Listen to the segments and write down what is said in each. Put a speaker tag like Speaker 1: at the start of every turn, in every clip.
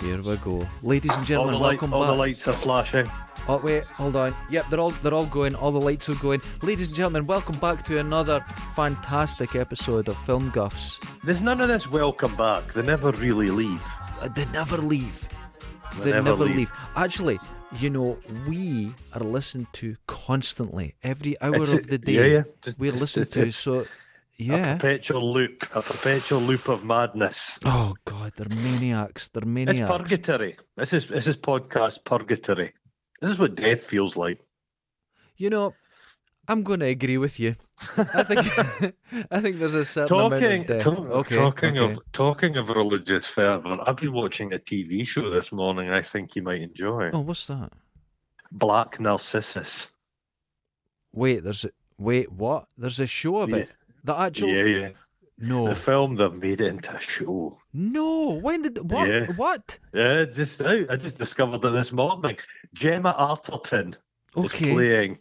Speaker 1: Here we go, ladies and
Speaker 2: All
Speaker 1: gentlemen.
Speaker 2: the, light,
Speaker 1: welcome
Speaker 2: all the
Speaker 1: back.
Speaker 2: lights are flashing.
Speaker 1: Oh wait, hold on. Yep, they're all they're all going. All the lights are going. Ladies and gentlemen, welcome back to another fantastic episode of Film Guffs.
Speaker 2: There's none of this welcome back. They never really leave.
Speaker 1: Uh, They never leave. They,
Speaker 2: never
Speaker 1: never,
Speaker 2: leave.
Speaker 1: leave. Actually, you know, we are listened to constantly every hour
Speaker 2: It's-
Speaker 1: of the day.
Speaker 2: yeah, yeah. Just-
Speaker 1: we're
Speaker 2: just-
Speaker 1: listened
Speaker 2: it's-
Speaker 1: to.
Speaker 2: it's
Speaker 1: So,
Speaker 2: A
Speaker 1: yeah.
Speaker 2: perpetual loop. A perpetual loop of madness.
Speaker 1: Oh God, they're maniacs. They're
Speaker 2: It's
Speaker 1: maniacs.
Speaker 2: purgatory. This is this is podcast purgatory. This is what death feels like.
Speaker 1: You know, I'm going to agree with you. I think I think there's a certain amount
Speaker 2: Talking,
Speaker 1: of death.
Speaker 2: talk-
Speaker 1: okay,
Speaker 2: talking
Speaker 1: okay.
Speaker 2: of talking of religious fervor. I've been watching a TV show this morning. I think you might enjoy.
Speaker 1: Oh, what's that?
Speaker 2: Black Narcissus.
Speaker 1: Wait, there's a, wait what? There's a show of it. The actual
Speaker 2: Yeah, yeah.
Speaker 1: no,
Speaker 2: The film they've made it into a show.
Speaker 1: no. When did what?
Speaker 2: Yeah.
Speaker 1: What?
Speaker 2: Yeah, Uh, just I, I just discovered it this morning. Gemma Arterton
Speaker 1: Okay.
Speaker 2: is playing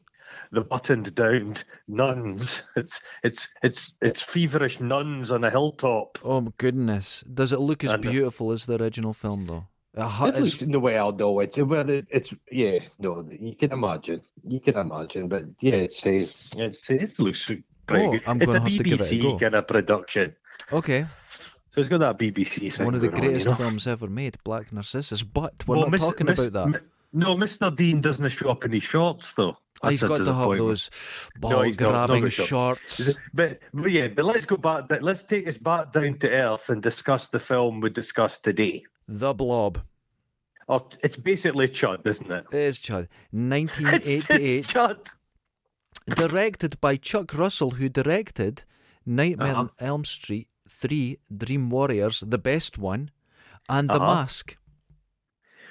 Speaker 2: the buttoned down nuns. It's it's it's it's feverish nuns on a hilltop.
Speaker 1: Oh my goodness! Does it look as
Speaker 2: And- uh,
Speaker 1: beautiful as the original film, though? It ha-
Speaker 3: At
Speaker 1: it's-
Speaker 3: least in the way I know it's well, it, it's yeah, no, you can imagine, you can imagine, but yeah, it's a
Speaker 2: It's it looks pretty
Speaker 1: Oh,
Speaker 2: good.
Speaker 1: I'm
Speaker 2: it's
Speaker 1: gonna
Speaker 2: a
Speaker 1: have to give it a
Speaker 2: BBC
Speaker 1: go.
Speaker 2: kind of production.
Speaker 1: okay,
Speaker 2: So it's got that BBC thing.
Speaker 1: one of the
Speaker 2: going on, you
Speaker 1: greatest
Speaker 2: know?
Speaker 1: films ever made, Black Narcissus. But we're
Speaker 2: Well,
Speaker 1: not
Speaker 2: Miss-
Speaker 1: talking
Speaker 2: Miss-
Speaker 1: about that.
Speaker 2: M- No, Mr. Dean doesn't show up in his shorts though.
Speaker 1: Oh, he's
Speaker 2: That's a
Speaker 1: got to have
Speaker 2: disappointment.
Speaker 1: those ball
Speaker 2: he's not- not
Speaker 1: grabbing
Speaker 2: got shorts.
Speaker 1: shorts.
Speaker 2: But, but yeah, but let's go back. Let's take us back down to earth and discuss the film we discussed today.
Speaker 1: The Blob
Speaker 2: Oh, it's basically Chud, isn't it?
Speaker 1: is Chud. Mm,
Speaker 2: It's just
Speaker 1: 1988,
Speaker 2: Chud.
Speaker 1: directed by Chuck Russell, who directed Nightmare
Speaker 2: Uh-huh.
Speaker 1: on Elm Street 3, Dream Warriors, the best one, and The
Speaker 2: Uh-huh.
Speaker 1: Mask.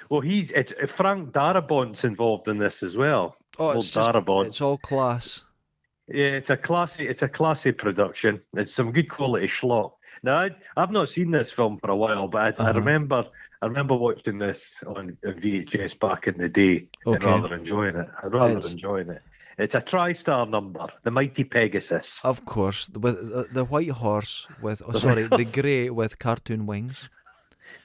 Speaker 2: Well, he's it's Frank Darabont's involved in this as well.
Speaker 1: Oh,
Speaker 2: Old
Speaker 1: it's, just,
Speaker 2: Darabont.
Speaker 1: it's all class.
Speaker 2: Yeah, it's a classy, it's a classy production. It's some good quality schlock. Now, I, I've not seen this film for a while, but I, I
Speaker 1: Uh-huh.
Speaker 2: remember, I remember watching this on VHS back in the day and
Speaker 1: Okay.
Speaker 2: rather enjoying it. I rather
Speaker 1: It's-
Speaker 2: enjoying it. It's a TriStar number, The Mighty Pegasus.
Speaker 1: Of course, with the, the white horse with, oh, sorry, the grey with cartoon wings.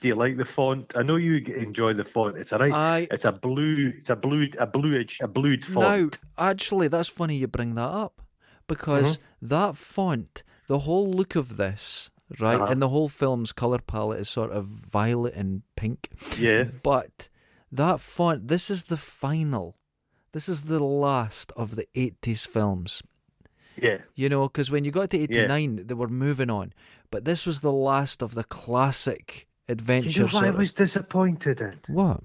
Speaker 2: Do you like the font? I know you g- enjoy the font. It's a right.
Speaker 1: I
Speaker 2: it's a blue. It's a blue. A bluish. A blued
Speaker 1: now
Speaker 2: font.
Speaker 1: actually that's funny you bring that up because
Speaker 2: Mm-hmm.
Speaker 1: that font, the whole look of this, right,
Speaker 2: Uh-huh.
Speaker 1: and the whole film's color palette is sort of violet and pink,
Speaker 2: Yeah.
Speaker 1: but that font, this is the final, this is the last of the eighties films.
Speaker 2: Yeah.
Speaker 1: You know, because when you got to 89, they were moving on. But this was the last of the classic adventure.
Speaker 2: You know what
Speaker 1: sort
Speaker 2: I
Speaker 1: of-
Speaker 2: was disappointed in?
Speaker 1: What?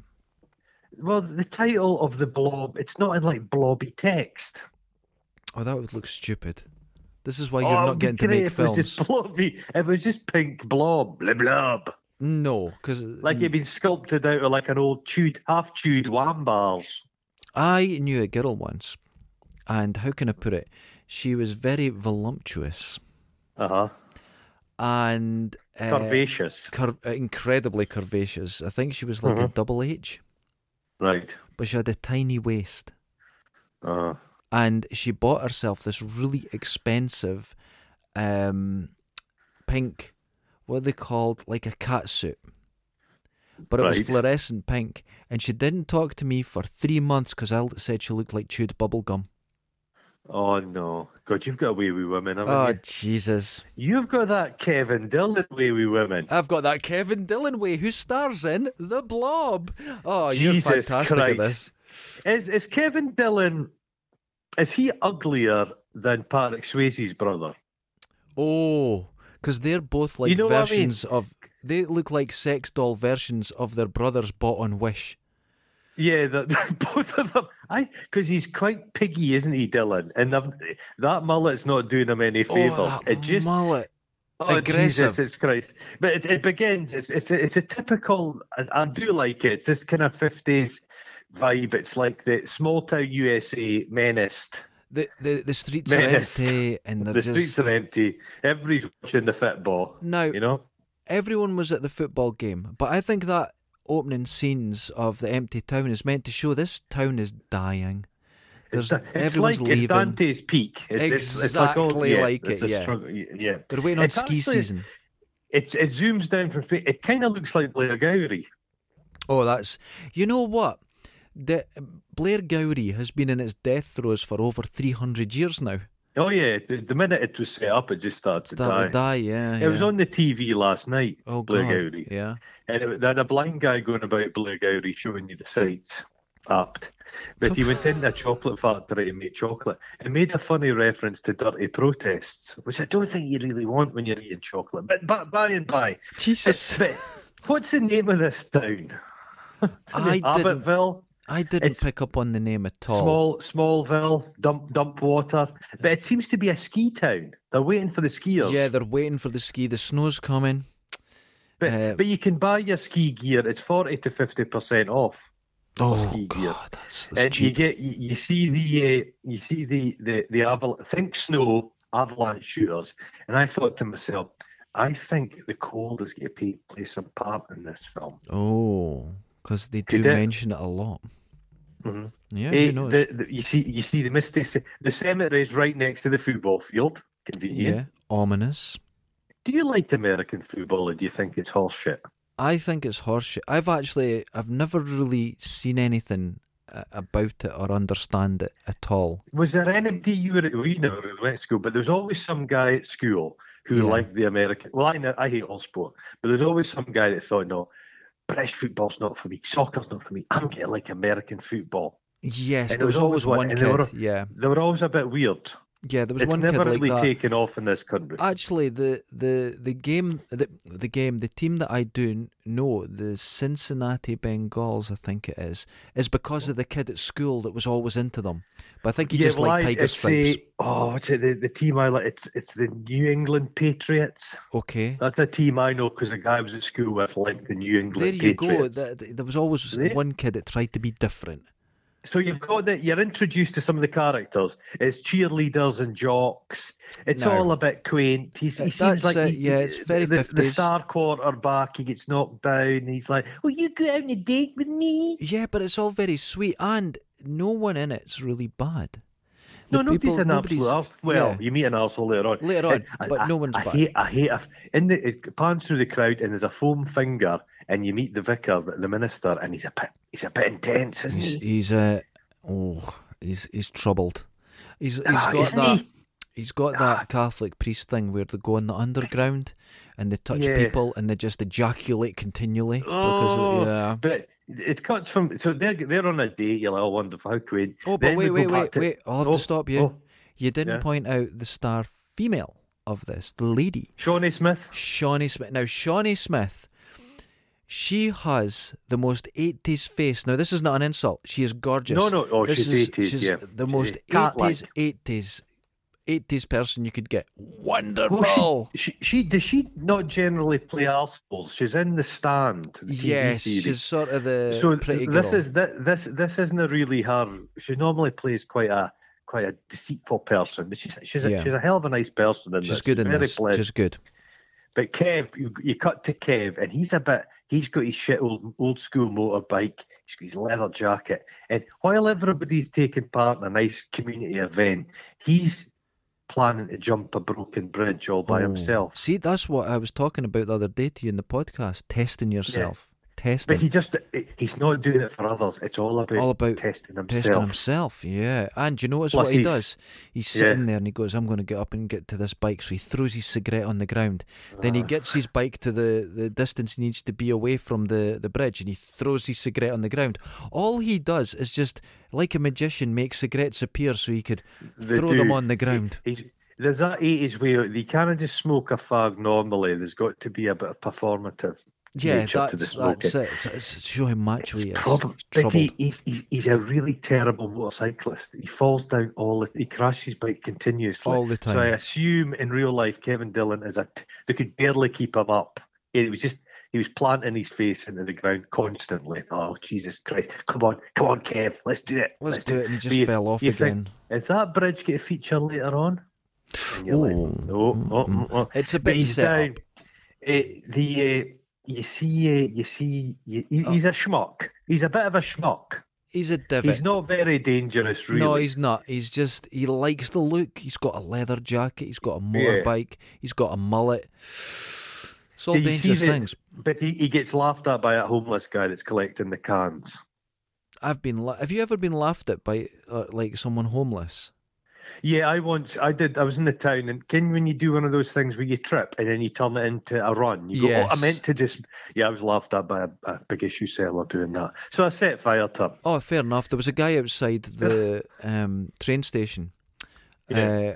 Speaker 2: Well, the title of the blob. It's not in like blobby text.
Speaker 1: Oh, that would look stupid. This is why
Speaker 2: Oh,
Speaker 1: you're
Speaker 2: it would
Speaker 1: not
Speaker 2: be
Speaker 1: getting to
Speaker 2: great
Speaker 1: make
Speaker 2: if It was
Speaker 1: films.
Speaker 2: just blobby. It was just pink blob. Blah blob.
Speaker 1: No, mm, because
Speaker 2: Like it'd been sculpted out of like an old chewed, half chewed wham bars.
Speaker 1: I knew a girl once, and how can I put it? She was very voluptuous
Speaker 2: Uh huh.
Speaker 1: and uh,
Speaker 2: Curvaceous.
Speaker 1: cur- incredibly curvaceous. I think she was like
Speaker 2: Mm-hmm.
Speaker 1: a double H,
Speaker 2: Right.
Speaker 1: but she had a tiny waist.
Speaker 2: Uh.
Speaker 1: and she bought herself this really expensive um pink what are they called like a cat suit but it
Speaker 2: Right.
Speaker 1: was fluorescent pink and she didn't talk to me for three months because i l- said she looked like chewed bubblegum
Speaker 2: Oh no. God, you've got away with women, haven't
Speaker 1: oh
Speaker 2: you?
Speaker 1: jesus
Speaker 2: You've got that Kevin Dillon way with women.
Speaker 1: i've got that kevin dillon way who stars in the blob oh
Speaker 2: Jesus
Speaker 1: you're fantastic
Speaker 2: Christ.
Speaker 1: at this
Speaker 2: Is is Kevin Dillon? Is he uglier than Patrick Swayze's brother?
Speaker 1: oh because they're both like
Speaker 2: You know what I mean?
Speaker 1: versions of they look like sex doll versions of their brothers bought on wish
Speaker 2: Yeah, that both of them. I because he's quite piggy, isn't he, Dylan? And I've- that mullet's not doing him any favors.
Speaker 1: Oh, that
Speaker 2: it just
Speaker 1: mullet.
Speaker 2: oh,
Speaker 1: aggressive.
Speaker 2: Jesus, it's Christ. But it, it begins. It's it's a, it's a typical. I, I do like it. It's this kind of fifties vibe. It's like the small town USA menaced.
Speaker 1: The, the the streets
Speaker 2: Menaced.
Speaker 1: are empty and they're
Speaker 2: the
Speaker 1: just
Speaker 2: streets are empty. Everybody's watching the football.
Speaker 1: now.
Speaker 2: You know.
Speaker 1: Everyone was at the football game, but I think that opening scenes of the empty town is meant to show this town is dying. There's
Speaker 2: It's, da- it's
Speaker 1: everyone's
Speaker 2: like it's
Speaker 1: leaving.
Speaker 2: Dante's peak. It's, it's, it's like, all-
Speaker 1: Exactly
Speaker 2: yeah,
Speaker 1: like
Speaker 2: it's
Speaker 1: it,
Speaker 2: a
Speaker 1: yeah.
Speaker 2: struggle, yeah.
Speaker 1: They're waiting on
Speaker 2: It's
Speaker 1: ski
Speaker 2: actually-
Speaker 1: season.
Speaker 2: It's it zooms down from. spa- It kind of looks like Blair Gowrie.
Speaker 1: Oh, that's. You know what? The, Blair Gowrie has been in its death throes for over 300 years now.
Speaker 2: Oh yeah, the, the minute it was set up, it just started to
Speaker 1: That
Speaker 2: die.
Speaker 1: would die, yeah.
Speaker 2: It was
Speaker 1: yeah.
Speaker 2: on the TV last night,
Speaker 1: Oh,
Speaker 2: Blair
Speaker 1: God.
Speaker 2: Gowrie.
Speaker 1: Yeah.
Speaker 2: and it, they had a blind guy going about Blair Gowrie showing you the sights. Apt, but he went into a chocolate factory to make chocolate and made a funny reference to dirty protests, which I don't think you really want when you're eating chocolate. But by, by and by,
Speaker 1: Jesus.
Speaker 2: but what's the name of this town? What's the
Speaker 1: I
Speaker 2: name?
Speaker 1: didn't-
Speaker 2: Abbotville,
Speaker 1: I didn't
Speaker 2: it's
Speaker 1: pick up on the name at all.
Speaker 2: small Smallville, dump dump water. But it seems to be a ski town. They're waiting for the skiers.
Speaker 1: Yeah, they're waiting for the ski. The snow's coming.
Speaker 2: but,
Speaker 1: uh,
Speaker 2: but you can buy your ski gear. It's forty to fifty percent off.
Speaker 1: Oh,
Speaker 2: ski gear.
Speaker 1: God. That's, that's
Speaker 2: and you
Speaker 1: cheap.
Speaker 2: get you, you see the uh, you see the the the aval- think snow avalanche shooters, and I thought to myself, I think the cold is going to play, play some part in this film.
Speaker 1: Oh, because they do
Speaker 2: Did it-
Speaker 1: mention it a lot.
Speaker 2: Mhm.
Speaker 1: Yeah,
Speaker 2: Eh,
Speaker 1: you know.
Speaker 2: the, the, you see you see the misty ce- the cemetery is right next to the football field. Convenient.
Speaker 1: Yeah, ominous.
Speaker 2: Do you like American football, or do you think it's horseshit?
Speaker 1: I think it's horseshit. I've actually, I've never really seen anything uh, about it or understand it at all.
Speaker 2: Was there anybody you were at, well, you never really went to school, but there was always some guy at school who
Speaker 1: Yeah.
Speaker 2: liked the American. Well, I know I hate all sport, but there's always some guy that thought, no, British football's not for me, soccer's not for me. I'm getting like American football.
Speaker 1: Yes,
Speaker 2: And
Speaker 1: there was always one,
Speaker 2: and
Speaker 1: kid.
Speaker 2: they were-
Speaker 1: yeah,
Speaker 2: They were always a bit weird.
Speaker 1: yeah, there was
Speaker 2: It's
Speaker 1: one kid
Speaker 2: never
Speaker 1: like
Speaker 2: really
Speaker 1: that.
Speaker 2: taken off in this country.
Speaker 1: Actually, the the the game the the game the team that I do know the Cincinnati Bengals I think it is is because of the kid at school that was always into them. But I think he just
Speaker 2: well,
Speaker 1: liked
Speaker 2: I-
Speaker 1: tiger
Speaker 2: it's
Speaker 1: stripes.
Speaker 2: the- oh, what's it? The, the team I like. It's it's the New England Patriots.
Speaker 1: Okay,
Speaker 2: That's a team I know because a guy I was at school with liked the New
Speaker 1: there
Speaker 2: England
Speaker 1: you go.
Speaker 2: Patriots.
Speaker 1: There, there was always
Speaker 2: Yeah.
Speaker 1: one kid that tried to be different.
Speaker 2: So you've
Speaker 1: Hmm.
Speaker 2: got that. You're introduced to some of the characters. It's cheerleaders and jocks. It's
Speaker 1: No.
Speaker 2: all a bit quaint. He's, he
Speaker 1: That's
Speaker 2: seems like
Speaker 1: it,
Speaker 2: he-
Speaker 1: yeah, it's very
Speaker 2: the, the
Speaker 1: 50s.
Speaker 2: star quarterback. He gets knocked down. He's like, "Will you go out on a date with me?"
Speaker 1: Yeah, but it's all very sweet, and no one in it's really bad.
Speaker 2: No,
Speaker 1: The
Speaker 2: nobody's
Speaker 1: people-
Speaker 2: an absolute.
Speaker 1: nobody's-
Speaker 2: arse. Well,
Speaker 1: yeah.
Speaker 2: you meet an arsehole later on.
Speaker 1: Later on,
Speaker 2: And I-
Speaker 1: but
Speaker 2: I-
Speaker 1: no one's
Speaker 2: I
Speaker 1: back.
Speaker 2: hate. I hate. A, in the it pans through the crowd and there's a foam finger and you meet the vicar, the, the minister, and he's a bit. He's a bit intense, isn't
Speaker 1: He's
Speaker 2: he?
Speaker 1: he's uh, oh he's he's troubled. He's he's
Speaker 2: Ah,
Speaker 1: got
Speaker 2: isn't
Speaker 1: that.
Speaker 2: he?
Speaker 1: He's got
Speaker 2: Ah.
Speaker 1: that Catholic priest thing where they go in the underground and they touch
Speaker 2: Yeah.
Speaker 1: people and they just ejaculate continually because
Speaker 2: Oh.
Speaker 1: of, yeah.
Speaker 2: But it cuts from so they're they're on a date. You're like, oh, wonderful, how quaint.
Speaker 1: Oh, but
Speaker 2: Then we
Speaker 1: wait, wait,
Speaker 2: go back
Speaker 1: wait,
Speaker 2: to-
Speaker 1: wait! I'll have
Speaker 2: Oh,
Speaker 1: to stop you.
Speaker 2: oh.
Speaker 1: You didn't
Speaker 2: Yeah.
Speaker 1: point out the star female of this, the lady,
Speaker 2: Shawnee Smith.
Speaker 1: Shawnee Smith. Now, Shawnee Smith, she has the most eighties face. Now, this is not an insult. She is gorgeous.
Speaker 2: No, no. Oh,
Speaker 1: This
Speaker 2: she's
Speaker 1: is-
Speaker 2: eighties.
Speaker 1: she's
Speaker 2: Yeah,
Speaker 1: the
Speaker 2: She's
Speaker 1: most
Speaker 2: eight- cat-like.
Speaker 1: eighties, eighties, eighties person you could get. Wonderful.
Speaker 2: Well, she, she, she does she not generally play arseholes? She's in the stand. The TV
Speaker 1: Yes,
Speaker 2: series.
Speaker 1: she's sort of the
Speaker 2: so
Speaker 1: pretty girl.
Speaker 2: this is thi- this this isn't really her. She normally plays quite a quite a deceitful person, but she's she's a,
Speaker 1: Yeah.
Speaker 2: she's a hell of a nice person in
Speaker 1: she's
Speaker 2: this.
Speaker 1: good in
Speaker 2: Very
Speaker 1: this.
Speaker 2: pleasant.
Speaker 1: She's good.
Speaker 2: But Kev, you, you cut to Kev, and he's a bit. He's got his shit old, old school motorbike. He's got his leather jacket, and while everybody's taking part in a nice community event, he's planning to jump a broken bridge all by
Speaker 1: Oh,
Speaker 2: himself.
Speaker 1: See, that's what I was talking about the other day to you in the podcast. Testing yourself. Testing.
Speaker 2: But he just—he's not doing it for others. It's all about,
Speaker 1: All about
Speaker 2: testing himself.
Speaker 1: Testing himself, yeah. And you notice
Speaker 2: Plus
Speaker 1: what he
Speaker 2: he's-
Speaker 1: does? He's
Speaker 2: yeah.
Speaker 1: sitting there and he goes, I'm going to get up and get to this bike. So he throws his cigarette on the ground. Then he
Speaker 2: Ah.
Speaker 1: gets his bike to the, the distance he needs to be away from the, the bridge and he throws his cigarette on the ground. All he does is just, like a magician, make cigarettes appear so he could
Speaker 2: They
Speaker 1: throw
Speaker 2: do.
Speaker 1: them on the ground.
Speaker 2: He's, there's that eighties where you can't just smoke a fag normally. There's got to be a bit of performative.
Speaker 1: Yeah,
Speaker 2: nature to the
Speaker 1: that's,
Speaker 2: smoking.
Speaker 1: that's it. It's, it's showing much
Speaker 2: It's
Speaker 1: we is.
Speaker 2: prob-
Speaker 1: He's
Speaker 2: but he,
Speaker 1: troubled.
Speaker 2: he's, he's, he's a really terrible motorcyclist. He falls down all the He crashes his bike continuously.
Speaker 1: All the
Speaker 2: So I
Speaker 1: time.
Speaker 2: assume in real life, Kevin Dillon is a. T- they could barely keep him up. It was just. He was planting his face into the ground constantly. Oh, Jesus Christ. Come on. Come on, Kev. Let's do it.
Speaker 1: Let's do it. And he
Speaker 2: But
Speaker 1: just
Speaker 2: you-
Speaker 1: fell off
Speaker 2: you think,
Speaker 1: again.
Speaker 2: Is that bridge get a feature later on? And you're like,
Speaker 1: Ooh.
Speaker 2: no, oh,
Speaker 1: Mm-mm.
Speaker 2: mm, oh.
Speaker 1: It's a
Speaker 2: But
Speaker 1: bit
Speaker 2: he's
Speaker 1: set
Speaker 2: down.
Speaker 1: up.
Speaker 2: Eh, the uh, you see, uh, you see, you,
Speaker 1: Oh.
Speaker 2: he- he's a schmuck. He's a bit of a schmuck.
Speaker 1: He's a divot.
Speaker 2: He's not very dangerous, really.
Speaker 1: No, he's not. He's just he likes the look. He's got a leather jacket. He's got a motorbike. He's got a mullet. It's all
Speaker 2: Do you see
Speaker 1: dangerous
Speaker 2: the-
Speaker 1: things.
Speaker 2: But he, he gets laughed at by that homeless guy that's collecting the cans.
Speaker 1: I've been. La- have you ever been laughed at by uh, like someone homeless?
Speaker 2: Yeah, I once I did. I was in the town, and can when you do one of those things where you trip and then you turn it into a run. You go, oh, I
Speaker 1: Yes.
Speaker 2: meant to just. Yeah, I was laughed at by a, a big issue seller doing that. So I set fire to. him.
Speaker 1: Oh, fair enough. There was a guy outside the um, train station,
Speaker 2: Yeah.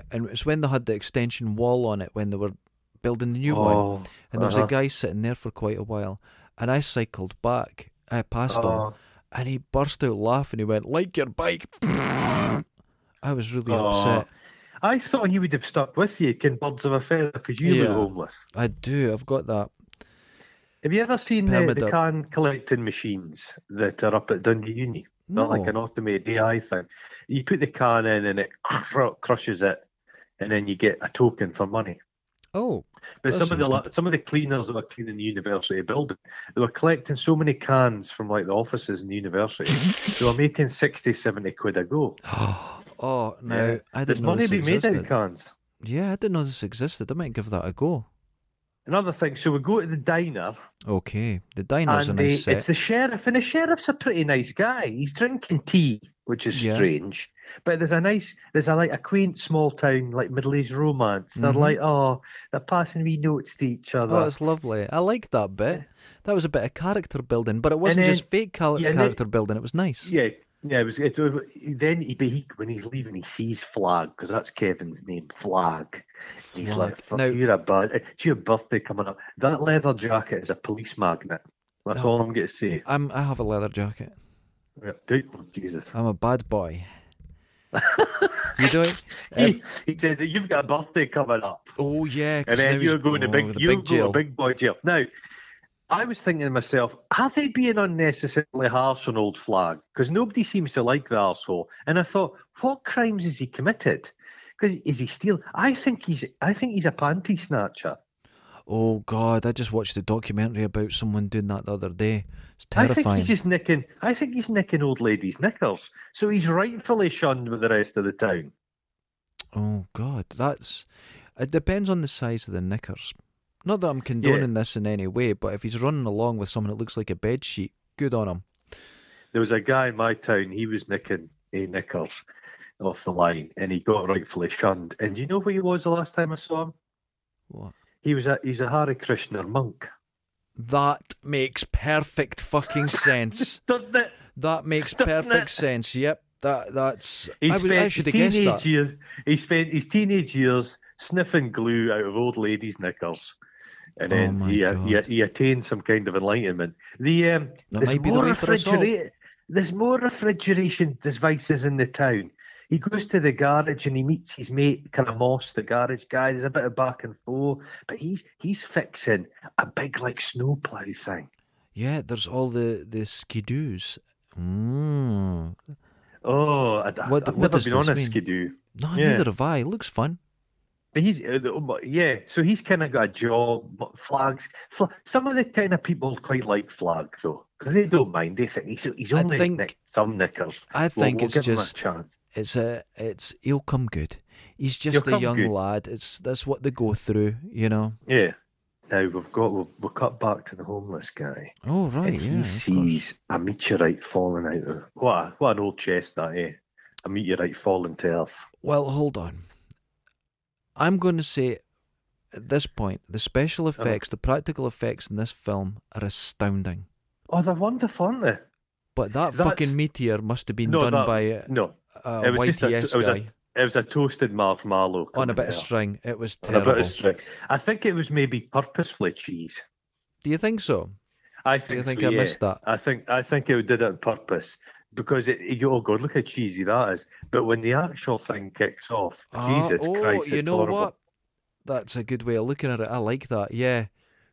Speaker 1: uh, and it was when they had the extension wall on it when they were building the new one,
Speaker 2: oh,
Speaker 1: and there was
Speaker 2: uh-huh.
Speaker 1: a guy sitting there for quite a while, and I cycled back. I passed him,
Speaker 2: Oh,
Speaker 1: and he burst out laughing. He went, "Like your bike." I was really
Speaker 2: Oh.
Speaker 1: upset.
Speaker 2: I thought he would have stuck with you, can birds of a feather, because you
Speaker 1: Yeah.
Speaker 2: were homeless.
Speaker 1: I do. I've got that.
Speaker 2: Have you ever seen the, the
Speaker 1: Permaduck.
Speaker 2: can collecting machines that are up at Dundee Uni? Not like
Speaker 1: No.
Speaker 2: an automated AI thing. You put the can in and it cr- crushes it, and then you get a token for money.
Speaker 1: Oh, That
Speaker 2: But some of the
Speaker 1: sounds
Speaker 2: la- some of the cleaners that were cleaning the university building, they were collecting so many cans from like the offices in the university. they were making 60, 70 quid a go.
Speaker 1: oh no!
Speaker 2: Yeah.
Speaker 1: I
Speaker 2: There's
Speaker 1: didn't know
Speaker 2: money
Speaker 1: this
Speaker 2: being made out
Speaker 1: existed.
Speaker 2: of cans.
Speaker 1: Yeah, I didn't know this existed. I might give that a go.
Speaker 2: Another thing, so we go to the diner
Speaker 1: Okay, the diner's
Speaker 2: and
Speaker 1: a
Speaker 2: they-
Speaker 1: nice set.
Speaker 2: it's the sheriff, and the sheriff's a pretty nice guy. He's drinking tea, which is
Speaker 1: Yeah.
Speaker 2: strange. But there's a nice, there's a like a quaint small town like middle aged romance. They're
Speaker 1: Mhm.
Speaker 2: like, oh, they're passing wee notes to each other.
Speaker 1: Oh, that's lovely. I like that bit. That was a bit of character building, but it wasn't
Speaker 2: then-
Speaker 1: just fake cal-
Speaker 2: yeah, and then-
Speaker 1: character building. It was nice.
Speaker 2: yeah, yeah. It was, it, was- then he, but he when he's leaving, he sees Flag because that's Kevin's name, Flag. And He's like, "Fuck,
Speaker 1: now,
Speaker 2: you're a bud. It's your birthday coming up. That leather jacket is a police magnet. That's
Speaker 1: No.
Speaker 2: all I'm going to say.
Speaker 1: I'm, I have a leather jacket.
Speaker 2: Yeah, dude, oh, Jesus.
Speaker 1: I'm a bad boy. you don't.
Speaker 2: He, he says that you've got a birthday coming up.
Speaker 1: Oh yeah, 'cause
Speaker 2: and
Speaker 1: now
Speaker 2: then
Speaker 1: he's-
Speaker 2: you're going to
Speaker 1: oh,
Speaker 2: big,
Speaker 1: the
Speaker 2: you
Speaker 1: big
Speaker 2: go to
Speaker 1: jail.
Speaker 2: big boy jail. Now, I was thinking to myself, are they being unnecessarily harsh on old flag? Because nobody seems to like the arsehole. And I thought, what crimes has he committed? Because is he stealing? I think he's, I think he's a panty snatcher.
Speaker 1: Oh god, I just watched a documentary about someone doing that the other day. It's
Speaker 2: I
Speaker 1: terrifying.
Speaker 2: think he's just nicking. I think he's nicking old ladies' knickers. So he's rightfully shunned with the rest of the town.
Speaker 1: Oh God, that's. It depends on the size of the knickers. Not that I'm condoning this in any way, but if he's running along with someone that looks like a bed sheet, good on him.
Speaker 2: There was a guy in my town. He was nicking a knickers off the line, and he got rightfully shunned. And you know where he was the last time I saw him?
Speaker 1: What?
Speaker 2: He was a he's a Hare Krishna monk.
Speaker 1: That makes perfect fucking sense.
Speaker 2: Doesn't it?
Speaker 1: That makes
Speaker 2: Doesn't
Speaker 1: perfect
Speaker 2: it?
Speaker 1: sense. Yep. That that's.
Speaker 2: He
Speaker 1: I, was, I
Speaker 2: spent
Speaker 1: should
Speaker 2: his
Speaker 1: have guessed
Speaker 2: teenage
Speaker 1: that.
Speaker 2: years. He spent his teenage years sniffing glue out of old ladies' knickers, and
Speaker 1: Oh
Speaker 2: then
Speaker 1: my
Speaker 2: he, he
Speaker 1: God.
Speaker 2: he attained some kind of enlightenment. The um,
Speaker 1: That
Speaker 2: there's
Speaker 1: might be the
Speaker 2: more
Speaker 1: way for us all.
Speaker 2: refrigera- There's more refrigeration devices in the town. He goes to the garage and he meets his mate kind of Moss, the garage guy. There's a bit of back and forth, but he's he's fixing a big like snowplow thing.
Speaker 1: Yeah. There's all the the skidoos. Mm.
Speaker 2: Oh, I, I-
Speaker 1: What-
Speaker 2: I've
Speaker 1: what
Speaker 2: never
Speaker 1: does
Speaker 2: been
Speaker 1: this
Speaker 2: on a
Speaker 1: mean?
Speaker 2: skidoo.
Speaker 1: No,
Speaker 2: Yeah.
Speaker 1: neither have I. Looks fun.
Speaker 2: But he's uh, the- um, yeah, so he's kind of got a job. but Flags, fl- some of the kind of people quite like Flag though, because they don't mind. They think he's, he's
Speaker 1: I
Speaker 2: only
Speaker 1: think-
Speaker 2: nicked some knickers.
Speaker 1: I
Speaker 2: Well,
Speaker 1: think
Speaker 2: we'll
Speaker 1: it's
Speaker 2: give
Speaker 1: just
Speaker 2: him a chance.
Speaker 1: it's a it's he'll come good. He's
Speaker 2: He'll
Speaker 1: just a
Speaker 2: come
Speaker 1: young
Speaker 2: good.
Speaker 1: lad. It's that's what they go through, you know.
Speaker 2: Yeah. Now we've got we'll, we'll cut back to the homeless guy,
Speaker 1: Oh right,
Speaker 2: and
Speaker 1: yeah.
Speaker 2: he
Speaker 1: of course.
Speaker 2: sees a meteorite falling out of what a, what an old chestnut, eh? A meteorite falling to earth.
Speaker 1: Well, hold on. I'm going to say at this point, the special
Speaker 2: Uh-huh.
Speaker 1: effects, the practical effects in this film are astounding.
Speaker 2: Oh, they're wonderful, aren't they?
Speaker 1: But that
Speaker 2: That's-
Speaker 1: fucking meteor must have been
Speaker 2: No,
Speaker 1: done
Speaker 2: that-
Speaker 1: by a,
Speaker 2: No,
Speaker 1: a
Speaker 2: it was just a-
Speaker 1: YTS
Speaker 2: it was a
Speaker 1: guy
Speaker 2: it was a toasted marshmallow
Speaker 1: on a
Speaker 2: coming
Speaker 1: bit of
Speaker 2: out.
Speaker 1: string. It was
Speaker 2: On a bit
Speaker 1: terrible.
Speaker 2: of string. I think it was maybe purposefully cheese.
Speaker 1: Do you think so?
Speaker 2: I
Speaker 1: Do
Speaker 2: think,
Speaker 1: you think
Speaker 2: so,
Speaker 1: I
Speaker 2: yeah.
Speaker 1: missed that?
Speaker 2: I think I think it did it on purpose because it, you go, oh god, look how cheesy that is. But when the actual thing kicks off,
Speaker 1: Ah,
Speaker 2: Jesus
Speaker 1: oh,
Speaker 2: Christ,
Speaker 1: you
Speaker 2: it's
Speaker 1: know
Speaker 2: horrible.
Speaker 1: what? That's a good way of looking at it. I like that. Yeah.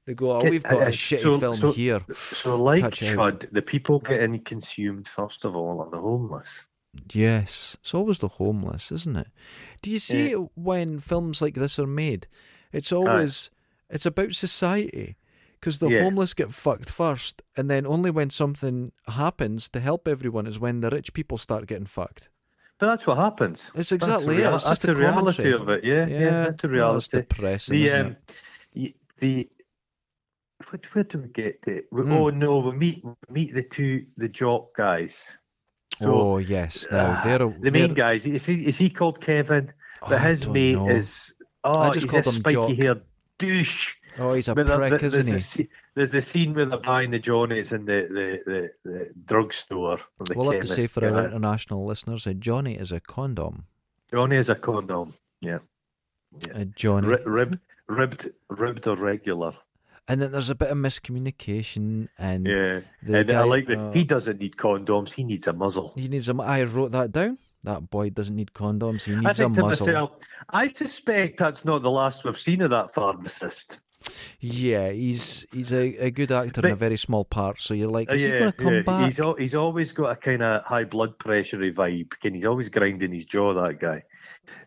Speaker 1: They go, oh,
Speaker 2: Get-
Speaker 1: we've got
Speaker 2: uh,
Speaker 1: a shitty
Speaker 2: so-
Speaker 1: film
Speaker 2: so-
Speaker 1: here.
Speaker 2: So, like
Speaker 1: Catch out.
Speaker 2: Chud, the people getting consumed first of all are the homeless.
Speaker 1: Yes, it's always the homeless, isn't it? Do you see it when films like this are made? It's always it's about society because the
Speaker 2: Yeah.
Speaker 1: homeless get fucked first, and then only when something happens to help everyone is when the rich people start getting fucked.
Speaker 2: But that's what happens.
Speaker 1: It's
Speaker 2: That's the
Speaker 1: exactly
Speaker 2: rea-
Speaker 1: it. It's
Speaker 2: that's
Speaker 1: just
Speaker 2: the
Speaker 1: a
Speaker 2: reality
Speaker 1: commentary.
Speaker 2: of it. Yeah, yeah, that's the um,
Speaker 1: well, it's
Speaker 2: reality.
Speaker 1: depressing.
Speaker 2: the
Speaker 1: isn't
Speaker 2: um,
Speaker 1: it?
Speaker 2: y- the what, where do we get to? We,
Speaker 1: Hmm.
Speaker 2: Oh no, we meet we meet the two the jock guys. So
Speaker 1: oh yes, no,
Speaker 2: ah,
Speaker 1: they're a,
Speaker 2: the main guys is he is he called Kevin?
Speaker 1: Oh,
Speaker 2: But his mate is oh
Speaker 1: I just
Speaker 2: he's
Speaker 1: called
Speaker 2: a
Speaker 1: him
Speaker 2: spiky haired douche.
Speaker 1: Oh, he's a
Speaker 2: But there-
Speaker 1: prick,
Speaker 2: there-
Speaker 1: isn't he?
Speaker 2: there's A, sce- there's a scene where they're buying the Johnnies in the the the, the drugstore. or The
Speaker 1: We'll have to say
Speaker 2: chemist,
Speaker 1: for
Speaker 2: you
Speaker 1: our
Speaker 2: know.
Speaker 1: international listeners that Johnny is a condom.
Speaker 2: Johnny is a condom,
Speaker 1: A Johnny.
Speaker 2: Ri rib, ribbed, ribbed or regular.
Speaker 1: and then there's a bit of miscommunication, and
Speaker 2: Yeah,
Speaker 1: Mm. the
Speaker 2: and
Speaker 1: guy,
Speaker 2: I like that
Speaker 1: uh,
Speaker 2: he doesn't need condoms. He needs a muzzle.
Speaker 1: He needs a. mu- I wrote that down. That boy doesn't need condoms. He
Speaker 2: I
Speaker 1: needs a
Speaker 2: think to
Speaker 1: muzzle.
Speaker 2: myself, I suspect that's not the last we've seen of that pharmacist.
Speaker 1: Yeah, he's he's a, a good actor in
Speaker 2: But-
Speaker 1: a very small part. So you're like,
Speaker 2: Uh,
Speaker 1: is he going to come back?
Speaker 2: He's, al- he's always got a kind of high blood pressure vibe, and he's always grinding his jaw, that guy.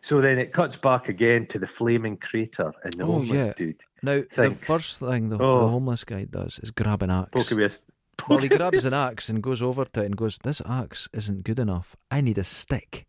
Speaker 2: So then it cuts back again to the flaming crater and the
Speaker 1: Oh,
Speaker 2: homeless
Speaker 1: yeah.
Speaker 2: dude.
Speaker 1: now, the
Speaker 2: thinks.
Speaker 1: first thing the, the
Speaker 2: Oh.
Speaker 1: homeless guy does is grab an axe.
Speaker 2: Poker with
Speaker 1: Well, he grabs an axe and goes over to it and goes, "This axe isn't good enough. I need a stick."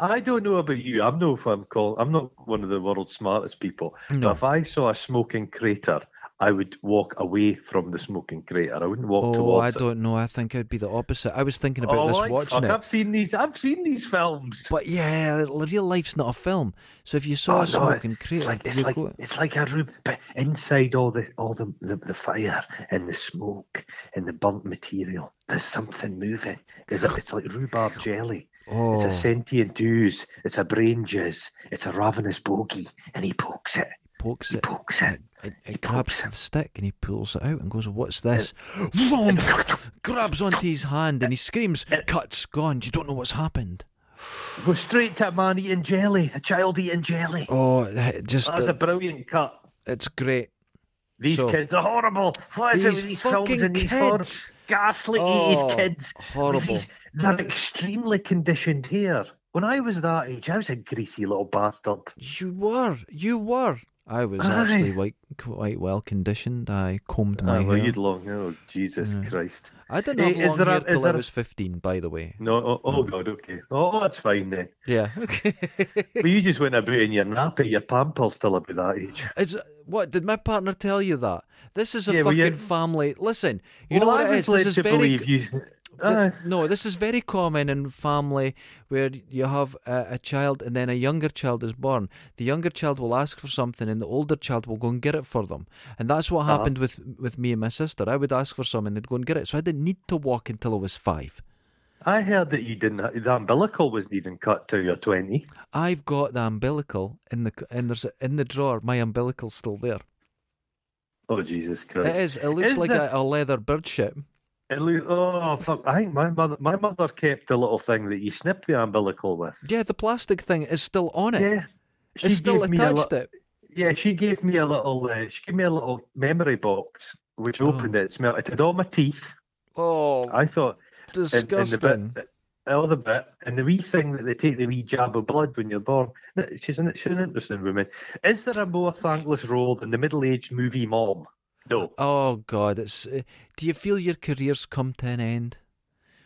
Speaker 2: I don't know about you. I'm no if I'm called. I'm not one of the world's smartest people.
Speaker 1: No.
Speaker 2: But if I saw a smoking crater, I would walk away from the smoking crater. I wouldn't walk
Speaker 1: Oh,
Speaker 2: towards
Speaker 1: I
Speaker 2: it.
Speaker 1: don't know. I think I'd be the opposite. I was thinking about
Speaker 2: Oh,
Speaker 1: this
Speaker 2: like,
Speaker 1: watching
Speaker 2: fuck,
Speaker 1: it.
Speaker 2: I've seen these. I've seen these films.
Speaker 1: But yeah, l- real life's not a film. So if you
Speaker 2: Oh,
Speaker 1: saw
Speaker 2: no,
Speaker 1: a smoking
Speaker 2: it's
Speaker 1: crater,
Speaker 2: like-
Speaker 1: do
Speaker 2: it's
Speaker 1: you
Speaker 2: like,
Speaker 1: go-
Speaker 2: it's like a room, but inside all the all the, the the fire and the smoke and the burnt material, there's something moving. It's, a, it's like rhubarb jelly. It's
Speaker 1: oh,
Speaker 2: a sentient ooze. It's a brain jizz. It's a ravenous bogey, and he pokes it.
Speaker 1: pokes
Speaker 2: He
Speaker 1: it.
Speaker 2: pokes it.
Speaker 1: It, it
Speaker 2: It
Speaker 1: grabs
Speaker 2: pokes
Speaker 1: the stick and he pulls it out and goes, "What's this?" Wrong. grabs onto his hand and he screams, "Cuts gone! You don't know what's happened."
Speaker 2: Go straight to a man eating jelly, a child eating jelly.
Speaker 1: Oh, it just
Speaker 2: That's a brilliant cut.
Speaker 1: it's great.
Speaker 2: These
Speaker 1: So-
Speaker 2: kids are horrible. What is it
Speaker 1: These
Speaker 2: with these films
Speaker 1: fucking
Speaker 2: and these hor-
Speaker 1: kids.
Speaker 2: ghastly
Speaker 1: Oh,
Speaker 2: 80s kids?
Speaker 1: horrible.
Speaker 2: These- they're extremely conditioned here. When I was that age, I was a greasy little bastard.
Speaker 1: You were, you were. I was
Speaker 2: Aye.
Speaker 1: actually quite, quite well conditioned. I combed my
Speaker 2: well,
Speaker 1: hair.
Speaker 2: you'd long. Oh, Jesus Christ.
Speaker 1: I didn't
Speaker 2: Eh,
Speaker 1: have
Speaker 2: is
Speaker 1: long
Speaker 2: there a-
Speaker 1: hair
Speaker 2: is
Speaker 1: till I
Speaker 2: there a-
Speaker 1: was fifteen, by the way.
Speaker 2: No, oh, oh God, okay. Oh, that's fine then.
Speaker 1: Yeah. Okay.
Speaker 2: but you just went about in your nappy, your pampers still about that age.
Speaker 1: Is what did my partner tell you that? This is a
Speaker 2: Yeah, well,
Speaker 1: fucking
Speaker 2: you-
Speaker 1: family. Listen, you know
Speaker 2: well,
Speaker 1: what
Speaker 2: I
Speaker 1: it
Speaker 2: was
Speaker 1: is.
Speaker 2: led
Speaker 1: This is
Speaker 2: to
Speaker 1: very
Speaker 2: believe you.
Speaker 1: Th-
Speaker 2: Aye.
Speaker 1: no, this is very common in family where you have a, a child and then a younger child is born. The younger child will ask for something and the older child will go and get it for them. And that's what
Speaker 2: Uh-huh.
Speaker 1: happened with, with me and my sister. I would ask for something and they'd go and get it. So I didn't need to walk until I was five.
Speaker 2: I heard that you didn't. ha- The umbilical wasn't even cut till you're twenty.
Speaker 1: I've got the umbilical in the c- and there's a- in the drawer. My umbilical's still there.
Speaker 2: Oh Jesus Christ!
Speaker 1: It is. It looks
Speaker 2: Is
Speaker 1: like
Speaker 2: the-
Speaker 1: a, a leather bird ship.
Speaker 2: It loo- oh fuck! I think my mother, my mother kept a little thing that you snip the umbilical with.
Speaker 1: Yeah, the plastic thing is still on it.
Speaker 2: Yeah,
Speaker 1: it's still
Speaker 2: gave me a
Speaker 1: attached.
Speaker 2: lit-
Speaker 1: it.
Speaker 2: Yeah, she gave me a little. Uh, she gave me a little memory box, which
Speaker 1: Oh.
Speaker 2: opened it. It smelled. It had all my teeth.
Speaker 1: Oh,
Speaker 2: I thought and, and
Speaker 1: disgusting.
Speaker 2: the bit. All the bit and the wee thing that they take the wee jab of blood when you're born. That- She's an, she's an interesting woman. Is there a more thankless role than the middle-aged movie mom? No.
Speaker 1: Oh God, it's. Uh, do you feel your career's come to an end?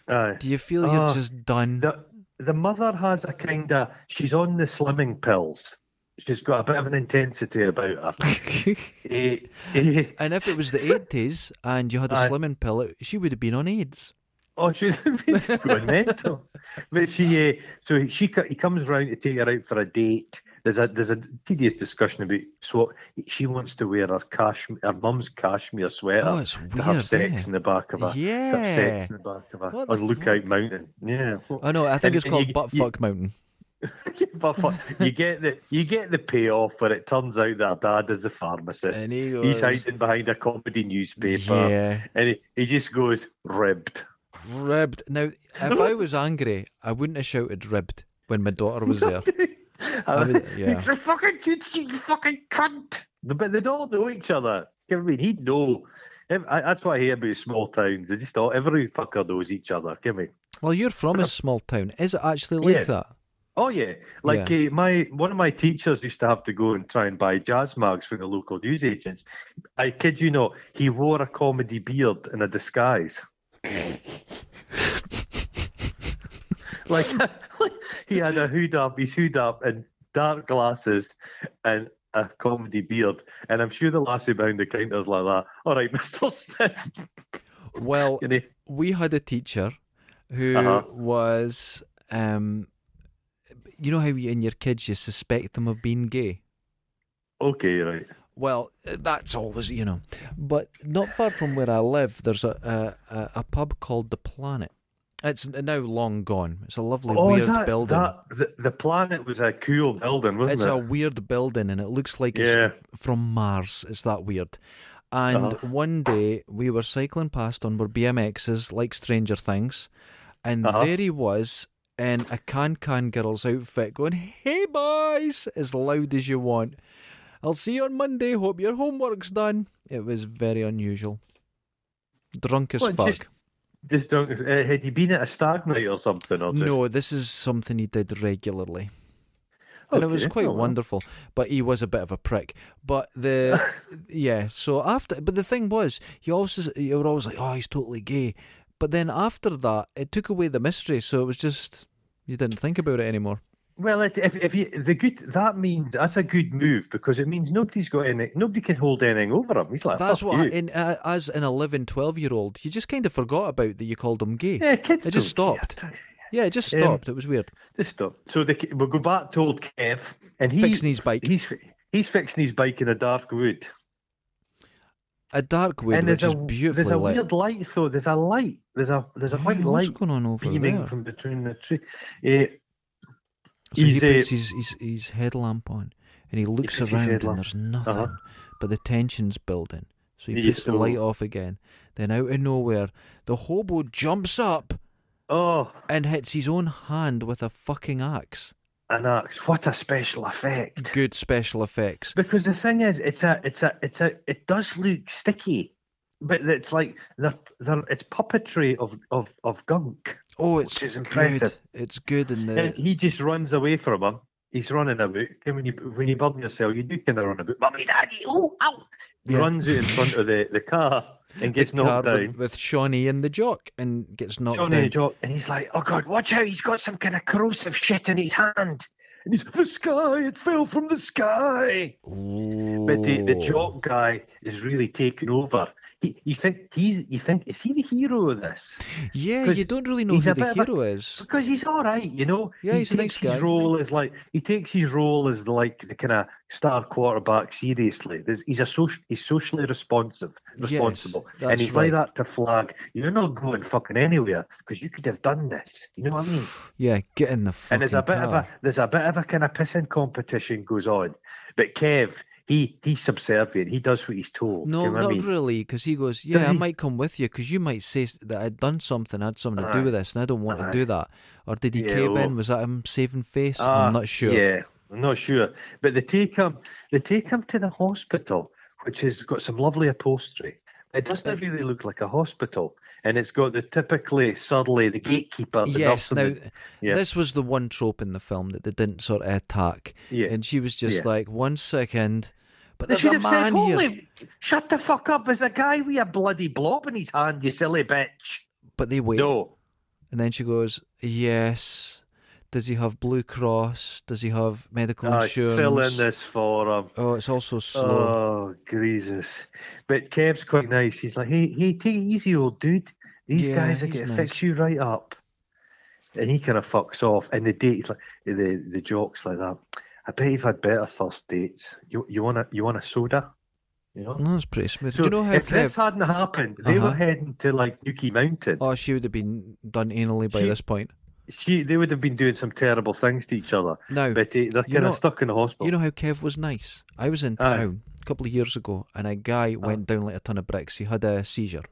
Speaker 2: Aye.
Speaker 1: Do you feel you're
Speaker 2: Oh,
Speaker 1: just done?
Speaker 2: the the mother has a kind of she's on the slimming pills. She's got a bit of an intensity about her. Eh, eh,
Speaker 1: and if it was the eighties and you had a
Speaker 2: Aye.
Speaker 1: slimming pill, it- she would have been on AIDS.
Speaker 2: oh, she's, she's going mental. But she, uh, so she co- he comes round to take her out for a date. There's a there's a tedious discussion about swap. She wants to wear her cash her mum's cashmere sweater
Speaker 1: Oh, it's
Speaker 2: to
Speaker 1: weird,
Speaker 2: have sex
Speaker 1: eh?
Speaker 2: in the back of her. To have
Speaker 1: Yeah.
Speaker 2: sex in the back of her
Speaker 1: What the
Speaker 2: on Lookout Mountain. Yeah.
Speaker 1: I know. I think
Speaker 2: And-
Speaker 1: it's
Speaker 2: and
Speaker 1: called
Speaker 2: you-
Speaker 1: Buttfuck
Speaker 2: you-
Speaker 1: Mountain.
Speaker 2: But fu- you get the you get the payoff where it turns out that her dad is a pharmacist.
Speaker 1: And he
Speaker 2: He's
Speaker 1: goes-
Speaker 2: hiding behind a comedy newspaper,
Speaker 1: Yeah,
Speaker 2: and he, he just goes ribbed.
Speaker 1: ribbed. Now, if I was angry, I wouldn't have shouted ribbed when my daughter was there. I mean, yeah.
Speaker 2: He's a fucking cunt, you fucking cunt. But they don't know each other. I mean, he'd know. Ev- I- That's what I hear about small towns. They just all every fucker knows each other. Give me.
Speaker 1: Well, you're from a small town. Is it actually like
Speaker 2: Yeah.
Speaker 1: that?
Speaker 2: Oh yeah, like Uh, my one of my teachers used to have to go and try and buy jazz mags for the local newsagents. I kid you not, he wore a comedy beard in a disguise. like, like he had a hood up, his hood up, and dark glasses, and a comedy beard, and I'm sure the lassie behind the counter's like that. All right, Mister Smith.
Speaker 1: Well,
Speaker 2: You know,
Speaker 1: we had a teacher who
Speaker 2: Uh-huh.
Speaker 1: was, um, you know how you, in your kids you suspect them of being gay.
Speaker 2: okay, right.
Speaker 1: Well, that's always you know, but not far from where I live, there's a a, a, a pub called the Planet. It's now long gone. It's a lovely
Speaker 2: Oh,
Speaker 1: weird
Speaker 2: is that,
Speaker 1: building.
Speaker 2: that the, the planet was a cool building, wasn't
Speaker 1: It's
Speaker 2: it?
Speaker 1: a weird building, and it looks like
Speaker 2: Yeah.
Speaker 1: it's from Mars. It's that weird. And
Speaker 2: Uh-huh.
Speaker 1: one day we were cycling past on our BMXs, like Stranger Things, and
Speaker 2: Uh-huh.
Speaker 1: there he was in a can can girl's outfit, going "Hey boys" as loud as you want. I'll see you on Monday. Hope your homework's done. It was very unusual. Drunk as
Speaker 2: Well,
Speaker 1: fuck.
Speaker 2: just- Just drunk. as- Uh, had you been at a stag night or something? Or just,
Speaker 1: No, this is something he did regularly. And it was
Speaker 2: Okay,
Speaker 1: quite
Speaker 2: oh well.
Speaker 1: wonderful, but he was a bit of a prick. But the yeah, so after, but the thing was, you also you were always like, oh, he's totally gay. But then after that, it took away the mystery, so it was just you didn't think about it anymore.
Speaker 2: Well, it, if, if you the good that means that's a good move because it means nobody's got any, nobody can hold anything over him. He's like,
Speaker 1: That's
Speaker 2: "Fuck
Speaker 1: what, I,
Speaker 2: you."
Speaker 1: in, uh, as an 11, 12 year old, you just kind of forgot about that you called him gay.
Speaker 2: yeah, kids.
Speaker 1: it just
Speaker 2: don't care.
Speaker 1: stopped. Yeah, it just
Speaker 2: Um,
Speaker 1: stopped. it was weird.
Speaker 2: Just stop. So the, we'll go back to old Kev, and he,
Speaker 1: Fixing his bike.
Speaker 2: He's he's fixing his bike in a dark wood.
Speaker 1: A dark wood,
Speaker 2: and
Speaker 1: which
Speaker 2: there's
Speaker 1: is
Speaker 2: a
Speaker 1: beautifully
Speaker 2: there's a
Speaker 1: lit.
Speaker 2: weird light though. There's a light. There's a there's a
Speaker 1: Yeah,
Speaker 2: white
Speaker 1: what's
Speaker 2: light
Speaker 1: going on over
Speaker 2: beaming
Speaker 1: there?
Speaker 2: from between the tree. Eh,
Speaker 1: So he
Speaker 2: He's, uh,
Speaker 1: puts his, his, his headlamp on and he looks
Speaker 2: puts his
Speaker 1: around and
Speaker 2: headlamp- Uh-huh.
Speaker 1: there's nothing, but the tension's building. So he
Speaker 2: Yeah,
Speaker 1: puts the light
Speaker 2: so-
Speaker 1: off again. Then out of nowhere, the hobo jumps up
Speaker 2: oh,
Speaker 1: and hits his own hand with a fucking axe.
Speaker 2: an axe! What a special effect!
Speaker 1: Good special effects.
Speaker 2: Because the thing is, it's a it's a it's a it does look sticky, but it's like they're, they're, it's puppetry of of of gunk.
Speaker 1: Oh, it's
Speaker 2: is impressive.
Speaker 1: Good. It's good in
Speaker 2: And
Speaker 1: the
Speaker 2: he just runs away from him. He's running about. And when you when you burn yourself, you do kind of run about. Mummy, daddy, oh, ow!
Speaker 1: Yeah.
Speaker 2: Runs out in front of the, the car and gets
Speaker 1: car
Speaker 2: knocked down.
Speaker 1: with, with Shawnee and the jock and gets knocked
Speaker 2: Johnny
Speaker 1: down.
Speaker 2: and Jock, and he's like, "Oh God, watch out! He's got some kind of corrosive shit in his hand." And he's the sky. It fell from the sky. But the, the
Speaker 1: Ooh.
Speaker 2: jock guy is really taking over. He, you think he's? You think is he the hero of this?
Speaker 1: Yeah,
Speaker 2: 'cause
Speaker 1: you don't really know
Speaker 2: he's
Speaker 1: who
Speaker 2: a bit
Speaker 1: the
Speaker 2: of a-
Speaker 1: hero is.
Speaker 2: Because he's all right, you know.
Speaker 1: Yeah,
Speaker 2: he
Speaker 1: he's a
Speaker 2: takes
Speaker 1: nice
Speaker 2: his
Speaker 1: guy.
Speaker 2: role as like he takes his role as the, like the kind of star quarterback seriously. There's, he's a social, he's socially responsive, responsible, and
Speaker 1: that's
Speaker 2: he's like that to flag. You're not going fucking anywhere because you could have done this. You know what I mean?
Speaker 1: Yeah, get in the fucking
Speaker 2: and there's a bit of
Speaker 1: car.
Speaker 2: a there's a bit of a kind of pissing competition goes on, but Kev he he's subservient. He does what he's told.
Speaker 1: No,
Speaker 2: you know what
Speaker 1: not
Speaker 2: I mean?
Speaker 1: really, because he goes, "Yeah,
Speaker 2: Does
Speaker 1: I
Speaker 2: he-
Speaker 1: might come with you, because you might say s- that I'd done something, I had something to do
Speaker 2: Aye.
Speaker 1: with this, and I don't want
Speaker 2: Aye.
Speaker 1: to do that." Or did he
Speaker 2: Yeah,
Speaker 1: cave
Speaker 2: well-
Speaker 1: in? Was that him saving face?
Speaker 2: Ah,
Speaker 1: I'm not sure.
Speaker 2: Yeah, I'm not sure. But they take him they take him to the hospital, which has got some lovely upholstery. It doesn't really look like a hospital, and it's got the typically surly the gatekeeper. The
Speaker 1: Yes.
Speaker 2: nurse and
Speaker 1: Now,
Speaker 2: the- yeah.
Speaker 1: this was the one trope in the film that they didn't sort of attack,
Speaker 2: Yeah.
Speaker 1: and she was just
Speaker 2: Yeah.
Speaker 1: like, "One second, but
Speaker 2: they
Speaker 1: there's
Speaker 2: should
Speaker 1: a
Speaker 2: have said,
Speaker 1: man here."
Speaker 2: "Holy, shut the fuck up!" There's a guy with a bloody blob in his hand. You silly bitch.
Speaker 1: But they wait,
Speaker 2: No.
Speaker 1: and then she goes, "Yes." Does he have Blue Cross? Does he have medical
Speaker 2: Aye,
Speaker 1: insurance?
Speaker 2: fill in this for him.
Speaker 1: Oh, it's also slow.
Speaker 2: Oh, Jesus. But Kev's quite nice. He's like, hey, hey, take it easy, old dude. These
Speaker 1: Yeah,
Speaker 2: guys are
Speaker 1: he's
Speaker 2: going to
Speaker 1: nice.
Speaker 2: fix you right up. And he kind of fucks off. And the date's like, the, the jock's like that. I bet you've had better first dates. You, you, want, a, you want a soda? You know?
Speaker 1: no, that's pretty smooth.
Speaker 2: Uh, So
Speaker 1: Mm, Do you know how
Speaker 2: if
Speaker 1: Kev?
Speaker 2: this hadn't happened, they were
Speaker 1: Uh-huh.
Speaker 2: heading to like Yuki Mountain.
Speaker 1: Oh, she would have been done anally by
Speaker 2: She-
Speaker 1: this point.
Speaker 2: She, they would have been doing some terrible things to each other.
Speaker 1: Now,
Speaker 2: But eh, they're
Speaker 1: you
Speaker 2: kind
Speaker 1: know-
Speaker 2: of stuck in the hospital.
Speaker 1: you know how Kev was nice? I was in
Speaker 2: Aye.
Speaker 1: town a couple of years ago and a guy went down like a ton of bricks. He had a seizure.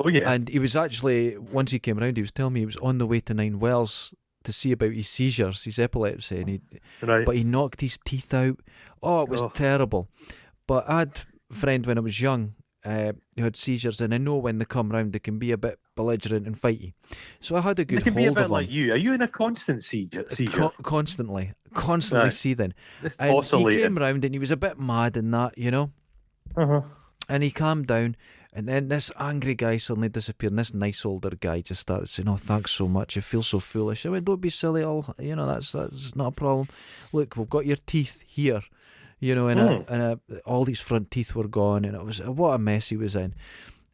Speaker 2: oh, yeah.
Speaker 1: And he was actually, once he came around, he was telling me he was on the way to Nine Wells to see about his seizures, his epilepsy. And he,
Speaker 2: right.
Speaker 1: but he knocked his teeth out. Oh, it was
Speaker 2: Oh.
Speaker 1: terrible. But I had a friend when I was young uh, who had seizures, and I know when they come round, they can be a bit belligerent and fighty. So I had a
Speaker 2: They
Speaker 1: good
Speaker 2: can
Speaker 1: hold
Speaker 2: be a
Speaker 1: of
Speaker 2: bit
Speaker 1: him.
Speaker 2: like you. Are you in a constant seizure? seizure?
Speaker 1: Con- constantly, constantly
Speaker 2: Right.
Speaker 1: seething.
Speaker 2: It's
Speaker 1: And he
Speaker 2: oscillating.
Speaker 1: came round and he was a bit mad and that, you know.
Speaker 2: Uh-huh.
Speaker 1: And he calmed down, and then this angry guy suddenly disappeared, and this nice older guy just started saying, "Oh, thanks so much. I feel so foolish." I went, "Don't be silly. I'll, you know, that's that's not a problem. Look, we've got your teeth here." you know, and, a,
Speaker 2: Hmm.
Speaker 1: and a, all these front teeth were gone, and it was what a mess he was in.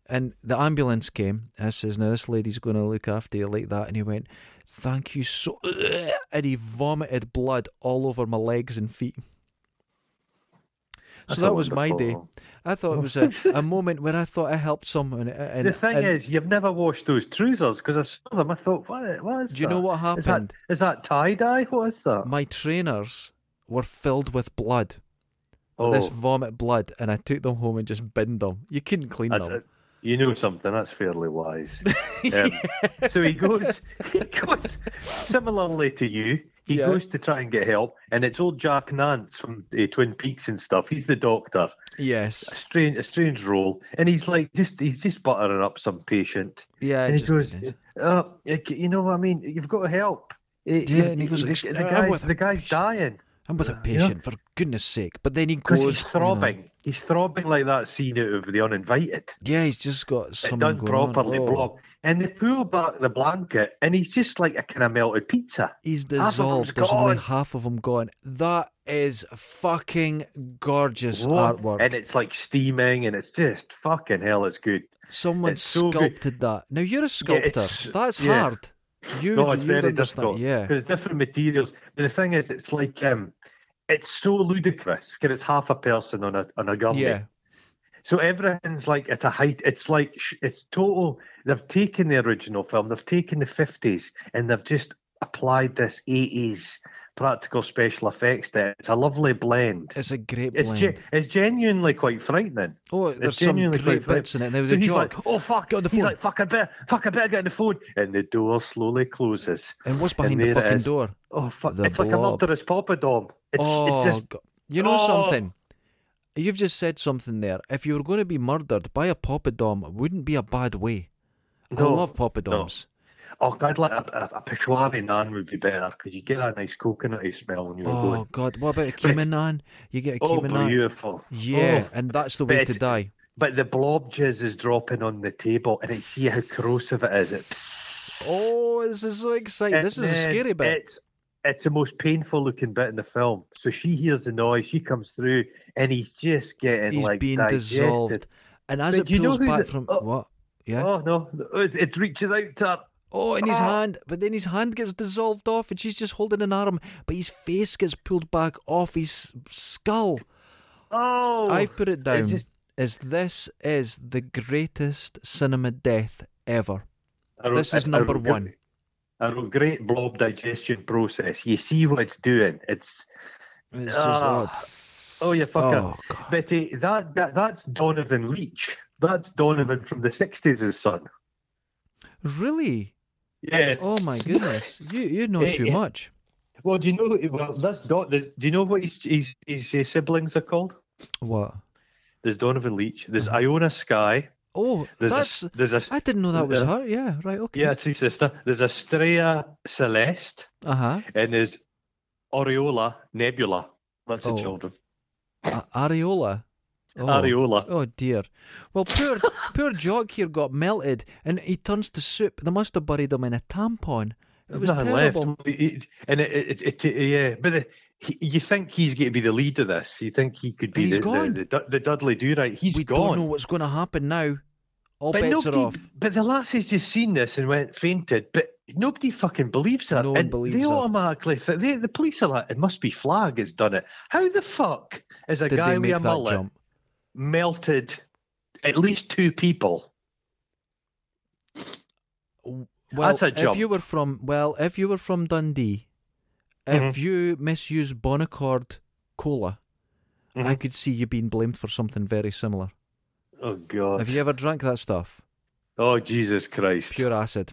Speaker 1: And the ambulance came. I says, "Now this lady's going to look after you like that." And he went, "Thank you so," and he vomited blood all over my legs and feet.
Speaker 2: That's
Speaker 1: so that was my day.
Speaker 2: wonderful.
Speaker 1: I thought it was a, a moment when I thought I helped someone. uh, And,
Speaker 2: the thing
Speaker 1: and
Speaker 2: is, you've never washed those trousers because I saw them. I thought, what, what is
Speaker 1: do you know
Speaker 2: that?
Speaker 1: what
Speaker 2: Is that-
Speaker 1: happened?
Speaker 2: Is that tie dye? What is that?
Speaker 1: My trainers were filled with blood,
Speaker 2: oh,
Speaker 1: this vomit blood, and I took them home and just binned them. You couldn't clean
Speaker 2: that's
Speaker 1: them.
Speaker 2: it. you know something. That's fairly wise. Um, So he goes, he goes, similarly to you, he
Speaker 1: Yeah.
Speaker 2: goes to try and get help, and it's old Jack Nance from uh, Twin Peaks and stuff. He's the doctor. A
Speaker 1: yes.
Speaker 2: strange, a strange role, and he's like just he's just buttering up some patient,
Speaker 1: Yeah.
Speaker 2: and
Speaker 1: it
Speaker 2: he goes,
Speaker 1: just-
Speaker 2: "Uh, you know what I mean? You've got to help." Eh,
Speaker 1: Yeah,
Speaker 2: eh,
Speaker 1: and he goes, "Ex-
Speaker 2: the, the
Speaker 1: I'm
Speaker 2: guy's,
Speaker 1: with
Speaker 2: the guy's
Speaker 1: patient."
Speaker 2: dying.
Speaker 1: I'm with a
Speaker 2: Yeah.
Speaker 1: patient for goodness sake. But then he goes
Speaker 2: Because he's
Speaker 1: you know,
Speaker 2: throbbing. He's throbbing like that scene out of The Uninvited.
Speaker 1: yeah, he's just got
Speaker 2: It
Speaker 1: something
Speaker 2: done
Speaker 1: going
Speaker 2: properly,
Speaker 1: on. Oh,
Speaker 2: blob. And they pull back the blanket, and he's just like a kind of melted pizza.
Speaker 1: He's
Speaker 2: of 'em's
Speaker 1: dissolved. There's only
Speaker 2: gone.
Speaker 1: half of him gone. That is fucking gorgeous
Speaker 2: Whoa.
Speaker 1: artwork.
Speaker 2: And it's like steaming, and it's just fucking hell, it's good.
Speaker 1: Someone
Speaker 2: It's so good.
Speaker 1: sculpted that. Now you're a sculptor.
Speaker 2: it's-
Speaker 1: That's
Speaker 2: yeah.
Speaker 1: hard. You,
Speaker 2: no, it's
Speaker 1: you
Speaker 2: very
Speaker 1: understand.
Speaker 2: difficult.
Speaker 1: Yeah.
Speaker 2: Because different materials. But the thing is, it's like, um, it's so ludicrous because it's half a person on a on a gurney.
Speaker 1: Yeah.
Speaker 2: So everything's like at a height. It's like sh- it's total. They've taken the original film, they've taken the fifties, and they've just applied this eighties practical special effects. To it. It's a lovely blend.
Speaker 1: It's a great
Speaker 2: It's
Speaker 1: blend.
Speaker 2: ge- it's genuinely quite frightening.
Speaker 1: oh, there's some
Speaker 2: genuinely
Speaker 1: great
Speaker 2: quite
Speaker 1: bits in it. And there was
Speaker 2: so
Speaker 1: a
Speaker 2: he's
Speaker 1: joke.
Speaker 2: like, "Oh fuck!"
Speaker 1: Get on the
Speaker 2: he's
Speaker 1: phone.
Speaker 2: like, "Fuck! I better, fuck! I better get on the phone." And the door slowly closes.
Speaker 1: and what's
Speaker 2: and
Speaker 1: behind
Speaker 2: there
Speaker 1: the
Speaker 2: it
Speaker 1: fucking
Speaker 2: is.
Speaker 1: door?
Speaker 2: Oh fuck!
Speaker 1: The
Speaker 2: it's like a
Speaker 1: blob.
Speaker 2: murderous poppadom. It's,
Speaker 1: oh,
Speaker 2: it's just
Speaker 1: God. you know
Speaker 2: Oh.
Speaker 1: something? You've just said something there. If you were going to be murdered by a poppadom, it wouldn't be a bad way.
Speaker 2: No,
Speaker 1: I love poppadoms.
Speaker 2: oh, God, like a, a, a Peshawari naan would be better because you get that nice coconutty smell when you were
Speaker 1: oh
Speaker 2: going.
Speaker 1: God, what about a cumin naan? You get a
Speaker 2: Oh,
Speaker 1: cumin naan.
Speaker 2: beautiful.
Speaker 1: Yeah,
Speaker 2: Oh,
Speaker 1: and that's the
Speaker 2: but
Speaker 1: way to
Speaker 2: it's-
Speaker 1: die.
Speaker 2: But the blob jizz is dropping on the table, and it's see how corrosive it is. It,
Speaker 1: Oh, this is so exciting.
Speaker 2: and
Speaker 1: This is a
Speaker 2: then
Speaker 1: scary bit.
Speaker 2: It's, it's the most painful looking bit in the film. So she hears the noise, she comes through, and he's just getting
Speaker 1: He's
Speaker 2: like
Speaker 1: being
Speaker 2: digested.
Speaker 1: dissolved. And as
Speaker 2: But
Speaker 1: it
Speaker 2: do you know
Speaker 1: pulls
Speaker 2: who
Speaker 1: back
Speaker 2: the-
Speaker 1: from
Speaker 2: oh.
Speaker 1: what? Yeah.
Speaker 2: Oh no, it, it reaches out to her.
Speaker 1: Oh, in his
Speaker 2: Ah.
Speaker 1: hand, but then his hand gets dissolved off, and she's just holding an arm, but his face gets pulled back off his skull.
Speaker 2: Oh,
Speaker 1: I've put it down
Speaker 2: it's just-
Speaker 1: as this is the greatest cinema death ever.
Speaker 2: I wrote-
Speaker 1: this is
Speaker 2: I- I
Speaker 1: number
Speaker 2: wrote gr-
Speaker 1: one.
Speaker 2: I wrote great blob digestion process. You see what it's doing. It's
Speaker 1: It's
Speaker 2: Ah.
Speaker 1: just
Speaker 2: Oh, you fucker.
Speaker 1: Oh, God.
Speaker 2: Betty. uh, That, that that's Donovan Leach. That's Donovan from the sixties' son.
Speaker 1: Really?
Speaker 2: Yeah.
Speaker 1: Oh my goodness. You you know
Speaker 2: Eh,
Speaker 1: too
Speaker 2: eh.
Speaker 1: much.
Speaker 2: Well, do you know? Well, that's Don. there's- Do you know what his his, his, uh, siblings are called?
Speaker 1: What?
Speaker 2: There's Donovan Leach. There's Iona Sky.
Speaker 1: Oh,
Speaker 2: There's
Speaker 1: Mm-hmm. that's
Speaker 2: a there's a
Speaker 1: I didn't know that was
Speaker 2: Yeah.
Speaker 1: her. Yeah, right. Okay.
Speaker 2: Uh, yeah, it's his sister. There's Estrella Celeste,
Speaker 1: Uh huh.
Speaker 2: and there's Aureola Nebula. That's the
Speaker 1: Oh.
Speaker 2: children.
Speaker 1: Areola. Oh.
Speaker 2: Areola.
Speaker 1: Oh dear. Well, poor poor Jock here got melted, and he turns to soup. They must have buried him in a tampon. It was
Speaker 2: Nothing
Speaker 1: terrible.
Speaker 2: Left. He- he- And it, it, it, it- yeah, but the, he, you think he's going to be the lead of this? You think he could be
Speaker 1: He's
Speaker 2: the,
Speaker 1: gone.
Speaker 2: The, the, Du- the Dudley Do Right? He's
Speaker 1: we
Speaker 2: gone.
Speaker 1: don't know what's going to happen now. All
Speaker 2: but
Speaker 1: bets
Speaker 2: nobody,
Speaker 1: are off.
Speaker 2: but the lassie's just seen this and went fainted. But nobody fucking believes her.
Speaker 1: No one
Speaker 2: and
Speaker 1: believes
Speaker 2: they
Speaker 1: her.
Speaker 2: automatically think they, the police are like, it must be Flag has done it. How the fuck is a
Speaker 1: Did
Speaker 2: guy
Speaker 1: they
Speaker 2: with
Speaker 1: make that
Speaker 2: a mullet
Speaker 1: jump?
Speaker 2: melted at least two people?
Speaker 1: Well,
Speaker 2: That's a
Speaker 1: if you
Speaker 2: jump.
Speaker 1: were from well, if you were from Dundee, if
Speaker 2: Mm-hmm.
Speaker 1: you misuse Bonacord cola,
Speaker 2: Mm-hmm.
Speaker 1: I could see you being blamed for something very similar.
Speaker 2: Oh God!
Speaker 1: Have you ever drank that stuff?
Speaker 2: Oh Jesus Christ!
Speaker 1: Pure acid.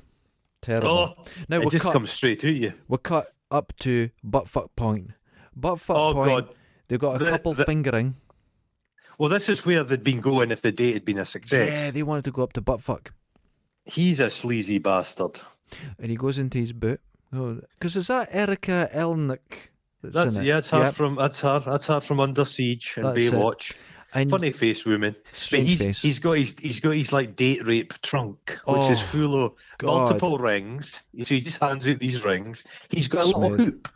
Speaker 1: Terrible.
Speaker 2: oh,
Speaker 1: now
Speaker 2: it
Speaker 1: we're
Speaker 2: just
Speaker 1: cut.
Speaker 2: comes straight at you.
Speaker 1: We're cut up to buttfuck point. Buttfuck
Speaker 2: Oh,
Speaker 1: point.
Speaker 2: God.
Speaker 1: They've got a
Speaker 2: The-
Speaker 1: couple
Speaker 2: the-
Speaker 1: fingering.
Speaker 2: Well, this is where they'd been going if the date had been a success.
Speaker 1: Yeah, they wanted to go up to buttfuck,
Speaker 2: He's a sleazy bastard.
Speaker 1: and he goes into his boot. Because is that Erica Elnick that's,
Speaker 2: That's
Speaker 1: in it?
Speaker 2: yeah, that's her
Speaker 1: Yep.
Speaker 2: from that's her that's her from Under Siege and
Speaker 1: That's it.
Speaker 2: Baywatch.
Speaker 1: And
Speaker 2: Funny face woman. But
Speaker 1: strange
Speaker 2: he's
Speaker 1: face.
Speaker 2: he's got his he's got his like date rape trunk, which is
Speaker 1: Oh,
Speaker 2: full of
Speaker 1: God.
Speaker 2: multiple rings. So he just hands out these rings. He's got a little
Speaker 1: Smooth.
Speaker 2: hoop.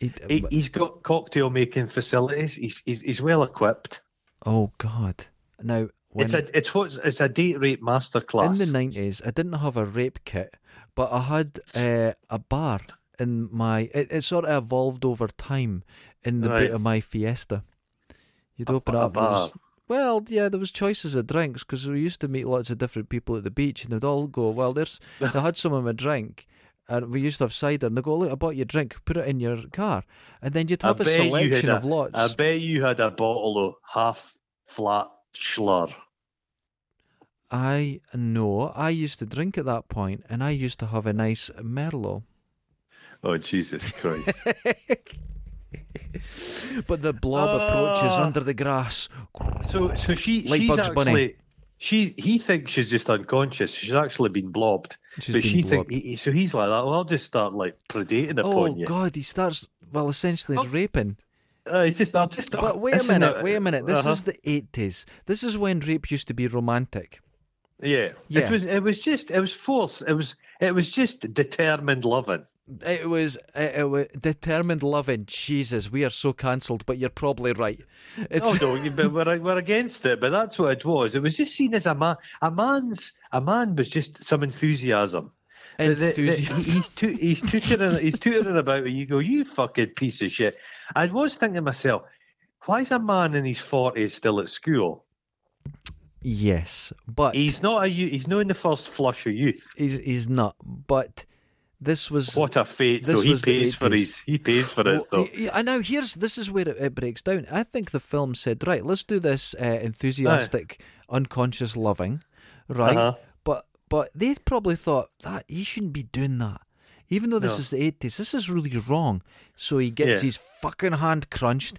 Speaker 1: He-
Speaker 2: He, he's got cocktail making facilities. He's he's, he's well equipped.
Speaker 1: oh God! Now when,
Speaker 2: it's a it's what it's a date rate
Speaker 1: in
Speaker 2: masterclass.
Speaker 1: the nineties, I didn't have a rape kit, but I had uh, a bar in my. It, it sort of evolved over time in the
Speaker 2: Right.
Speaker 1: bit of my Fiesta. You'd
Speaker 2: A-
Speaker 1: open it
Speaker 2: a
Speaker 1: up. and there was-
Speaker 2: bar.
Speaker 1: well, yeah, there was choices of drinks because we used to meet lots of different people at the beach, and they'd all go, "Well, there's." They had some of my drink. And we used to have cider, and they go, "Look, I bought you a drink. Put it in your car," and then you'd
Speaker 2: I
Speaker 1: have a
Speaker 2: bet you had
Speaker 1: selection of lots.
Speaker 2: I bet you had a bottle of half flat schlur.
Speaker 1: I know. I used to drink at that point, and I used to have a nice Merlot.
Speaker 2: Oh Jesus Christ!
Speaker 1: But the blob approaches
Speaker 2: Ah.
Speaker 1: under the grass.
Speaker 2: so so she
Speaker 1: Like
Speaker 2: she's
Speaker 1: Bugs
Speaker 2: actually
Speaker 1: Bunny.
Speaker 2: she he thinks she's just unconscious. She's actually been blobbed.
Speaker 1: She's
Speaker 2: but
Speaker 1: been
Speaker 2: she think
Speaker 1: blobbed.
Speaker 2: he- he- so he's like that. Well, I'll just start like predating
Speaker 1: Oh
Speaker 2: upon you.
Speaker 1: God! He starts well, essentially
Speaker 2: Oh.
Speaker 1: raping.
Speaker 2: Uh, it's just I'll just.
Speaker 1: But wait a minute, wait a minute.
Speaker 2: Uh-huh.
Speaker 1: This is the eighties. This is when rape used to be romantic.
Speaker 2: yeah.
Speaker 1: Yeah.
Speaker 2: It was it was just it was force. It was it was just determined loving.
Speaker 1: It was, it, it was determined loving. Jesus, we are so cancelled. But you're probably right. It's
Speaker 2: Oh no, you- but we're, we're against it. But that's what it was. It was just seen as a man. A man's a man was just some enthusiasm. The- the- the- he-
Speaker 1: enthusiasm.
Speaker 2: he's tu- he's tutoring he's tutoring about and you go, you fucking piece of shit. I was thinking to myself, why is a man in his forties still at school?
Speaker 1: yes, but
Speaker 2: He's not a you- he's not in the first flush of youth.
Speaker 1: he's he's not. But this was
Speaker 2: What a fate
Speaker 1: This
Speaker 2: though. He
Speaker 1: was the
Speaker 2: pays for
Speaker 1: 80s.
Speaker 2: his he pays for it
Speaker 1: Well,
Speaker 2: though.
Speaker 1: y- y- I know. Here's this is where it, it breaks down. I think the film said, right, let's do this uh, enthusiastic, unconscious loving, right?
Speaker 2: Uh-huh.
Speaker 1: But but they probably thought that he shouldn't be doing that. Even though this
Speaker 2: No.
Speaker 1: is the eighties, this is really wrong. So he gets
Speaker 2: Yeah.
Speaker 1: his fucking hand crunched.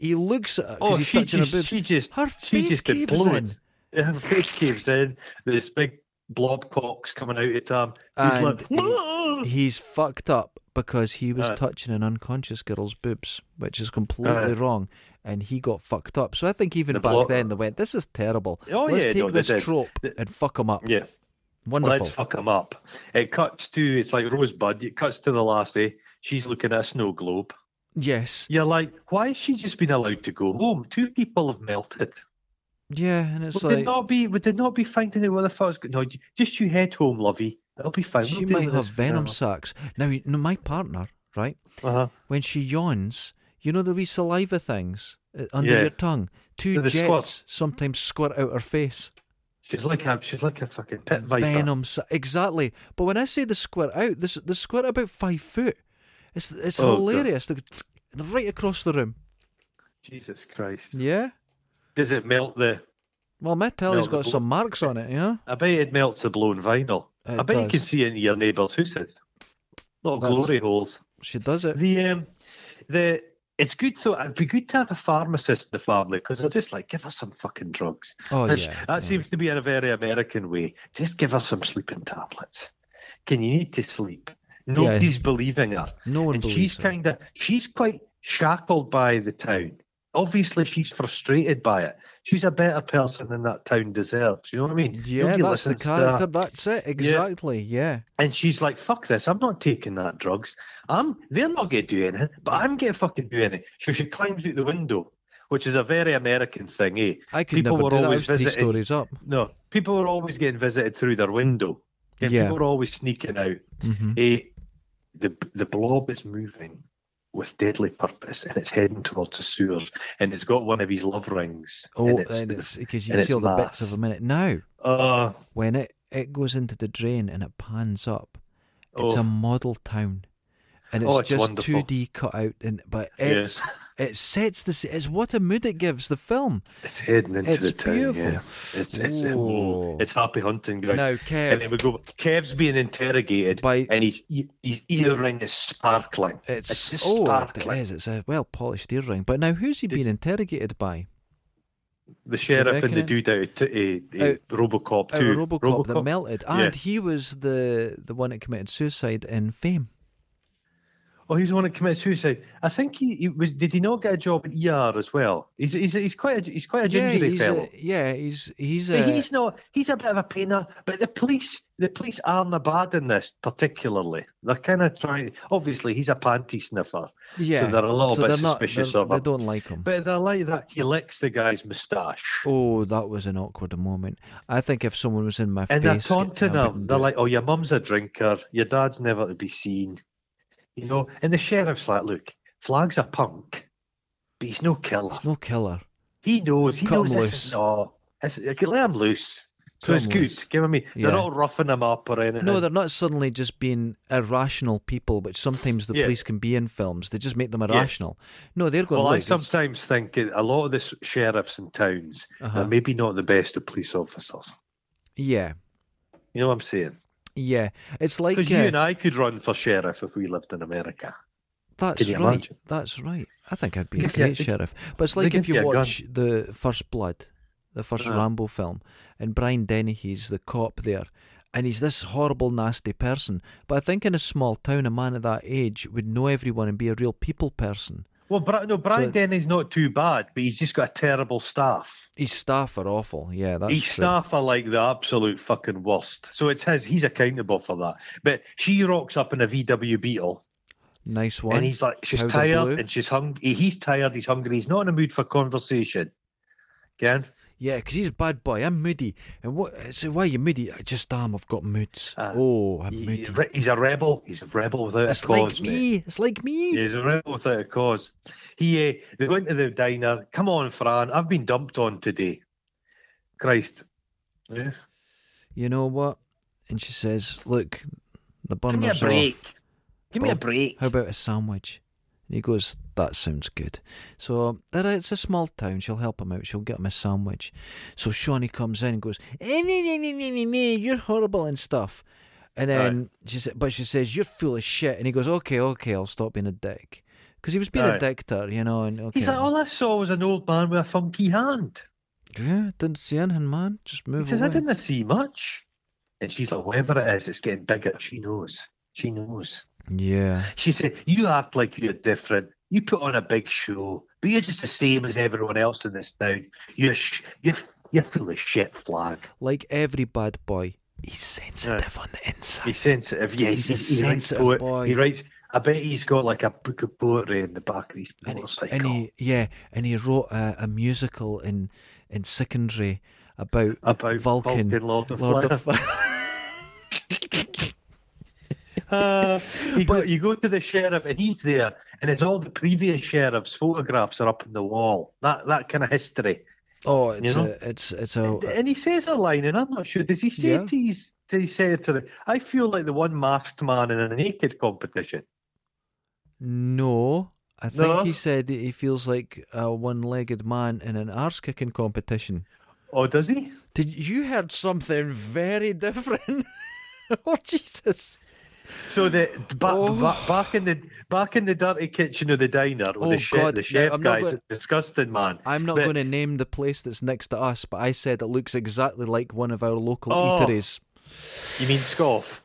Speaker 1: He looks at her because
Speaker 2: Oh,
Speaker 1: he's
Speaker 2: she
Speaker 1: touching
Speaker 2: just,
Speaker 1: her boobs.
Speaker 2: she just
Speaker 1: her
Speaker 2: she
Speaker 1: face
Speaker 2: just
Speaker 1: caves in.
Speaker 2: implodes. Her face caves in. This big blob cocks coming out of Tom. He's
Speaker 1: And
Speaker 2: like,
Speaker 1: he-
Speaker 2: "Whoa!"
Speaker 1: He's fucked up because he was
Speaker 2: Aye.
Speaker 1: touching an unconscious girl's boobs, which is completely
Speaker 2: Aye.
Speaker 1: wrong, and he got fucked up. So I think even
Speaker 2: The
Speaker 1: back
Speaker 2: blo-
Speaker 1: then they went, "This is terrible.
Speaker 2: Oh,
Speaker 1: Let's
Speaker 2: yeah,
Speaker 1: take
Speaker 2: no, they
Speaker 1: this
Speaker 2: did.
Speaker 1: trope
Speaker 2: Th-
Speaker 1: and fuck him up."
Speaker 2: yeah.
Speaker 1: Wonderful.
Speaker 2: Let's fuck him up. It cuts to it's like Rosebud. It cuts to the last day. She's looking at a snow globe.
Speaker 1: yes.
Speaker 2: You're like, why has she just been allowed to go home? Two people have melted.
Speaker 1: Yeah, and it's
Speaker 2: would they
Speaker 1: like
Speaker 2: not be? Would they not be finding out what the fuck's going? No, j- just you head home, lovey. It'll be fine.
Speaker 1: she
Speaker 2: We'll deal
Speaker 1: might
Speaker 2: with
Speaker 1: have
Speaker 2: this
Speaker 1: venom
Speaker 2: now."
Speaker 1: sacs. Now, you know, my partner, right?
Speaker 2: Uh-huh.
Speaker 1: When she yawns, you know the wee saliva things uh, under
Speaker 2: Yeah.
Speaker 1: your tongue. Two
Speaker 2: They
Speaker 1: jets
Speaker 2: squirt.
Speaker 1: sometimes squirt out her face.
Speaker 2: She's like a she's like a fucking pit viper.
Speaker 1: Venom, sa- exactly. But when I say the squirt out, this the squirt about five foot. It's it's
Speaker 2: Oh, God.
Speaker 1: hilarious. They go right across the room.
Speaker 2: Jesus Christ!
Speaker 1: Yeah.
Speaker 2: Does it melt the?
Speaker 1: Well, my telly's
Speaker 2: the
Speaker 1: got
Speaker 2: blo-
Speaker 1: some marks on it. Yeah.
Speaker 2: I bet it melts the blown vinyl.
Speaker 1: It
Speaker 2: I bet you
Speaker 1: does.
Speaker 2: can see into your neighbour's houses. Little
Speaker 1: That's-
Speaker 2: glory holes.
Speaker 1: She does it.
Speaker 2: The um, the it's good though. It'd be good to have a pharmacist in the family because they're just like give her some fucking drugs.
Speaker 1: Oh
Speaker 2: That's-
Speaker 1: yeah.
Speaker 2: that seems to be in a very American way. Just give her some sleeping tablets. Can you need to sleep? Nobody's believing her,
Speaker 1: No one
Speaker 2: and
Speaker 1: believes
Speaker 2: she's
Speaker 1: her.
Speaker 2: kind of she's quite shackled by the town. Obviously, she's frustrated by it. She's a better person than that town deserves. You know what I mean?
Speaker 1: Yeah,
Speaker 2: Nobody
Speaker 1: that's the
Speaker 2: listens to her.
Speaker 1: character. That's it. Exactly. Yeah.
Speaker 2: And she's like, "Fuck this! I'm not taking that drugs. I'm they're not gonna do anything, but I'm gonna fucking do anything." So she climbs out the window, which is a very American thing, eh?
Speaker 1: I could
Speaker 2: People
Speaker 1: never
Speaker 2: were
Speaker 1: do that. I was
Speaker 2: always
Speaker 1: three
Speaker 2: visiting-
Speaker 1: stories up.
Speaker 2: No, people were always getting visited through their window. Yeah,
Speaker 1: Yeah.
Speaker 2: people were always sneaking out.
Speaker 1: hmm
Speaker 2: Eh? The the blob is moving with deadly purpose, and it's heading towards the sewers, and it's got one of his love rings.
Speaker 1: Oh,
Speaker 2: and it's,
Speaker 1: and it's because you
Speaker 2: and
Speaker 1: can see all
Speaker 2: it's
Speaker 1: the bits of
Speaker 2: mass.
Speaker 1: a minute now.
Speaker 2: uh,
Speaker 1: when it, it goes into the drain and it pans up, it's
Speaker 2: Oh.
Speaker 1: a model town, and it's,
Speaker 2: Oh, it's
Speaker 1: just
Speaker 2: wonderful.
Speaker 1: two D cut out. And but it's it sets the s- it's what a mood it gives the film.
Speaker 2: it's heading into
Speaker 1: It's
Speaker 2: the town.
Speaker 1: beautiful.
Speaker 2: Yeah, it's it's um,
Speaker 1: Ooh.
Speaker 2: it's happy hunting ground.
Speaker 1: Now,
Speaker 2: And then we
Speaker 1: Kev,
Speaker 2: go. Kev's being interrogated,
Speaker 1: By-
Speaker 2: and his e- his ear ring is sparkling.
Speaker 1: it's,
Speaker 2: just
Speaker 1: oh, it
Speaker 2: sparkling.
Speaker 1: is. It's a well polished ear ring. But now, who's he being interrogated by?
Speaker 2: The
Speaker 1: Do you
Speaker 2: sheriff and the
Speaker 1: reckon
Speaker 2: dude out of t- uh, uh,
Speaker 1: Out-
Speaker 2: RoboCop
Speaker 1: Oh,
Speaker 2: two.
Speaker 1: RoboCop, that melted, and he was the the one that committed suicide in Fame.
Speaker 2: Oh, he's the one that committed suicide. I think he, he was. Did he not get a job in ER as well? He's he's, he's quite a, he's quite a gingery
Speaker 1: he's
Speaker 2: fellow.
Speaker 1: a, yeah, he's he's
Speaker 2: But
Speaker 1: a
Speaker 2: he's not. He's a bit of a pain. in the- But the police, the police aren't bad in this particularly. They're kind of trying. Obviously, he's a panty sniffer,
Speaker 1: yeah.
Speaker 2: so they're a little
Speaker 1: so
Speaker 2: bit
Speaker 1: they're not-
Speaker 2: suspicious
Speaker 1: they're-
Speaker 2: of
Speaker 1: They
Speaker 2: him.
Speaker 1: don't like him.
Speaker 2: but they're like that. He licks the guy's moustache,
Speaker 1: Oh, that was an awkward moment. I think if someone was in my
Speaker 2: and they're
Speaker 1: face,
Speaker 2: taunting
Speaker 1: I
Speaker 2: him.
Speaker 1: wouldn't
Speaker 2: They're
Speaker 1: do it.
Speaker 2: like, "Oh, your mum's a drinker. Your dad's never to be seen." You know. And the sheriff's like, "Look, Flag's a punk, but he's no killer.
Speaker 1: "It's no killer."
Speaker 2: He knows. He
Speaker 1: Cut
Speaker 2: knows
Speaker 1: him
Speaker 2: this
Speaker 1: loose.
Speaker 2: is not. It's, let him loose. So
Speaker 1: Cut
Speaker 2: it's
Speaker 1: him
Speaker 2: good.
Speaker 1: loose.
Speaker 2: Give him me.
Speaker 1: Yeah.
Speaker 2: They're not roughing him up or anything.
Speaker 1: No, they're not suddenly just being irrational people, which sometimes the
Speaker 2: Yeah.
Speaker 1: police can be in films. They just make them irrational. No, they're going.
Speaker 2: Well, I
Speaker 1: "Look, it's-
Speaker 2: sometimes think a lot of the s- sheriffs in towns
Speaker 1: Uh-huh.
Speaker 2: are maybe not the best of police officers.
Speaker 1: yeah,
Speaker 2: You know what I'm saying?
Speaker 1: yeah. It's like
Speaker 2: Because
Speaker 1: uh,
Speaker 2: you and I could run for sheriff if we lived in America.
Speaker 1: That's
Speaker 2: you
Speaker 1: right.
Speaker 2: imagine?
Speaker 1: That's right. I think I'd be
Speaker 2: They
Speaker 1: a
Speaker 2: give you a-
Speaker 1: great
Speaker 2: they-
Speaker 1: sheriff. But it's
Speaker 2: they
Speaker 1: like
Speaker 2: give
Speaker 1: if you
Speaker 2: you a gun.
Speaker 1: watch the First Blood, the 1st
Speaker 2: Uh-huh.
Speaker 1: Rambo film, and Brian Dennehy's the cop there, and he's this horrible, nasty person. But I think in a small town, a man at that age would know everyone and be a real people person.
Speaker 2: Well, Bri- no, Brian
Speaker 1: So-
Speaker 2: Denny's not too bad, but he's just got a terrible staff.
Speaker 1: His staff are awful. Yeah, that's
Speaker 2: His
Speaker 1: true.
Speaker 2: staff are like the absolute fucking worst. So it's his. He's accountable for that. But she rocks up in a VW Beetle,
Speaker 1: nice one.
Speaker 2: and he's like, she's
Speaker 1: powder
Speaker 2: tired
Speaker 1: blue.
Speaker 2: and she's hungry. He's tired. He's hungry. He's not in a mood for conversation. Again,
Speaker 1: Yeah, because he's a bad boy. I'm moody. And what? So why are you moody? I just am. I've got moods.
Speaker 2: Ah,
Speaker 1: oh, I'm
Speaker 2: he-
Speaker 1: moody.
Speaker 2: he's a re- he's a rebel. He's a rebel without a
Speaker 1: It's
Speaker 2: cause.
Speaker 1: like
Speaker 2: mate.
Speaker 1: me. It's like me.
Speaker 2: Yeah, he's a rebel without a cause. He, uh, they go into the diner. Come on, Fran. I've been dumped on today. Christ. Yeah.
Speaker 1: you know what? And she says, look, the
Speaker 2: Give me a
Speaker 1: burner's
Speaker 2: break.
Speaker 1: off.
Speaker 2: Give me a
Speaker 1: Bob,
Speaker 2: break.
Speaker 1: How about a sandwich? And he goes, that sounds good. So there, it's a small town. She'll help him out. She'll get him a sandwich. So Shawnee comes in and goes, "Eh, me, me, me, me, me, me, you're horrible and stuff. And then she said, but she says, you're full of shit. And he goes, okay, okay, I'll stop being a dick. Because he was being a
Speaker 2: Aye.
Speaker 1: dick to her, you know. And okay,
Speaker 2: He's like, "Oh, all I saw was an old man with a funky hand.
Speaker 1: yeah, didn't see anything, man. Just
Speaker 2: He
Speaker 1: move
Speaker 2: says, I
Speaker 1: away.
Speaker 2: didn't see much. And she's like, whatever it is, it's getting bigger. She knows. She knows.
Speaker 1: Yeah.
Speaker 2: She said, you act like you're different. You put on a big show, but you're just the same as everyone else in this town. You're sh- you're you're full of shit, flag.
Speaker 1: Like every bad boy, he's sensitive on the inside.
Speaker 2: He's sensitive. Yes,
Speaker 1: He's a
Speaker 2: he's, he writes
Speaker 1: sensitive
Speaker 2: poet-
Speaker 1: boy.
Speaker 2: He writes. I bet he's got like a book of poetry in the back of his
Speaker 1: and, he,
Speaker 2: motorcycle.
Speaker 1: and he yeah and he wrote a, a musical in in secondary about
Speaker 2: about
Speaker 1: Vulcan,
Speaker 2: Vulcan, Lord of
Speaker 1: Lord
Speaker 2: Fire.
Speaker 1: of Fire.
Speaker 2: Ah, you, go,
Speaker 1: But-
Speaker 2: you go to the sheriff and he's there, and it's all the previous sheriff's photographs are up on the wall. That that kind of history.
Speaker 1: oh it's
Speaker 2: You know?
Speaker 1: a, it's it's a
Speaker 2: and, uh, and he says a line, and I'm not sure. Does he say
Speaker 1: uh, Yeah.
Speaker 2: to his to his secretary, "I feel like the one masked man in a naked competition"?
Speaker 1: no I think
Speaker 2: No?
Speaker 1: he said that he feels like a one-legged man in an arse kicking competition.
Speaker 2: Or does he?
Speaker 1: Did you heard something very different? oh Jesus!
Speaker 2: So the ba-
Speaker 1: Oh.
Speaker 2: ba- back in the back in the dirty kitchen of the diner with
Speaker 1: Oh,
Speaker 2: the chef,
Speaker 1: God,
Speaker 2: the
Speaker 1: no,
Speaker 2: chef
Speaker 1: I'm not
Speaker 2: guy's
Speaker 1: gonna-
Speaker 2: a disgusting man.
Speaker 1: I'm not
Speaker 2: But-
Speaker 1: going to name the place that's next to us, but I said it looks exactly like one of our local
Speaker 2: Oh.
Speaker 1: eateries.
Speaker 2: You mean scoff?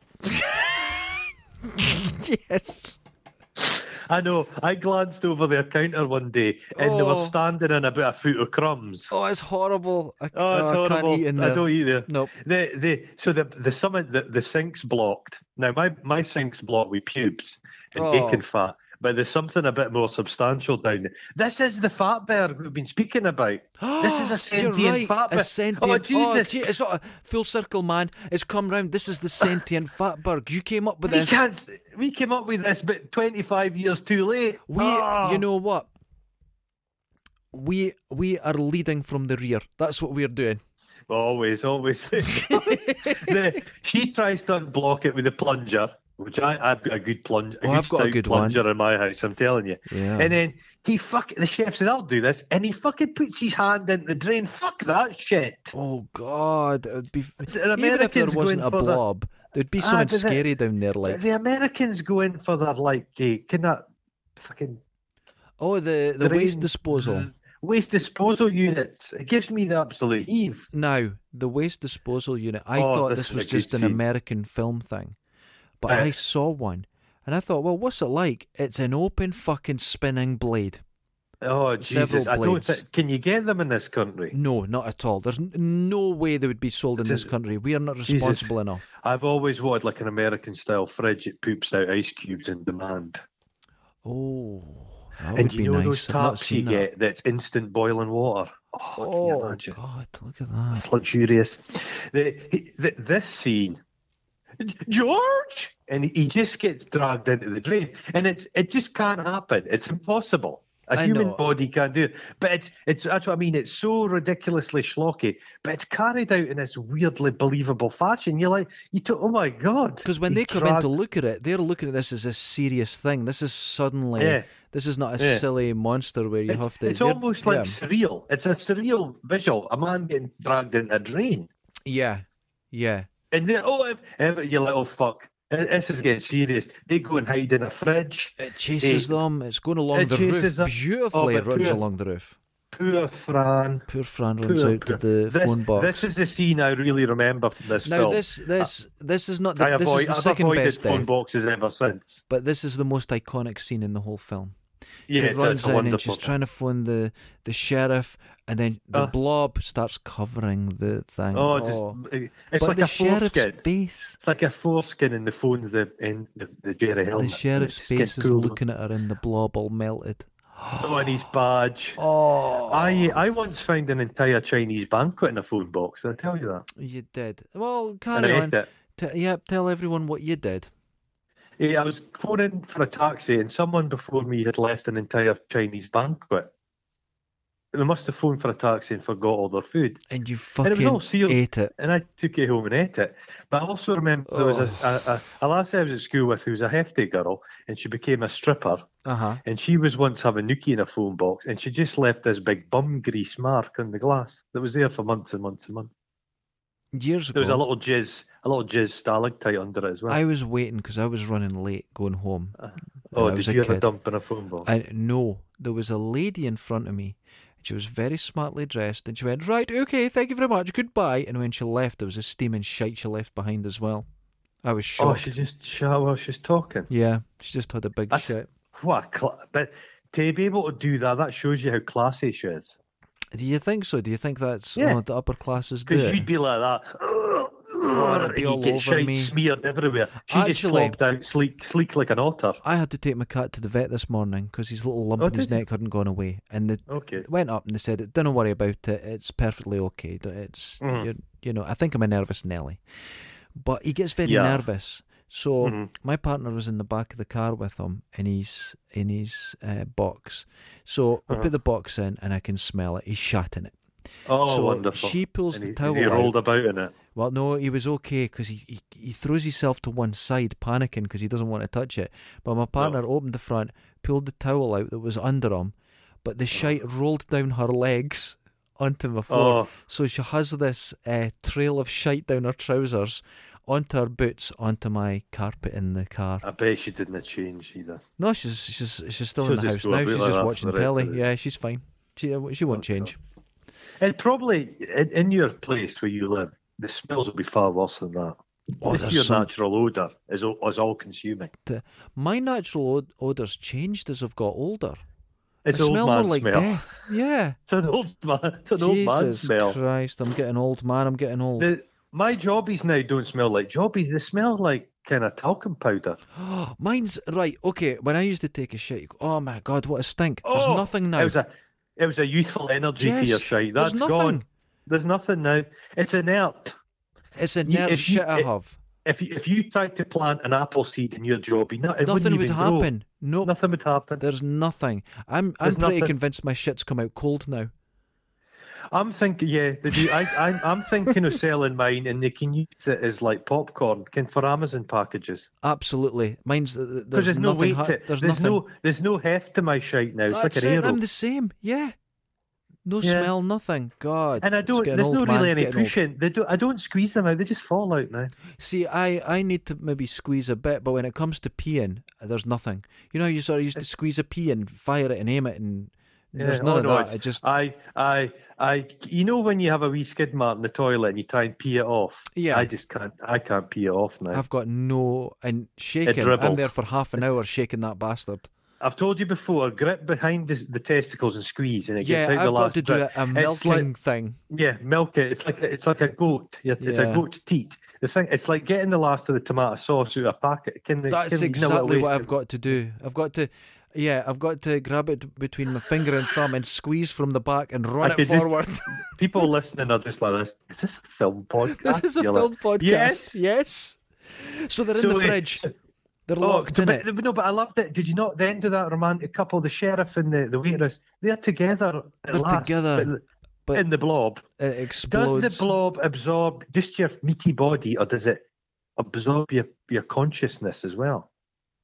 Speaker 1: Yes.
Speaker 2: I know. I glanced over their counter one day, and they
Speaker 1: Oh.
Speaker 2: were standing in about a foot of crumbs. Oh,
Speaker 1: Oh, it's horrible. I,
Speaker 2: it's
Speaker 1: oh, I
Speaker 2: horrible.
Speaker 1: Can't eat in
Speaker 2: I
Speaker 1: there.
Speaker 2: don't eat there.
Speaker 1: Nope.
Speaker 2: The, the, so the the summit the, the sink's blocked. Now my, my sink's blocked with pubes and
Speaker 1: Oh.
Speaker 2: bacon fat, but there's something a bit more substantial down there. This is the fat bear we've been speaking about. This is a
Speaker 1: You're
Speaker 2: sentient
Speaker 1: right.
Speaker 2: fat bear.
Speaker 1: A sentient.
Speaker 2: Oh
Speaker 1: Oh,
Speaker 2: Jesus!
Speaker 1: gee, it's not a full circle, man. It's come round. This is the sentient fatberg. You came up with
Speaker 2: we
Speaker 1: this.
Speaker 2: can't. We came up with this, but 25 years too late.
Speaker 1: We,
Speaker 2: Ah.
Speaker 1: you know what? We we are leading from the rear. That's what we're doing.
Speaker 2: Always, always. The- she tries to unblock it with a plunger, which I, I've got a good plunger.
Speaker 1: Oh, I've got a
Speaker 2: stout
Speaker 1: good one.
Speaker 2: plunger in my house. I'm telling you.
Speaker 1: Yeah.
Speaker 2: And then he fuck the chef said, "I'll do this," and he fucking puts his hand in the drain. Fuck that shit.
Speaker 1: oh God! It would be
Speaker 2: The
Speaker 1: even if there
Speaker 2: Americans
Speaker 1: wasn't
Speaker 2: going
Speaker 1: a
Speaker 2: for the-
Speaker 1: blob, there'd be
Speaker 2: Ah,
Speaker 1: something
Speaker 2: does it-
Speaker 1: scary down there. Like
Speaker 2: the Americans go in for their like, uh, can that fucking
Speaker 1: oh, the the waste
Speaker 2: drain-
Speaker 1: disposal.
Speaker 2: waste disposal units? It gives me the absolute heave.
Speaker 1: Now, the waste disposal unit, I
Speaker 2: Oh,
Speaker 1: thought
Speaker 2: this
Speaker 1: this
Speaker 2: is a
Speaker 1: was
Speaker 2: good
Speaker 1: just an
Speaker 2: scene. Uh.
Speaker 1: American film thing, but
Speaker 2: Right.
Speaker 1: I saw one And I thought, well, what's it like? It's an open fucking spinning blade.
Speaker 2: Oh Jesus! I don't.
Speaker 1: blades.
Speaker 2: Th- can you get them in this country?
Speaker 1: No, not at all. There's n- no way they would be sold in this
Speaker 2: It's a-
Speaker 1: country. We are not
Speaker 2: Jesus.
Speaker 1: responsible enough.
Speaker 2: I've always wanted like an American style fridge that poops out ice cubes in demand.
Speaker 1: Oh, that
Speaker 2: and
Speaker 1: would
Speaker 2: you
Speaker 1: be
Speaker 2: know
Speaker 1: nice.
Speaker 2: those
Speaker 1: I've not
Speaker 2: taps you
Speaker 1: seen that.
Speaker 2: get that's instant boiling water. Oh, can you
Speaker 1: Oh
Speaker 2: imagine?
Speaker 1: God, look at that!
Speaker 2: It's luxurious. The, he- the, this scene, George, and he just gets dragged into the drain, and it's it just can't happen. It's impossible. A
Speaker 1: I
Speaker 2: human
Speaker 1: know.
Speaker 2: body can't do it. But it's it's that's what I mean. It's so ridiculously schlocky, but it's carried out in this weirdly believable fashion. You're like, you took, oh my god.
Speaker 1: Because when
Speaker 2: he's
Speaker 1: they come in
Speaker 2: dragged-
Speaker 1: to look at it, they're looking at this as a serious thing. This is suddenly,
Speaker 2: Yeah.
Speaker 1: this is not a
Speaker 2: Yeah.
Speaker 1: silly monster where you
Speaker 2: It's-
Speaker 1: have to.
Speaker 2: it's
Speaker 1: they're-
Speaker 2: almost like
Speaker 1: yeah,
Speaker 2: surreal. It's a surreal visual. A man getting dragged in a drain.
Speaker 1: yeah, yeah.
Speaker 2: And then, oh, if, if you're like, oh, fuck, this is getting serious. They go and hide in a fridge.
Speaker 1: It chases
Speaker 2: They-
Speaker 1: them. It's going along
Speaker 2: it
Speaker 1: the
Speaker 2: chases
Speaker 1: roof
Speaker 2: them.
Speaker 1: beautifully.
Speaker 2: Oh,
Speaker 1: it
Speaker 2: but
Speaker 1: runs
Speaker 2: poor-
Speaker 1: along the roof.
Speaker 2: Poor Fran.
Speaker 1: Poor Fran
Speaker 2: Poor,
Speaker 1: runs out to
Speaker 2: poor.
Speaker 1: the
Speaker 2: This,
Speaker 1: phone box.
Speaker 2: this is the scene I really remember from this
Speaker 1: now
Speaker 2: film.
Speaker 1: this this this is not
Speaker 2: I
Speaker 1: the, this
Speaker 2: avoid,
Speaker 1: is the
Speaker 2: I've
Speaker 1: second
Speaker 2: avoided
Speaker 1: best
Speaker 2: phone
Speaker 1: death,
Speaker 2: boxes ever since.
Speaker 1: but this is the most iconic scene in the whole film.
Speaker 2: Yeah,
Speaker 1: she
Speaker 2: it's,
Speaker 1: runs
Speaker 2: it's a
Speaker 1: in
Speaker 2: wonderful.
Speaker 1: and she's trying to phone the, the sheriff, and then the
Speaker 2: Uh.
Speaker 1: blob starts covering the thing.
Speaker 2: oh, just, it's
Speaker 1: but
Speaker 2: like
Speaker 1: the
Speaker 2: a
Speaker 1: sheriff's
Speaker 2: foreskin.
Speaker 1: face,
Speaker 2: It's like a foreskin in the phone's the in the, the Jerry
Speaker 1: the
Speaker 2: Helmet.
Speaker 1: sheriff's
Speaker 2: It's getting
Speaker 1: face is
Speaker 2: cooler.
Speaker 1: looking at her, and the blob all melted.
Speaker 2: Oh, and his badge.
Speaker 1: Oh,
Speaker 2: I I once found an entire Chinese banquet in a phone box. Did I tell you that?
Speaker 1: you did. Well,
Speaker 2: And
Speaker 1: carry
Speaker 2: I
Speaker 1: on.
Speaker 2: ate it.
Speaker 1: T- yeah, tell everyone what you did.
Speaker 2: Yeah, Eh, I was phoning for a taxi, and someone before me had left an entire Chinese banquet. They must have phoned for a taxi and forgot all their food.
Speaker 1: And you
Speaker 2: it was
Speaker 1: fucking
Speaker 2: all sealed.
Speaker 1: ate it.
Speaker 2: And I took it home and ate it. But I also remember there was a,
Speaker 1: Oh.
Speaker 2: a, a, a lassie I was at school with who was a hefty girl, and she became a stripper.
Speaker 1: Uh huh.
Speaker 2: And she was once having nookie in a phone box, and she just left this big bum grease mark on the glass that was there for months and months and months.
Speaker 1: Years ago,
Speaker 2: There was a little jizz, a little jizz stalactite under it as well.
Speaker 1: Oh. I was waiting because I was running late going home. when
Speaker 2: oh,
Speaker 1: I was
Speaker 2: did
Speaker 1: a
Speaker 2: you have a
Speaker 1: kid.
Speaker 2: dump in a phone box?
Speaker 1: I no, there was a lady in front of me. and She was very smartly dressed, and she went right. Okay, thank you very much. Goodbye. And when she left, there was a steaming shite she left behind as well. I was
Speaker 2: oh,
Speaker 1: shocked.
Speaker 2: she just, she, well, she's talking.
Speaker 1: Yeah, she just had a big
Speaker 2: That's-
Speaker 1: shit.
Speaker 2: What a cla- but to be able to do that, that shows you how classy she is.
Speaker 1: Do you think so? Do you think that's
Speaker 2: Yeah.
Speaker 1: oh, the upper classes do?
Speaker 2: Because
Speaker 1: it?
Speaker 2: you'd be like that,
Speaker 1: Oh, it'd be
Speaker 2: and
Speaker 1: all
Speaker 2: you get
Speaker 1: over
Speaker 2: shite
Speaker 1: me.
Speaker 2: smeared everywhere. She just
Speaker 1: Actually-
Speaker 2: flopped out sleek, sleek like an otter.
Speaker 1: I had to take my cat to the vet this morning because his little lump
Speaker 2: Oh,
Speaker 1: in his
Speaker 2: did you?
Speaker 1: neck hadn't gone away, and the
Speaker 2: Okay.
Speaker 1: went up and they said, "Don't worry about it. It's perfectly okay. Don't- It's
Speaker 2: Mhm.
Speaker 1: you're, you know." I think I'm a nervous Nelly, but he gets very
Speaker 2: Yeah.
Speaker 1: nervous. So
Speaker 2: Mhm.
Speaker 1: my partner was in the back of the car with him in his in his uh, box. So I
Speaker 2: Uh-huh.
Speaker 1: put the box in and I can smell it. He's shat in it.
Speaker 2: Oh,
Speaker 1: so uh,
Speaker 2: wonderful.
Speaker 1: she pulls
Speaker 2: and
Speaker 1: the
Speaker 2: he,
Speaker 1: towel
Speaker 2: he
Speaker 1: out.
Speaker 2: rolled about in it.
Speaker 1: Well, no, he was okay because he, he he throws himself to one side, panicking because he doesn't want to touch it. But my partner opened the front, pulled the towel out that was under him, but
Speaker 2: Uh-huh.
Speaker 1: the shite rolled down her legs onto the floor.
Speaker 2: Oh.
Speaker 1: So she has this uh, trail of shite down her trousers, onto her boots, onto my carpet in the car.
Speaker 2: I bet she didn't change either.
Speaker 1: No, she's she's she's still
Speaker 2: She'll
Speaker 1: in the house
Speaker 2: just go a
Speaker 1: now.
Speaker 2: bit
Speaker 1: She's
Speaker 2: like
Speaker 1: just
Speaker 2: that
Speaker 1: watching
Speaker 2: for the rest
Speaker 1: telly.
Speaker 2: of it.
Speaker 1: Yeah, she's fine. She uh, she won't change.
Speaker 2: And probably in, in your place where you live, the smells will be far worse than that.
Speaker 1: Oh,
Speaker 2: Just
Speaker 1: there's
Speaker 2: your
Speaker 1: some-
Speaker 2: natural odour is, all- is all consuming.
Speaker 1: uh, my natural od- odors changed as I've got older.
Speaker 2: It's
Speaker 1: I
Speaker 2: an
Speaker 1: smell
Speaker 2: old man
Speaker 1: more like
Speaker 2: smell.
Speaker 1: death. Yeah.
Speaker 2: It's an old man. It's an old man
Speaker 1: Jesus
Speaker 2: smell.
Speaker 1: Christ, I'm getting old, man. I'm getting old.
Speaker 2: The, my jobbies now don't smell like jobbies. They smell like kind of talcum powder.
Speaker 1: Mine's right. Okay, when I used to take a shit, you go, oh my god, what a stink.
Speaker 2: Oh,
Speaker 1: There's nothing now.
Speaker 2: It was a, it was a youthful energy
Speaker 1: Yes,
Speaker 2: to your shite.
Speaker 1: there's
Speaker 2: That's
Speaker 1: nothing.
Speaker 2: gone. There's nothing now. It's inert.
Speaker 1: It's a nerve
Speaker 2: if you-
Speaker 1: shit I
Speaker 2: it-
Speaker 1: have.
Speaker 2: If you, if you tried to plant an apple seed in your job, no, it wouldn't
Speaker 1: Nothing would
Speaker 2: even grow.
Speaker 1: happen. No,
Speaker 2: Nothing would happen.
Speaker 1: there's nothing. I'm I'm
Speaker 2: There's
Speaker 1: pretty
Speaker 2: nothing.
Speaker 1: convinced my shit's come out cold now.
Speaker 2: I'm thinking, yeah, they do. I, I'm, I'm thinking of selling mine, and they can use it as like popcorn, can for Amazon packages.
Speaker 1: Absolutely. Mine's uh, th- th-
Speaker 2: Because
Speaker 1: there's,
Speaker 2: there's, no
Speaker 1: nothing.
Speaker 2: weight.
Speaker 1: ha-
Speaker 2: to,
Speaker 1: there's,
Speaker 2: there's
Speaker 1: nothing.
Speaker 2: no there's no heft to my shite now. It's
Speaker 1: That's
Speaker 2: like an
Speaker 1: it.
Speaker 2: arrow.
Speaker 1: I'm the same. Yeah. No
Speaker 2: Yeah.
Speaker 1: smell, nothing. God.
Speaker 2: And I
Speaker 1: it's
Speaker 2: don't.
Speaker 1: getting
Speaker 2: There's
Speaker 1: old,
Speaker 2: no
Speaker 1: man,
Speaker 2: really any
Speaker 1: getting old.
Speaker 2: pushing. They do. I don't squeeze them out. They just fall out now.
Speaker 1: See, I, I need to maybe squeeze a bit, but when it comes to peeing, there's nothing. You know, you sort of used to squeeze a pee and fire it and aim it, and there's
Speaker 2: Yeah,
Speaker 1: none
Speaker 2: oh,
Speaker 1: of
Speaker 2: no,
Speaker 1: that.
Speaker 2: it's-
Speaker 1: It just
Speaker 2: I I I, you know, when you have a wee skid mark in the toilet and you try and pee it off.
Speaker 1: Yeah.
Speaker 2: I just can't. I can't pee it off now.
Speaker 1: I've
Speaker 2: I've,
Speaker 1: got no and shaking. I'm
Speaker 2: dribbles.
Speaker 1: there for half an hour shaking that bastard.
Speaker 2: told you before. Grip behind the, the testicles and squeeze, and it
Speaker 1: Yeah,
Speaker 2: gets out the
Speaker 1: I've got
Speaker 2: last
Speaker 1: to do
Speaker 2: bit.
Speaker 1: a, a
Speaker 2: It's
Speaker 1: milking thing.
Speaker 2: Yeah, milk it. It's like a, it's like a goat. Yeah, It's
Speaker 1: Yeah.
Speaker 2: a goat's teat. The thing. It's like getting the last of the tomato sauce out of a packet. Can they,
Speaker 1: That's
Speaker 2: can,
Speaker 1: exactly what I've got to do. I've got to, yeah, I've got to grab it between my finger and thumb and squeeze from the back and run
Speaker 2: I
Speaker 1: it
Speaker 2: could just-
Speaker 1: forward.
Speaker 2: People listening are just like this. Is this a film podcast?
Speaker 1: this is a
Speaker 2: You're
Speaker 1: film
Speaker 2: like,
Speaker 1: podcast. Yes.
Speaker 2: Yes.
Speaker 1: So they're in
Speaker 2: So
Speaker 1: the
Speaker 2: it-
Speaker 1: fridge. They're
Speaker 2: Oh,
Speaker 1: locked in
Speaker 2: but,
Speaker 1: it.
Speaker 2: No, but I loved it. Did you not? The end of that romantic couple, the sheriff and the, the waitress, they're together. At
Speaker 1: They're
Speaker 2: last,
Speaker 1: together,
Speaker 2: but-
Speaker 1: but
Speaker 2: in the blob.
Speaker 1: It explodes.
Speaker 2: Does the blob absorb just your meaty body, or does it absorb your, your consciousness as well?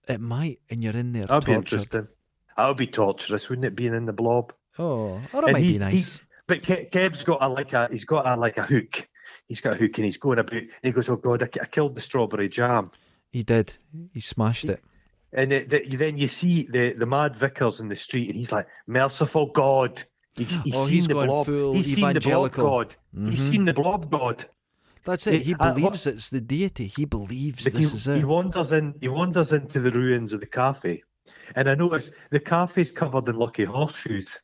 Speaker 1: It might, and you're in there.
Speaker 2: That'd be
Speaker 1: tortured.
Speaker 2: interesting. That would be torturous, wouldn't it? Being in the blob.
Speaker 1: Oh, or it
Speaker 2: And
Speaker 1: might
Speaker 2: he-
Speaker 1: be nice.
Speaker 2: But Ke- Kev's got a like a he's got a like a hook. He's got a hook and he's going about. And he goes, "Oh God, I, ki- I killed the strawberry jam."
Speaker 1: He did. He smashed it.
Speaker 2: And it, the, then you see the the mad vicars in the street, and he's like, "Merciful God." He's, he's
Speaker 1: Oh,
Speaker 2: seen
Speaker 1: he's
Speaker 2: the
Speaker 1: gone
Speaker 2: blob.
Speaker 1: full
Speaker 2: he's seen the blob
Speaker 1: evangelical.
Speaker 2: god. He's
Speaker 1: Mhm.
Speaker 2: seen the blob god.
Speaker 1: That's it. He
Speaker 2: I- what-
Speaker 1: believes it's the deity. He believes
Speaker 2: But
Speaker 1: this
Speaker 2: he,
Speaker 1: is it.
Speaker 2: he wanders in. He wanders into the ruins of the cafe, and I notice the cafe's covered in lucky horseshoes.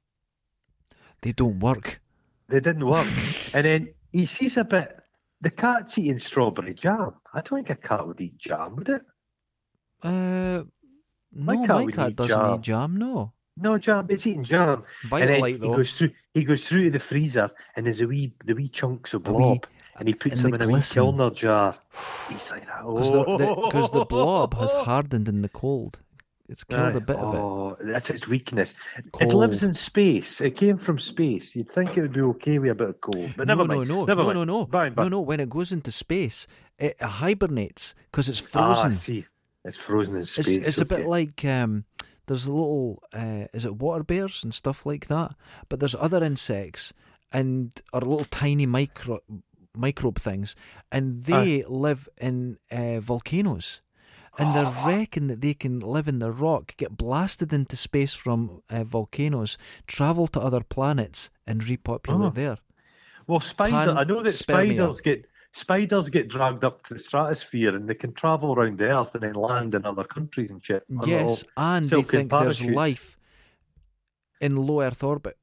Speaker 1: they don't work.
Speaker 2: They didn't work. and then he sees a bit. The cat's eating strawberry jam. I don't think a cat would eat jam, would it?
Speaker 1: Uh, no,
Speaker 2: My cat
Speaker 1: my
Speaker 2: would
Speaker 1: cat
Speaker 2: eat
Speaker 1: doesn't
Speaker 2: jam.
Speaker 1: eat jam. No,
Speaker 2: No, jam. It's eating jam. and then
Speaker 1: Vitalite
Speaker 2: he
Speaker 1: though.
Speaker 2: goes through. He goes through to the freezer, and there's a wee, the wee chunks of
Speaker 1: A wee-
Speaker 2: blob, and he puts
Speaker 1: and
Speaker 2: them
Speaker 1: the
Speaker 2: in a wee
Speaker 1: glisten.
Speaker 2: kilner jar. He's like,
Speaker 1: Because
Speaker 2: oh,
Speaker 1: the, because the blob has hardened in the cold. It's killed a bit of it.
Speaker 2: Oh, that's its weakness.
Speaker 1: Cold.
Speaker 2: It lives in space. It came from space. You'd think it would be okay with a bit of cold, but never
Speaker 1: no,
Speaker 2: mind.
Speaker 1: no, no,
Speaker 2: never
Speaker 1: no,
Speaker 2: mind.
Speaker 1: no, no,
Speaker 2: Bye, bye.
Speaker 1: no, no. When it goes into space, it hibernates because it's
Speaker 2: Ah,
Speaker 1: frozen.
Speaker 2: I see, it's frozen in space.
Speaker 1: it's it's a bit
Speaker 2: okay.
Speaker 1: like um, there's a little uh, is it water bears and stuff like that. But there's other insects and or little tiny micro microbe things, and they live in uh, volcanoes. And they reckon that they can live in the rock, get blasted into space from uh, volcanoes, travel to other planets, and repopulate
Speaker 2: Oh.
Speaker 1: there.
Speaker 2: Well, spider. I know that
Speaker 1: Panspermia.
Speaker 2: spiders get spiders get dragged up to the stratosphere, and they can travel around the Earth and then land in other countries and shit. on their
Speaker 1: Yes,
Speaker 2: own.
Speaker 1: and they
Speaker 2: silken
Speaker 1: think there's
Speaker 2: parachutes.
Speaker 1: life in low Earth orbit.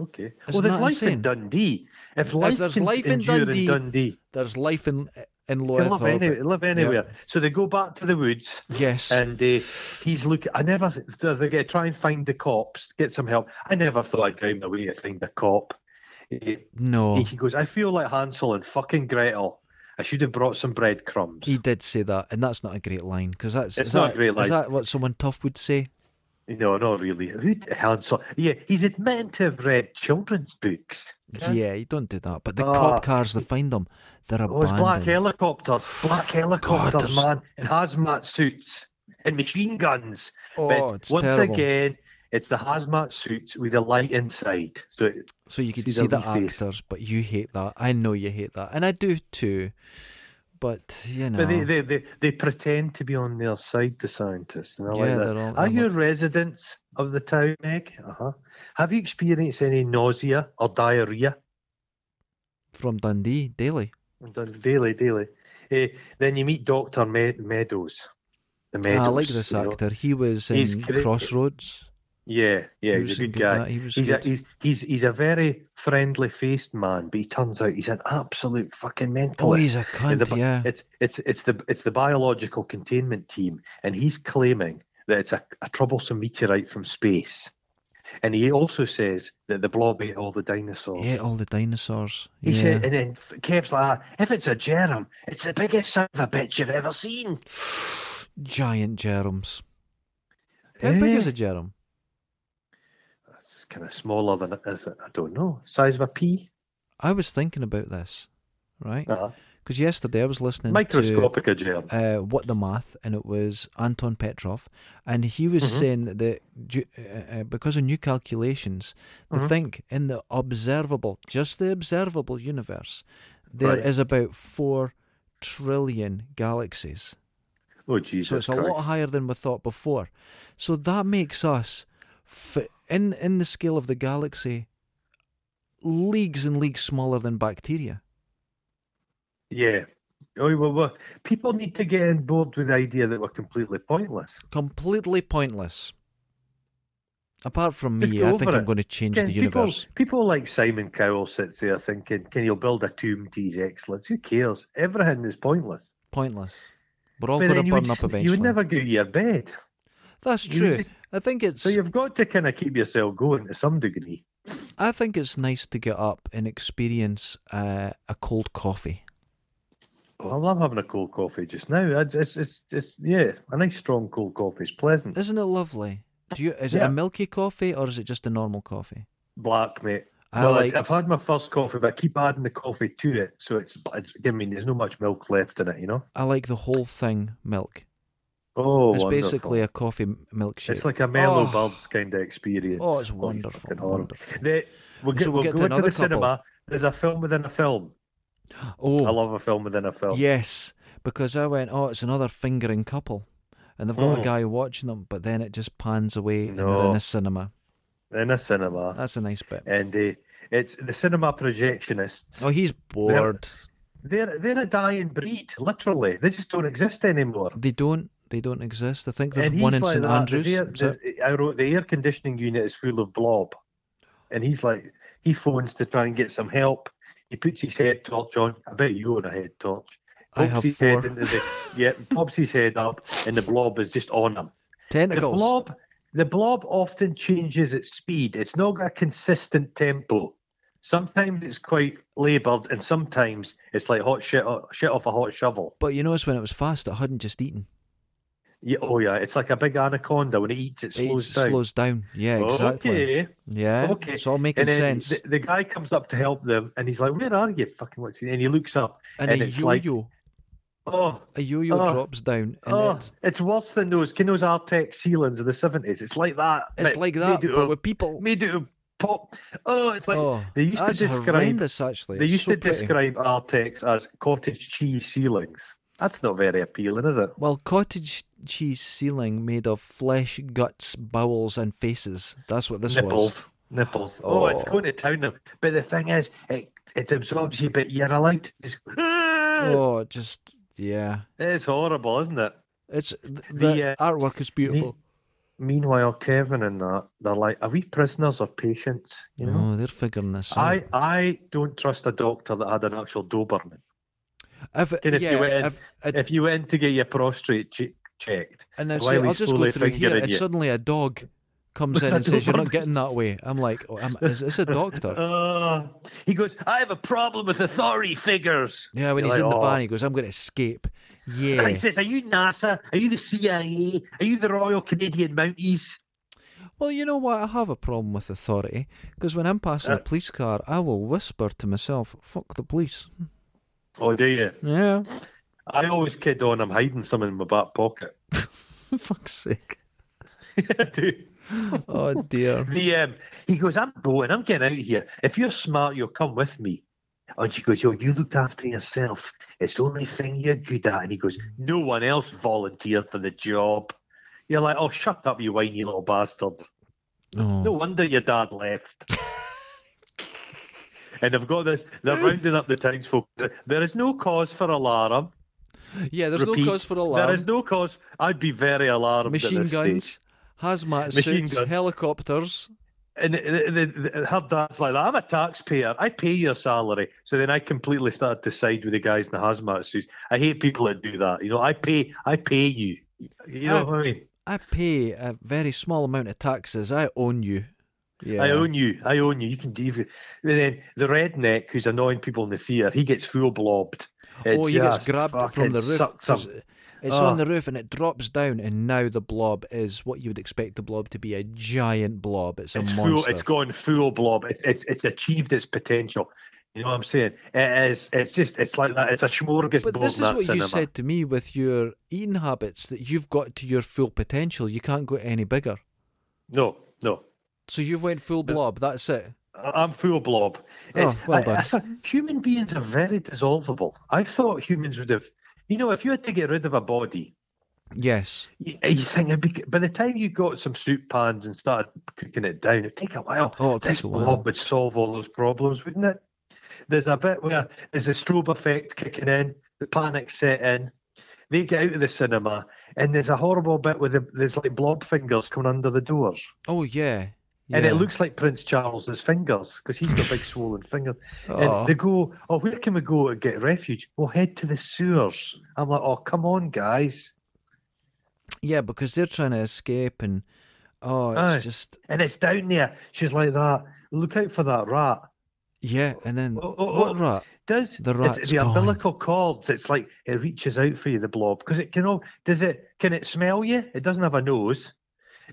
Speaker 2: Okay.
Speaker 1: Isn't
Speaker 2: well, there's
Speaker 1: that
Speaker 2: life
Speaker 1: insane?
Speaker 2: in Dundee. If life
Speaker 1: there's
Speaker 2: can
Speaker 1: life in
Speaker 2: endure
Speaker 1: Dundee,
Speaker 2: in Dundee
Speaker 1: There's life in uh, in low
Speaker 2: you
Speaker 1: Earth
Speaker 2: can live,
Speaker 1: orbit.
Speaker 2: any, live anywhere. So they go back to the woods.
Speaker 1: Yes,
Speaker 2: and uh, he's look. I never th- does they get try and find the cops, get some help. I never thought I'd go out my way to find a cop. Eh,
Speaker 1: no,
Speaker 2: He goes, I feel like Hansel and fucking Gretel. I should have brought some breadcrumbs.
Speaker 1: he did say that, and that's not a great line because that's
Speaker 2: It's
Speaker 1: is
Speaker 2: not a
Speaker 1: that-
Speaker 2: great
Speaker 1: Is
Speaker 2: line.
Speaker 1: that what someone tough would say?
Speaker 2: No, not really. Who Hansel? Yeah, he's admitting to have read children's books.
Speaker 1: Yeah, you don't do that. But the
Speaker 2: Ah.
Speaker 1: cop cars, they find them. They're
Speaker 2: Oh, it's black
Speaker 1: abandoned.
Speaker 2: helicopters, black helicopters,
Speaker 1: there's-
Speaker 2: man, and hazmat suits and machine guns.
Speaker 1: Oh,
Speaker 2: but
Speaker 1: it's
Speaker 2: once
Speaker 1: terrible.
Speaker 2: again, it's the hazmat suits with the light inside. So it-
Speaker 1: so you could
Speaker 2: see
Speaker 1: see,
Speaker 2: their
Speaker 1: the
Speaker 2: wee face.
Speaker 1: actors, but you hate that. I know you hate that, and I do too. But you know,
Speaker 2: But they, they, they, they pretend to be on their side, the scientists. And I
Speaker 1: Yeah,
Speaker 2: like that.
Speaker 1: they're all-
Speaker 2: Are
Speaker 1: I'm
Speaker 2: you residents of the town, Meg? Uh huh. Have you experienced any nausea or diarrhea?
Speaker 1: from Dundee daily.
Speaker 2: I'm done daily, daily. Eh, then you meet Dr. Me- Meadows. The Meadows.
Speaker 1: Ah, I like this
Speaker 2: you know.
Speaker 1: actor. He was
Speaker 2: He's
Speaker 1: in
Speaker 2: great.
Speaker 1: Crossroads.
Speaker 2: Yeah, yeah, he's, a
Speaker 1: in
Speaker 2: good guy.
Speaker 1: that, He was
Speaker 2: He's a,
Speaker 1: good.
Speaker 2: he's, he's, he's a very friendly faced man, but he turns out he's an absolute fucking mentalist.
Speaker 1: Oh, he's a
Speaker 2: And the
Speaker 1: cunt,
Speaker 2: bi-
Speaker 1: yeah.
Speaker 2: It's it's it's the it's the biological containment team, and he's claiming that it's a, a troublesome meteorite from space, and he also says that the blob ate all the dinosaurs.
Speaker 1: Yeah, all the dinosaurs.
Speaker 2: He
Speaker 1: yeah.
Speaker 2: said, and then Kev's like, "Ah, if it's a germ, it's the biggest son of a bitch you've ever seen.
Speaker 1: giant germs. How big is a germ?
Speaker 2: It's kind of smaller than is it? I don't know. Size of a pea?
Speaker 1: I was thinking about this, right?
Speaker 2: Uh-huh.
Speaker 1: Because yesterday I was listening
Speaker 2: Microscopic a germ.
Speaker 1: to uh, What the Math, and it was Anton Petrov, and he was
Speaker 2: Mhm.
Speaker 1: saying that due, uh, uh, because of new calculations, they
Speaker 2: Mhm.
Speaker 1: think in the observable, just the observable universe, there is
Speaker 2: Right.
Speaker 1: about four trillion galaxies.
Speaker 2: Oh Jesus
Speaker 1: so it's a
Speaker 2: Christ!
Speaker 1: lot higher than we thought before. So that makes us, f- in in the scale of the galaxy, leagues and leagues smaller than bacteria.
Speaker 2: Yeah. Oh, well, well, people need to get on board with the idea that we're completely pointless.
Speaker 1: Completely pointless. Apart from
Speaker 2: Just
Speaker 1: me,
Speaker 2: go
Speaker 1: I think
Speaker 2: over
Speaker 1: I'm
Speaker 2: it.
Speaker 1: going to change
Speaker 2: Ken,
Speaker 1: the
Speaker 2: people,
Speaker 1: universe.
Speaker 2: people like Simon Cowell sits there thinking, can you build a tomb to his excellence? Who cares? Everything is pointless.
Speaker 1: Pointless. We're all
Speaker 2: But
Speaker 1: going
Speaker 2: then
Speaker 1: to
Speaker 2: you would
Speaker 1: burn up
Speaker 2: s-
Speaker 1: eventually.
Speaker 2: You would never go to your bed.
Speaker 1: That's
Speaker 2: you would
Speaker 1: true.
Speaker 2: just-
Speaker 1: I think it's
Speaker 2: So you've got to kind of keep yourself going to some degree.
Speaker 1: I think it's nice to get up and experience uh, a cold coffee.
Speaker 2: Oh, I love having a cold coffee just now. It's, it's, it's, it's yeah, a nice strong cold coffee is pleasant.
Speaker 1: Isn't it lovely? Do you is it
Speaker 2: Yeah.
Speaker 1: a milky coffee or is it just a normal coffee?
Speaker 2: Black, mate.
Speaker 1: I
Speaker 2: well, I-
Speaker 1: like
Speaker 2: I've had my first coffee, but I keep adding the coffee to it, so it's, it's. I mean, there's not much milk left in it, you know.
Speaker 1: I like the whole thing milk.
Speaker 2: Oh,
Speaker 1: it's
Speaker 2: wonderful.
Speaker 1: basically a coffee m- milkshake.
Speaker 2: It's like a mellow
Speaker 1: Oh.
Speaker 2: bulbs kind of experience.
Speaker 1: Oh, it's
Speaker 2: you
Speaker 1: wonderful,
Speaker 2: fucking horror.
Speaker 1: wonderful.
Speaker 2: The- we'll get,
Speaker 1: So we'll
Speaker 2: we'll,
Speaker 1: get to
Speaker 2: go into
Speaker 1: another
Speaker 2: the
Speaker 1: couple.
Speaker 2: cinema. There's a film within a film.
Speaker 1: Oh,
Speaker 2: I love a film within a film.
Speaker 1: Yes, because I went, oh, it's another fingering couple, and they've got a
Speaker 2: Mm.
Speaker 1: guy watching them, but then it just pans away and they're in
Speaker 2: No.
Speaker 1: a cinema.
Speaker 2: In a cinema,
Speaker 1: That's a nice bit.
Speaker 2: and uh, it's the cinema projectionists.
Speaker 1: Oh, he's bored.
Speaker 2: They're they're a dying breed, literally. They just don't exist anymore.
Speaker 1: They don't. They don't exist. I think there's
Speaker 2: and he's
Speaker 1: one in
Speaker 2: like
Speaker 1: St
Speaker 2: that.
Speaker 1: Andrews.
Speaker 2: The air,
Speaker 1: Is that-
Speaker 2: the- I wrote the air conditioning unit is full of blob, and he's like he phones to try and get some help. He puts his head torch on. I bet you own a head torch.
Speaker 1: I
Speaker 2: Pops
Speaker 1: have
Speaker 2: his
Speaker 1: four.
Speaker 2: Head into the, yeah, pops his head up, and the blob is just on him. The
Speaker 1: Tentacles.
Speaker 2: blob, the blob often changes its speed. It's not got a consistent tempo. Sometimes it's quite laboured, and sometimes it's like hot shit, shit off a hot shovel.
Speaker 1: But you notice when it was fast, it hadn't just eaten.
Speaker 2: Yeah, oh yeah, it's like a big anaconda. When it eats, it
Speaker 1: It
Speaker 2: slows
Speaker 1: eats-
Speaker 2: down.
Speaker 1: slows down. Yeah, exactly.
Speaker 2: Okay.
Speaker 1: Yeah,
Speaker 2: Okay.
Speaker 1: it's all making
Speaker 2: and then
Speaker 1: sense.
Speaker 2: The, the guy comes up to help them, and he's like, "Where are you? Fucking what's?" he-" And he looks up,
Speaker 1: and,
Speaker 2: and
Speaker 1: a
Speaker 2: it's
Speaker 1: yo-yo,
Speaker 2: like- "Oh,
Speaker 1: a yo-yo
Speaker 2: Oh.
Speaker 1: drops down, and
Speaker 2: oh,
Speaker 1: it's
Speaker 2: it's... worse than those. Can those Artex ceilings of the seventies? It's like that.
Speaker 1: it's
Speaker 2: but
Speaker 1: like that,
Speaker 2: Made out
Speaker 1: but
Speaker 2: of-
Speaker 1: with people.
Speaker 2: made out of pop. Oh, it's like
Speaker 1: oh,
Speaker 2: they used to
Speaker 1: that's
Speaker 2: describe-
Speaker 1: horrendous. Actually,
Speaker 2: they
Speaker 1: It's
Speaker 2: used
Speaker 1: so
Speaker 2: to
Speaker 1: pretty.
Speaker 2: describe Artex as cottage cheese ceilings. That's not very appealing, is it?
Speaker 1: Well, cottage cheese ceiling made of flesh, guts, bowels, and faces. That's what this
Speaker 2: nipples,
Speaker 1: was.
Speaker 2: nipples. Oh, it's
Speaker 1: Oh.
Speaker 2: going to town now. But the thing is, it it absorbs you, but you're allowed. To just,
Speaker 1: Oh, just yeah.
Speaker 2: It's horrible, isn't it?
Speaker 1: It's the, the
Speaker 2: The, uh,
Speaker 1: artwork is beautiful.
Speaker 2: Meanwhile, Kevin and that they're like, are we prisoners or patients? You know,
Speaker 1: Oh, they're figuring this
Speaker 2: I
Speaker 1: out.
Speaker 2: I don't trust a doctor that had an actual Doberman.
Speaker 1: If,
Speaker 2: Ken, if you
Speaker 1: yeah,
Speaker 2: went-
Speaker 1: if- uh,
Speaker 2: If you went to get your prostrate che- checked,
Speaker 1: and I
Speaker 2: and
Speaker 1: say,
Speaker 2: while
Speaker 1: I'll
Speaker 2: he's
Speaker 1: just go
Speaker 2: slowly
Speaker 1: through here,
Speaker 2: fingering
Speaker 1: and
Speaker 2: you-
Speaker 1: suddenly a dog comes in
Speaker 2: a
Speaker 1: and says, "You're not
Speaker 2: Doberman."
Speaker 1: getting that way." I'm like, oh, am, "Is this a doctor?"
Speaker 2: uh, he goes, I have a problem with authority figures.
Speaker 1: Yeah, when
Speaker 2: You're
Speaker 1: he's in
Speaker 2: like,
Speaker 1: the
Speaker 2: "Oh."
Speaker 1: van, he goes, "I'm going to escape."
Speaker 2: And
Speaker 1: Yeah.
Speaker 2: He says, Are you NASA? Are you the CIA? Are you the Royal Canadian Mounties?
Speaker 1: Well, you know what? I have a problem with authority because when I'm passing a
Speaker 2: Uh.
Speaker 1: police car, I will whisper to myself, "Fuck the police."
Speaker 2: Oh, do you?
Speaker 1: Yeah.
Speaker 2: I always kid on, I'm hiding some in my back pocket.
Speaker 1: Fuck's sake.
Speaker 2: I do.
Speaker 1: Oh dear.
Speaker 2: The um, he goes, I'm going, I'm getting out of here. If you're smart, you'll come with me. And she goes, Yo, you look after yourself. It's the only thing you're good at. And he goes, No one else volunteered for the job. You're like, Oh, shut up, you whiny little bastard.
Speaker 1: Oh.
Speaker 2: No wonder your dad left. and they've got this, they're rounding up the townsfolk. There is no cause for alarm.
Speaker 1: Yeah, there's
Speaker 2: Repeat,
Speaker 1: no cause for alarm.
Speaker 2: There is no cause. I'd be very alarmed. at
Speaker 1: Machine
Speaker 2: this
Speaker 1: guns,
Speaker 2: stage.
Speaker 1: hazmat
Speaker 2: Machine
Speaker 1: suits,
Speaker 2: gun.
Speaker 1: helicopters.
Speaker 2: And the, the, the, her dad's like, I'm a taxpayer. I pay your salary. So then I completely started to side with the guys in the hazmat suits. I hate people that do that. You know, I pay. I pay you. You know
Speaker 1: I-
Speaker 2: what I mean?
Speaker 1: I pay a very small amount of taxes. I own you. Yeah.
Speaker 2: I own you. I own you. You can do. And then the redneck who's annoying people in the theater, he gets full blobbed. It
Speaker 1: Oh, he gets
Speaker 2: just
Speaker 1: grabbed from the
Speaker 2: fucking
Speaker 1: roof.
Speaker 2: sucks
Speaker 1: 'cause
Speaker 2: him.
Speaker 1: It's
Speaker 2: Ah.
Speaker 1: on the roof and it drops down, and now the blob is what you would expect the blob to be a giant blob. It's a
Speaker 2: it's
Speaker 1: monster.
Speaker 2: Full, it's gone full blob. It, it's it's achieved its potential. You know what I'm saying? It is. It's just. It's like that. It's a smorgasbord.
Speaker 1: but this is
Speaker 2: in that
Speaker 1: what you
Speaker 2: cinema.
Speaker 1: said to me with your eating habits that you've got to your full potential. You can't go any bigger.
Speaker 2: No, no.
Speaker 1: So you've went full blob. That's it.
Speaker 2: I- I'm full blob. It's-
Speaker 1: Oh, well
Speaker 2: I- I
Speaker 1: done.
Speaker 2: thought- human beings are very dissolvable. I thought humans would have. You know, if you had to get rid of a body,
Speaker 1: Yes.
Speaker 2: You, you think it'd be, by the time you got some soup pans and started cooking it down, it'd take a while.
Speaker 1: Oh, it
Speaker 2: this
Speaker 1: takes a while.
Speaker 2: blob would solve all those problems, wouldn't it? There's a bit where there's the strobe effect kicking in, the panic set in. They get out of the cinema, and there's a horrible bit with the, there's like blob fingers coming under the doors,
Speaker 1: Oh yeah.
Speaker 2: and it
Speaker 1: Yeah.
Speaker 2: looks like Prince Charles's fingers because he's got big swollen fingers.
Speaker 1: Oh.
Speaker 2: And they go, "Oh, where can we go to get refuge? We'll head to the sewers." I'm like, "Oh, come on, guys!"
Speaker 1: Yeah, because they're trying to escape and oh, it's
Speaker 2: Aye.
Speaker 1: just
Speaker 2: And it's down there. She's like that. Look out for that rat.
Speaker 1: yeah, and then
Speaker 2: Oh, oh,
Speaker 1: what
Speaker 2: oh.
Speaker 1: rat?
Speaker 2: Does
Speaker 1: The
Speaker 2: it's
Speaker 1: rat's
Speaker 2: the
Speaker 1: gone.
Speaker 2: umbilical cords? It's like it reaches out for you, the blob, because it can. all Does it? Can it smell you? It doesn't have a nose.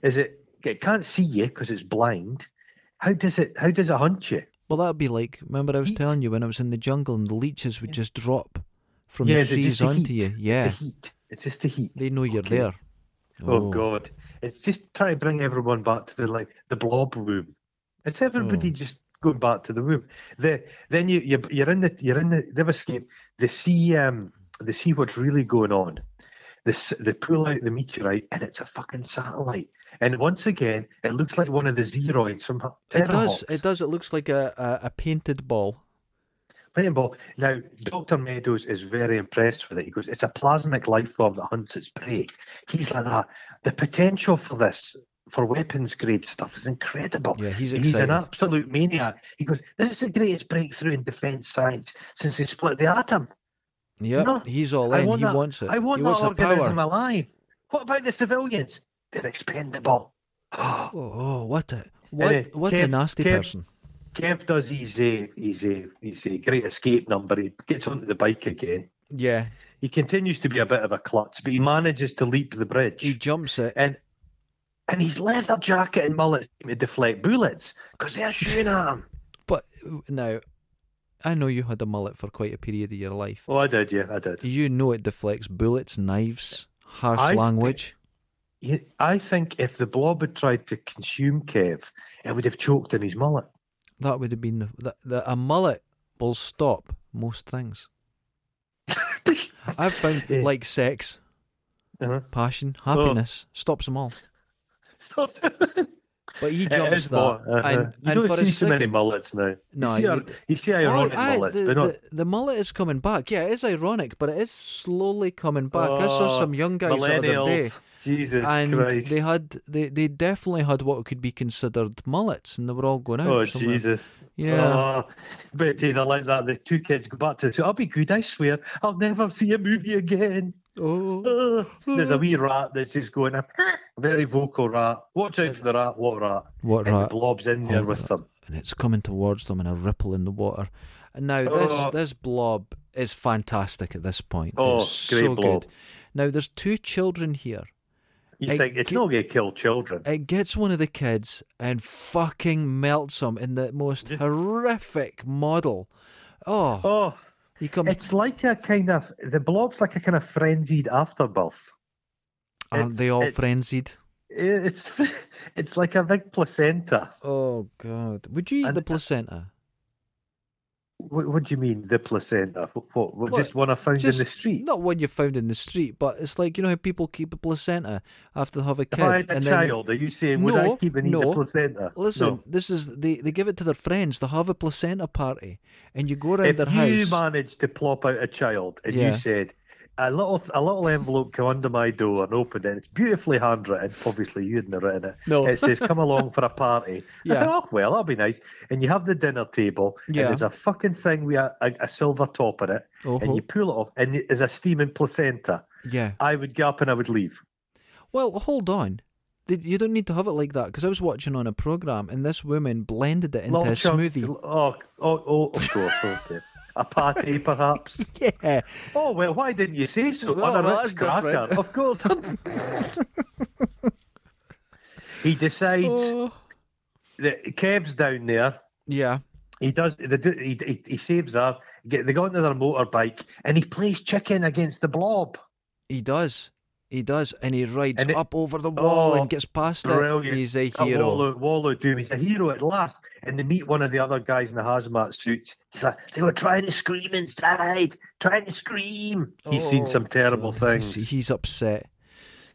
Speaker 2: Is it? It can't see you because it's blind. How does it? How does it hunt you?
Speaker 1: Well, that'd be like remember I was
Speaker 2: Heat.
Speaker 1: telling you when I was in the jungle and the leeches would just drop from
Speaker 2: yeah,
Speaker 1: the
Speaker 2: is it just
Speaker 1: trees
Speaker 2: the
Speaker 1: onto
Speaker 2: heat?
Speaker 1: you. Yeah,
Speaker 2: It's the heat. It's just the heat.
Speaker 1: they know you're
Speaker 2: Okay.
Speaker 1: there.
Speaker 2: Oh, God! It's just trying to bring everyone back to the like the blob room. It's everybody
Speaker 1: Oh.
Speaker 2: just going back to the room. The then you you you're in the you're in the they've escaped. They see um they see what's really going on. They s- they pull out the meteorite and it's a fucking satellite. And once again, it looks like one of the Zeroids from Ha-
Speaker 1: It does.
Speaker 2: Terrahawks.
Speaker 1: It does. It looks like a, a, a painted ball.
Speaker 2: Playing ball. Now, Dr. Meadows is very impressed with it. He goes, It's a plasmic life form that hunts its prey. He's like that. The potential for this, for weapons grade stuff, is incredible.
Speaker 1: Yeah, he's
Speaker 2: He's
Speaker 1: excited.
Speaker 2: an absolute maniac. He goes, This is the greatest breakthrough in defense science since they split the atom.
Speaker 1: Yep,
Speaker 2: No,
Speaker 1: he's all
Speaker 2: I
Speaker 1: in.
Speaker 2: want
Speaker 1: he
Speaker 2: that,
Speaker 1: wants it.
Speaker 2: I want
Speaker 1: he
Speaker 2: that
Speaker 1: wants the
Speaker 2: organism
Speaker 1: power.
Speaker 2: alive. What about the civilians? They're expendable.
Speaker 1: Oh, oh, what a what
Speaker 2: Anyway,
Speaker 1: what a
Speaker 2: Kev-
Speaker 1: nasty
Speaker 2: Kev-
Speaker 1: person.
Speaker 2: Kev does his, uh, his, uh, his uh, great escape number. He gets onto the bike again.
Speaker 1: Yeah,
Speaker 2: He continues to be a bit of a klutz, but he manages to leap the bridge.
Speaker 1: he jumps it.
Speaker 2: and and his leather jacket and mullet seem to deflect bullets because they're shooting at him.
Speaker 1: But uh, now, I know you had a mullet for quite a period of your life.
Speaker 2: Oh, I did, yeah, I did.
Speaker 1: You know it deflects bullets, knives, harsh
Speaker 2: I-
Speaker 1: language.
Speaker 2: He- I think if the blob had tried to consume Kev, it would have choked in his mullet.
Speaker 1: That would have been the, the, the a mullet will stop most things. I've found
Speaker 2: Yeah.
Speaker 1: like sex,
Speaker 2: Uh-huh.
Speaker 1: passion, happiness stops them all.
Speaker 2: Stop.
Speaker 1: But he
Speaker 2: It
Speaker 1: jumps
Speaker 2: is
Speaker 1: that,
Speaker 2: more- uh-huh.
Speaker 1: and,
Speaker 2: you
Speaker 1: and
Speaker 2: don't
Speaker 1: for
Speaker 2: see
Speaker 1: a
Speaker 2: so many
Speaker 1: second,
Speaker 2: mullets now.
Speaker 1: No,
Speaker 2: you see,
Speaker 1: you-
Speaker 2: ir- you see
Speaker 1: Aye,
Speaker 2: ironic
Speaker 1: aye,
Speaker 2: mullets.
Speaker 1: the,
Speaker 2: they're not
Speaker 1: the- the mullet is coming back. Yeah, it is ironic, but it is slowly coming back. I saw
Speaker 2: Oh,
Speaker 1: some young guys the other day,
Speaker 2: millennials. Jesus
Speaker 1: and
Speaker 2: Christ!
Speaker 1: they had they, they definitely had what could be considered mullets, and they were all going out.
Speaker 2: oh
Speaker 1: somewhere.
Speaker 2: Jesus!
Speaker 1: Yeah,
Speaker 2: Oh, but they're like that. The two kids go back to. So I'll be good. I swear. I'll never see a movie again.
Speaker 1: oh,
Speaker 2: Oh, there's a wee rat that's just going up. Very vocal rat. Watch out for the rat. What rat?
Speaker 1: what
Speaker 2: And the
Speaker 1: rat?
Speaker 2: blob's in there
Speaker 1: Oh,
Speaker 2: with
Speaker 1: rat.
Speaker 2: them.
Speaker 1: and it's coming towards them in a ripple in the water. And now
Speaker 2: Oh.
Speaker 1: this this blob is fantastic at this point.
Speaker 2: Oh,
Speaker 1: it's
Speaker 2: great
Speaker 1: so
Speaker 2: blob.
Speaker 1: good. Now there's two children here.
Speaker 2: You
Speaker 1: It
Speaker 2: think it's
Speaker 1: ge-
Speaker 2: not going to kill children?
Speaker 1: It gets one of the kids and fucking melts him in the most
Speaker 2: Just-
Speaker 1: horrific model. Oh,
Speaker 2: Oh,
Speaker 1: he comes.
Speaker 2: it's like a kind of the blob's like a kind of frenzied afterbirth.
Speaker 1: Aren't
Speaker 2: it's-
Speaker 1: they all
Speaker 2: it's-
Speaker 1: frenzied?
Speaker 2: It's it's like a big placenta.
Speaker 1: Oh God! Would you eat
Speaker 2: And-
Speaker 1: the placenta?
Speaker 2: What, what do you mean the placenta? What, what, what,
Speaker 1: What?
Speaker 2: just one I found in the street?
Speaker 1: Not one you found in the street, but it's like you know how people keep a placenta after they have a kid,
Speaker 2: if I had a
Speaker 1: and then
Speaker 2: child, are you saying would
Speaker 1: No,
Speaker 2: I keep and eat
Speaker 1: no.
Speaker 2: the placenta?
Speaker 1: Listen,
Speaker 2: No.
Speaker 1: this is they, they give it to their friends. They have a placenta party, and you go around
Speaker 2: if
Speaker 1: their
Speaker 2: you
Speaker 1: house.
Speaker 2: managed to plop out a child and
Speaker 1: Yeah.
Speaker 2: you said a little a little envelope come under my door and opened it, it's beautifully handwritten. Obviously, you hadn't written it.
Speaker 1: No.
Speaker 2: It says, "Come along for a party." I
Speaker 1: Yeah.
Speaker 2: said, "Oh well, that'll be nice." And you have the dinner table,
Speaker 1: Yeah.
Speaker 2: and there's a fucking thing with a, a, a silver top on it,
Speaker 1: Oh,
Speaker 2: and you pull it off, and there's a steaming placenta.
Speaker 1: yeah.
Speaker 2: I would get up and I would leave.
Speaker 1: Well, hold on. They- You don't need to have it like that because I was watching on a program, and this woman blended it into
Speaker 2: Little
Speaker 1: a
Speaker 2: chunk-
Speaker 1: smoothie.
Speaker 2: Oh, oh, oh, of course, okay. A party, perhaps.
Speaker 1: Yeah.
Speaker 2: Oh well, why didn't you say so?
Speaker 1: Well,
Speaker 2: On a
Speaker 1: that's
Speaker 2: Ritz cracker,
Speaker 1: different.
Speaker 2: of course. he decides
Speaker 1: Oh.
Speaker 2: that Kev's down there.
Speaker 1: Yeah.
Speaker 2: He does. They do, he, he, he saves her. Get, they go into their motorbike, and he plays chicken against the blob.
Speaker 1: He does. He does, and he rides
Speaker 2: And it-
Speaker 1: up over the wall
Speaker 2: Oh,
Speaker 1: and gets past it.
Speaker 2: brilliant.
Speaker 1: He's a
Speaker 2: At
Speaker 1: hero.
Speaker 2: Wallow, Wallow Doom. He's a hero at last. And they meet one of the other guys in the hazmat suits. He's like, they were trying to scream inside, trying to scream. He's seen
Speaker 1: Oh,
Speaker 2: some terrible
Speaker 1: God. He's-
Speaker 2: things.
Speaker 1: He's upset.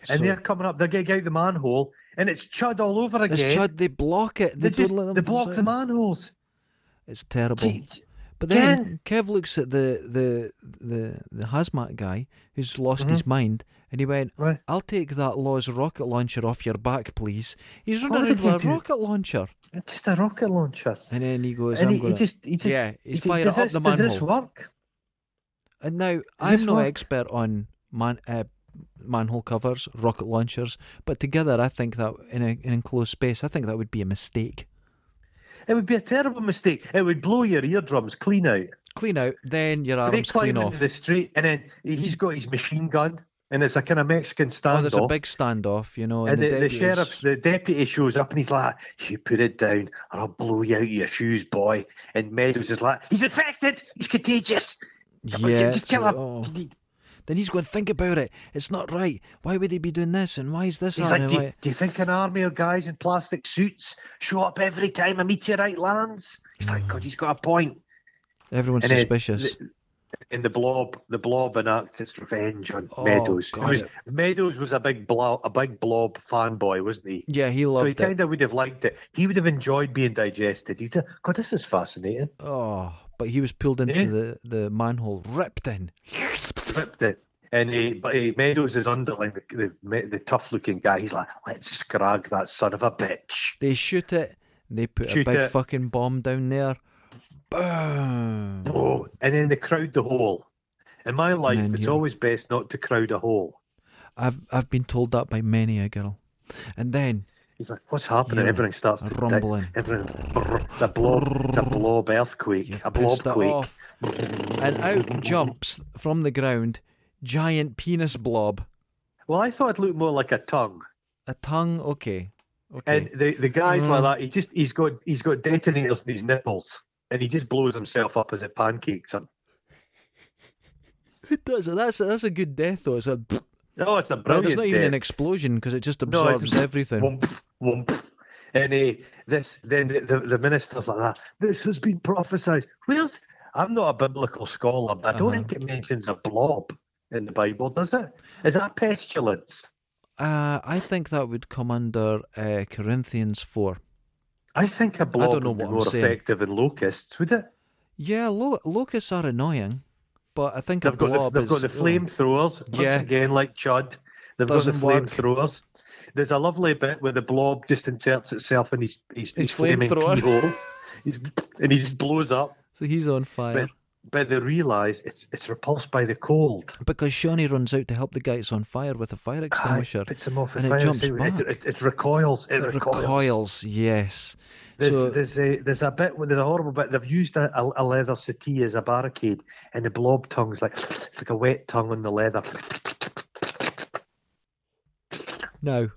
Speaker 2: and
Speaker 1: So-
Speaker 2: they're coming up, they're getting out the manhole, and it's chud all over again.
Speaker 1: It's Chud, they block it.
Speaker 2: They,
Speaker 1: They,
Speaker 2: just
Speaker 1: don't let them Oh.
Speaker 2: they block
Speaker 1: pass
Speaker 2: the
Speaker 1: out.
Speaker 2: manholes.
Speaker 1: It's terrible.
Speaker 2: Gee,
Speaker 1: But then Kev looks at the the the, the hazmat guy who's lost
Speaker 2: Mm-hmm.
Speaker 1: his mind, and he went,
Speaker 2: Right.
Speaker 1: "I'll take that Law's rocket launcher off your back, please." He's running around
Speaker 2: did he
Speaker 1: with a
Speaker 2: do?
Speaker 1: rocket launcher,
Speaker 2: Just a rocket launcher.
Speaker 1: and then he goes,
Speaker 2: And
Speaker 1: "I'm
Speaker 2: he, he
Speaker 1: gonna-"
Speaker 2: just, he just,
Speaker 1: yeah,
Speaker 2: he
Speaker 1: he's
Speaker 2: just-
Speaker 1: firing
Speaker 2: does
Speaker 1: up
Speaker 2: this,
Speaker 1: the
Speaker 2: does
Speaker 1: manhole."
Speaker 2: this work?
Speaker 1: And now I'm
Speaker 2: this
Speaker 1: no
Speaker 2: work?
Speaker 1: expert on man uh, manhole covers, rocket launchers, but together I think that in a, an enclosed space, I think that would be a mistake.
Speaker 2: It would be a terrible mistake. It would blow your eardrums clean out.
Speaker 1: Clean out, then your
Speaker 2: they
Speaker 1: arms
Speaker 2: climb
Speaker 1: clean
Speaker 2: into
Speaker 1: off.
Speaker 2: the street, and then he's got his machine gun, and it's a kind of Mexican
Speaker 1: Oh,
Speaker 2: standoff.
Speaker 1: there's a big standoff, you know, and,
Speaker 2: and the, the,
Speaker 1: deputies-
Speaker 2: sheriff's, the deputy shows up and he's like, You put it down or I'll blow you out of your shoes, boy. And Meadows is like, He's infected! He's contagious! Come on,
Speaker 1: Yeah,
Speaker 2: just
Speaker 1: it's-
Speaker 2: kill him!
Speaker 1: oh. Then he's going, think about it. It's not right. Why would he be doing this? And why is this
Speaker 2: He's
Speaker 1: happening?
Speaker 2: like, do you,
Speaker 1: Why-
Speaker 2: do you think an army of guys in plastic suits show up every time a meteorite lands? He's
Speaker 1: Mm.
Speaker 2: like, God, he's got a point.
Speaker 1: Everyone's
Speaker 2: And then
Speaker 1: suspicious.
Speaker 2: the- and the blob, the blob enacts its revenge on
Speaker 1: Oh,
Speaker 2: Meadows. It
Speaker 1: God.
Speaker 2: was- Meadows was a big blob, a big blob fanboy, wasn't he?
Speaker 1: yeah, he
Speaker 2: So he
Speaker 1: loved it.
Speaker 2: kind of would have liked it. He would have enjoyed being digested. He'd have, God, this is fascinating.
Speaker 1: Oh, but he was pulled into
Speaker 2: Yeah.
Speaker 1: the, the manhole, ripped in.
Speaker 2: Ripped it. And he, but he, Meadows is underling, the, the, the tough-looking guy. He's like, let's scrag that son of a bitch.
Speaker 1: They shoot it. They put
Speaker 2: Shoot
Speaker 1: a big
Speaker 2: it.
Speaker 1: fucking bomb down there. Boom.
Speaker 2: Oh, and then they crowd the hole. In my life,
Speaker 1: then
Speaker 2: it's
Speaker 1: you-
Speaker 2: always best not to crowd a hole.
Speaker 1: I've I've been told that by many a girl. And then
Speaker 2: He's like, what's happening?
Speaker 1: Yeah,
Speaker 2: Everything starts to
Speaker 1: rumbling.
Speaker 2: Everything, brr, it's a blob, it's a blob earthquake,
Speaker 1: you've
Speaker 2: a blob
Speaker 1: pissed it
Speaker 2: quake.
Speaker 1: off. And out jumps from the ground giant penis blob.
Speaker 2: Well, I thought it looked more like a tongue.
Speaker 1: A tongue, okay. Okay. Mm.
Speaker 2: And the the guys like that, he just he's got he's got detonators in his nipples, and he just blows himself up as it pancakes him.
Speaker 1: It does. That's that's a good death though. It's a
Speaker 2: Oh, it's a
Speaker 1: Right,
Speaker 2: brilliant.
Speaker 1: there's not even
Speaker 2: death.
Speaker 1: an explosion because it just
Speaker 2: No, it's
Speaker 1: absorbs
Speaker 2: just
Speaker 1: everything.
Speaker 2: Whoomp, whoomp. And eh, this then the, the, the minister's like that. This has been prophesied. Where's I'm not a biblical scholar, but I don't
Speaker 1: Uh-huh.
Speaker 2: think it mentions a blob in the Bible, does it? Is that pestilence?
Speaker 1: Uh, I think that would come under uh, Corinthians four.
Speaker 2: I think a blob
Speaker 1: know
Speaker 2: would be
Speaker 1: what I'm
Speaker 2: more
Speaker 1: saying.
Speaker 2: effective than locusts, would it?
Speaker 1: Yeah, lo- locusts are annoying, but I think a
Speaker 2: They've got
Speaker 1: blob
Speaker 2: the, they've
Speaker 1: is-
Speaker 2: got
Speaker 1: oh.
Speaker 2: the flamethrowers once
Speaker 1: Yeah.
Speaker 2: again, like Chud. They've got the
Speaker 1: Doesn't work.
Speaker 2: flamethrowers. There's a lovely bit where the blob just inserts itself in his his, his,
Speaker 1: His
Speaker 2: flaming
Speaker 1: flamethrower.
Speaker 2: keyhole, he's, and he just blows up.
Speaker 1: oh, So he's on fire
Speaker 2: But but they realise it's it's repulsed by the cold.
Speaker 1: because Shawnee runs out to help the guy that's on fire with a fire
Speaker 2: Ah,
Speaker 1: extinguisher.
Speaker 2: It puts him off the
Speaker 1: and it
Speaker 2: fire
Speaker 1: jumps
Speaker 2: extinguisher.
Speaker 1: back.
Speaker 2: It, it, it recoils. It,
Speaker 1: It
Speaker 2: recoils.
Speaker 1: recoils. Yes.
Speaker 2: There's,
Speaker 1: so
Speaker 2: there's, a, there's a bit where- there's a horrible bit. They've used a, a, a leather settee as a barricade, and the blob tongue's like it's like a wet tongue on the leather.
Speaker 1: no.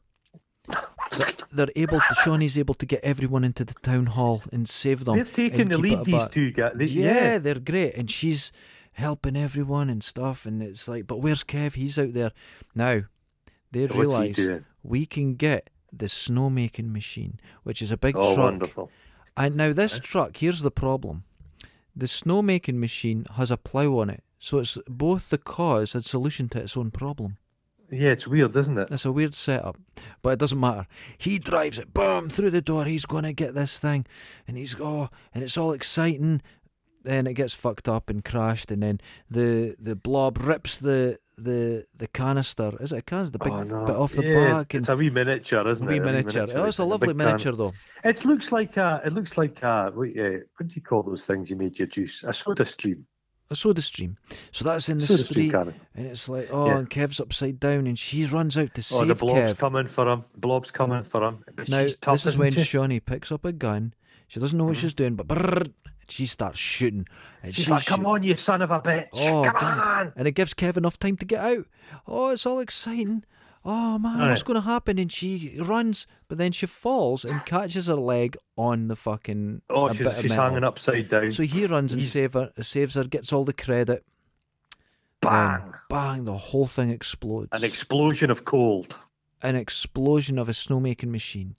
Speaker 1: They're- They're able. To, Shawnee's able to get everyone into the town hall and save them.
Speaker 2: They've taken
Speaker 1: and
Speaker 2: the
Speaker 1: keep it
Speaker 2: lead. These
Speaker 1: aback.
Speaker 2: two guys. They-
Speaker 1: yeah, they're great, and she's helping everyone and stuff. And it's like, but where's Kev? He's out there now. They
Speaker 2: What's he
Speaker 1: realise
Speaker 2: doing?
Speaker 1: we can get the snowmaking machine, which is a big
Speaker 2: Oh,
Speaker 1: truck.
Speaker 2: wonderful.
Speaker 1: And now this truck, here's the problem: the snowmaking machine has a plough on it, so it's both the cause and solution to its own problem.
Speaker 2: Yeah, it's weird, isn't it?
Speaker 1: It's a weird setup, but it doesn't matter. He drives it, boom, through the door. He's going to get this thing, and he's oh, and it's all exciting. Then it gets fucked up and crashed, and then the the blob rips the the the canister. Is it a canister? The big
Speaker 2: oh, no.
Speaker 1: bit off the
Speaker 2: yeah,
Speaker 1: back and
Speaker 2: It's a wee miniature, isn't
Speaker 1: wee
Speaker 2: it?
Speaker 1: miniature. Oh, it's a
Speaker 2: big
Speaker 1: lovely
Speaker 2: can.
Speaker 1: miniature though.
Speaker 2: It looks like a. It looks like a. What, uh, what do you call those things you made your juice? A soda stream.
Speaker 1: A soda stream. So that's in the
Speaker 2: Soda stream
Speaker 1: street,
Speaker 2: cannon.
Speaker 1: and it's like oh,
Speaker 2: Yeah.
Speaker 1: and Kev's upside down, and she runs out to
Speaker 2: Oh,
Speaker 1: save
Speaker 2: the blob's
Speaker 1: Kev.
Speaker 2: coming for him. Blob's coming for him. But
Speaker 1: Now,
Speaker 2: she's tough,
Speaker 1: this is
Speaker 2: isn't
Speaker 1: when
Speaker 2: she?
Speaker 1: Shawnee picks up a gun. She doesn't know what she's doing, but brrrr, she starts shooting. And
Speaker 2: She's like, "Come
Speaker 1: shoot-
Speaker 2: on, you son of a bitch!
Speaker 1: Oh,
Speaker 2: Come
Speaker 1: God.
Speaker 2: on!"
Speaker 1: And it gives Kev enough time to get out. Oh, it's all exciting. Oh, man, what's
Speaker 2: Aye.
Speaker 1: going to happen? And she runs, but then she falls and catches her leg on the fucking.
Speaker 2: Oh,
Speaker 1: a bit
Speaker 2: she's,
Speaker 1: of
Speaker 2: she's
Speaker 1: metal.
Speaker 2: hanging upside down.
Speaker 1: So he runs and
Speaker 2: He's-
Speaker 1: save her, saves her, gets all the credit.
Speaker 2: Bang!
Speaker 1: Then, bang, the whole thing explodes.
Speaker 2: An explosion of cold.
Speaker 1: An explosion of a snowmaking machine.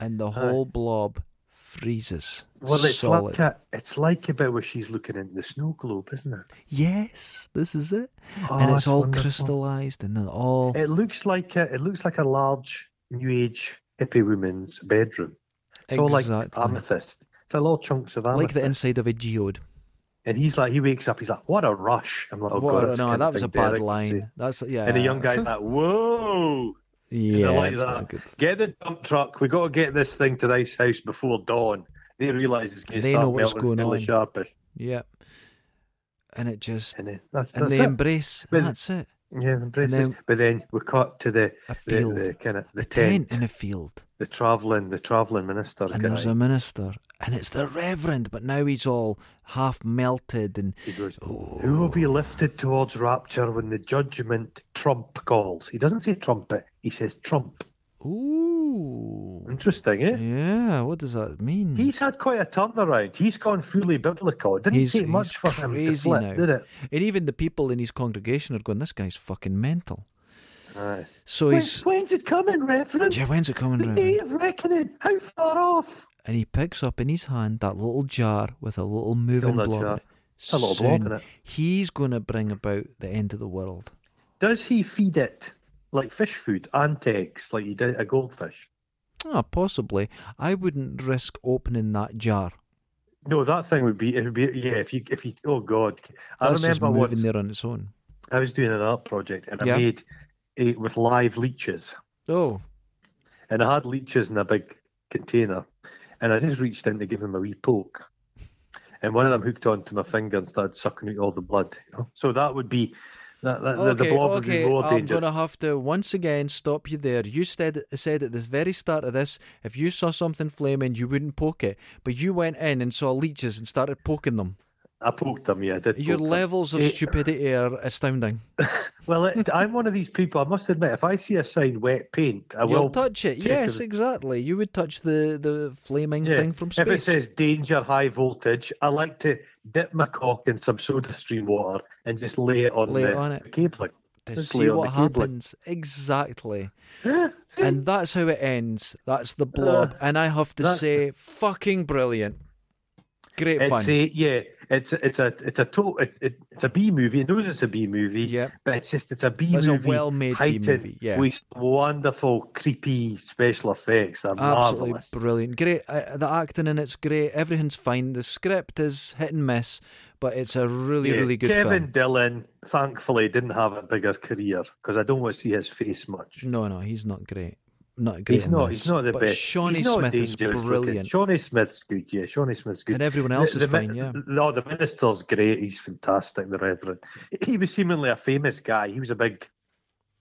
Speaker 1: And the whole blob freezes.
Speaker 2: Well, it's
Speaker 1: solid.
Speaker 2: like a, it's like a bit where she's looking into the snow globe, isn't it?
Speaker 1: yes, this is it,
Speaker 2: Oh,
Speaker 1: and it's all
Speaker 2: wonderful.
Speaker 1: crystallized and then all.
Speaker 2: It looks like a, it looks like a large New Age hippie woman's bedroom. It's all like
Speaker 1: Exactly.
Speaker 2: amethyst. It's a lot of chunks of
Speaker 1: like
Speaker 2: amethyst.
Speaker 1: the inside of a geode.
Speaker 2: and he's like, he wakes up, he's like, "What a rush!" I'm like, "Oh
Speaker 1: What-
Speaker 2: god, it's
Speaker 1: no,
Speaker 2: kind of
Speaker 1: that was a
Speaker 2: thing
Speaker 1: bad
Speaker 2: Derek would say."
Speaker 1: line. That's yeah.
Speaker 2: And the young guy's like, "Whoa,
Speaker 1: Uh, yeah,
Speaker 2: like
Speaker 1: it's
Speaker 2: that.
Speaker 1: not good.
Speaker 2: get the dump truck! We got to get this thing to the ice house before dawn." They realise it's going to
Speaker 1: They
Speaker 2: start
Speaker 1: know what's
Speaker 2: melting
Speaker 1: going
Speaker 2: really
Speaker 1: on.
Speaker 2: sharpish,
Speaker 1: Yeah, and it just
Speaker 2: and then that's,
Speaker 1: and
Speaker 2: that's
Speaker 1: they
Speaker 2: it.
Speaker 1: embrace.
Speaker 2: But-
Speaker 1: and that's it.
Speaker 2: yeah, embraces.
Speaker 1: then-
Speaker 2: but then we cut to the
Speaker 1: A
Speaker 2: the,
Speaker 1: field,
Speaker 2: the kind of the
Speaker 1: a tent
Speaker 2: tent,
Speaker 1: in a field,
Speaker 2: the traveling, the traveling minister
Speaker 1: and
Speaker 2: guy.
Speaker 1: there's a minister, and it's the reverend, but now he's all half melted and
Speaker 2: He goes, Who will
Speaker 1: Oh.
Speaker 2: be lifted towards rapture when the judgment trump calls? He doesn't say trumpet, he says trump.
Speaker 1: ooh,
Speaker 2: Interesting, eh?
Speaker 1: yeah. What does that mean?
Speaker 2: He's had quite a turnaround. He's gone fully biblical. It didn't
Speaker 1: He's-
Speaker 2: take
Speaker 1: he's
Speaker 2: much for him to
Speaker 1: crazy
Speaker 2: flip,
Speaker 1: now.
Speaker 2: did it?
Speaker 1: and even the people in his congregation are going, "This guy's fucking mental."
Speaker 2: Aye.
Speaker 1: So
Speaker 2: When,
Speaker 1: he's
Speaker 2: when's it coming, Reverend?
Speaker 1: yeah, when's it coming
Speaker 2: the
Speaker 1: round?
Speaker 2: day of reckoning. How far off?
Speaker 1: and he picks up in his hand that little jar with a little moving
Speaker 2: Donut
Speaker 1: blob in
Speaker 2: jar.
Speaker 1: it.
Speaker 2: A little blob
Speaker 1: Soon,
Speaker 2: in it.
Speaker 1: he's going to bring about the end of the world.
Speaker 2: Does he feed it like fish food, antics, like he did a goldfish?
Speaker 1: Ah, possibly. I wouldn't risk opening that jar.
Speaker 2: No, that thing would be. It would be. Yeah, if you, if you. Oh God, I
Speaker 1: That's just
Speaker 2: remember
Speaker 1: moving
Speaker 2: once.
Speaker 1: there on its own.
Speaker 2: I was doing an art project and I
Speaker 1: Yeah.
Speaker 2: made it with live leeches.
Speaker 1: Oh,
Speaker 2: And I had leeches in a big container. And I just reached in to give them a wee poke. And one of them hooked onto my finger and started sucking out all the blood. You know? So that would be that, that, the- the
Speaker 1: okay,
Speaker 2: blob
Speaker 1: okay.
Speaker 2: would be more
Speaker 1: I'm
Speaker 2: dangerous.
Speaker 1: gonna have to once again stop you there. You said said at this very start of this, if you saw something flaming, you wouldn't poke it, but you went in and saw leeches and started poking them.
Speaker 2: I poked them, yeah, I did.
Speaker 1: Your
Speaker 2: poke them.
Speaker 1: levels of
Speaker 2: Eh,
Speaker 1: stupidity are astounding.
Speaker 2: Well, it, I'm one of these people. I must admit, if I see a sign wet paint, I
Speaker 1: You'll
Speaker 2: will.
Speaker 1: touch it.
Speaker 2: take
Speaker 1: Yes,
Speaker 2: it.
Speaker 1: exactly. You would touch the the flaming
Speaker 2: yeah.
Speaker 1: thing from
Speaker 2: if it
Speaker 1: space.
Speaker 2: says danger high voltage, I like to dip my cock in some soda stream water and just lay it on
Speaker 1: Lay it
Speaker 2: the
Speaker 1: on it.
Speaker 2: cabling.
Speaker 1: to
Speaker 2: Just
Speaker 1: see
Speaker 2: lay on
Speaker 1: what
Speaker 2: the cabling.
Speaker 1: happens. Exactly.
Speaker 2: Yeah, see?
Speaker 1: And that's how it ends. That's the blob. and I have to
Speaker 2: Uh, that's-
Speaker 1: say, fucking brilliant. Great
Speaker 2: it's
Speaker 1: fun.
Speaker 2: a yeah, it's it's a it's a to, it's it, it's a B movie. It knows it's a B movie,
Speaker 1: Yep.
Speaker 2: but it's just it's a B
Speaker 1: It's a
Speaker 2: movie.
Speaker 1: well-made B
Speaker 2: heightened
Speaker 1: movie, yeah.
Speaker 2: with wonderful creepy special effects. They're
Speaker 1: Absolutely
Speaker 2: marvelous.
Speaker 1: brilliant. Great. Uh, the acting in it's great. Everything's fine. The script is hit and miss, but it's a really,
Speaker 2: Yeah,
Speaker 1: really good
Speaker 2: Kevin
Speaker 1: film.
Speaker 2: Dillon, thankfully, didn't have a bigger career because I don't want to see his face much.
Speaker 1: No, no, he's not great. Not great.
Speaker 2: He's
Speaker 1: in
Speaker 2: not.
Speaker 1: this.
Speaker 2: He's not the
Speaker 1: but
Speaker 2: best.
Speaker 1: Shawnee
Speaker 2: he's not
Speaker 1: Smith is
Speaker 2: dangerous looking.
Speaker 1: brilliant.
Speaker 2: Shawnee Smith's good. Yeah, Shawnee Smith's good.
Speaker 1: And everyone else is
Speaker 2: mi-
Speaker 1: fine, yeah.
Speaker 2: No, the minister's great. He's fantastic. The Reverend. He was seemingly a famous guy. He was a big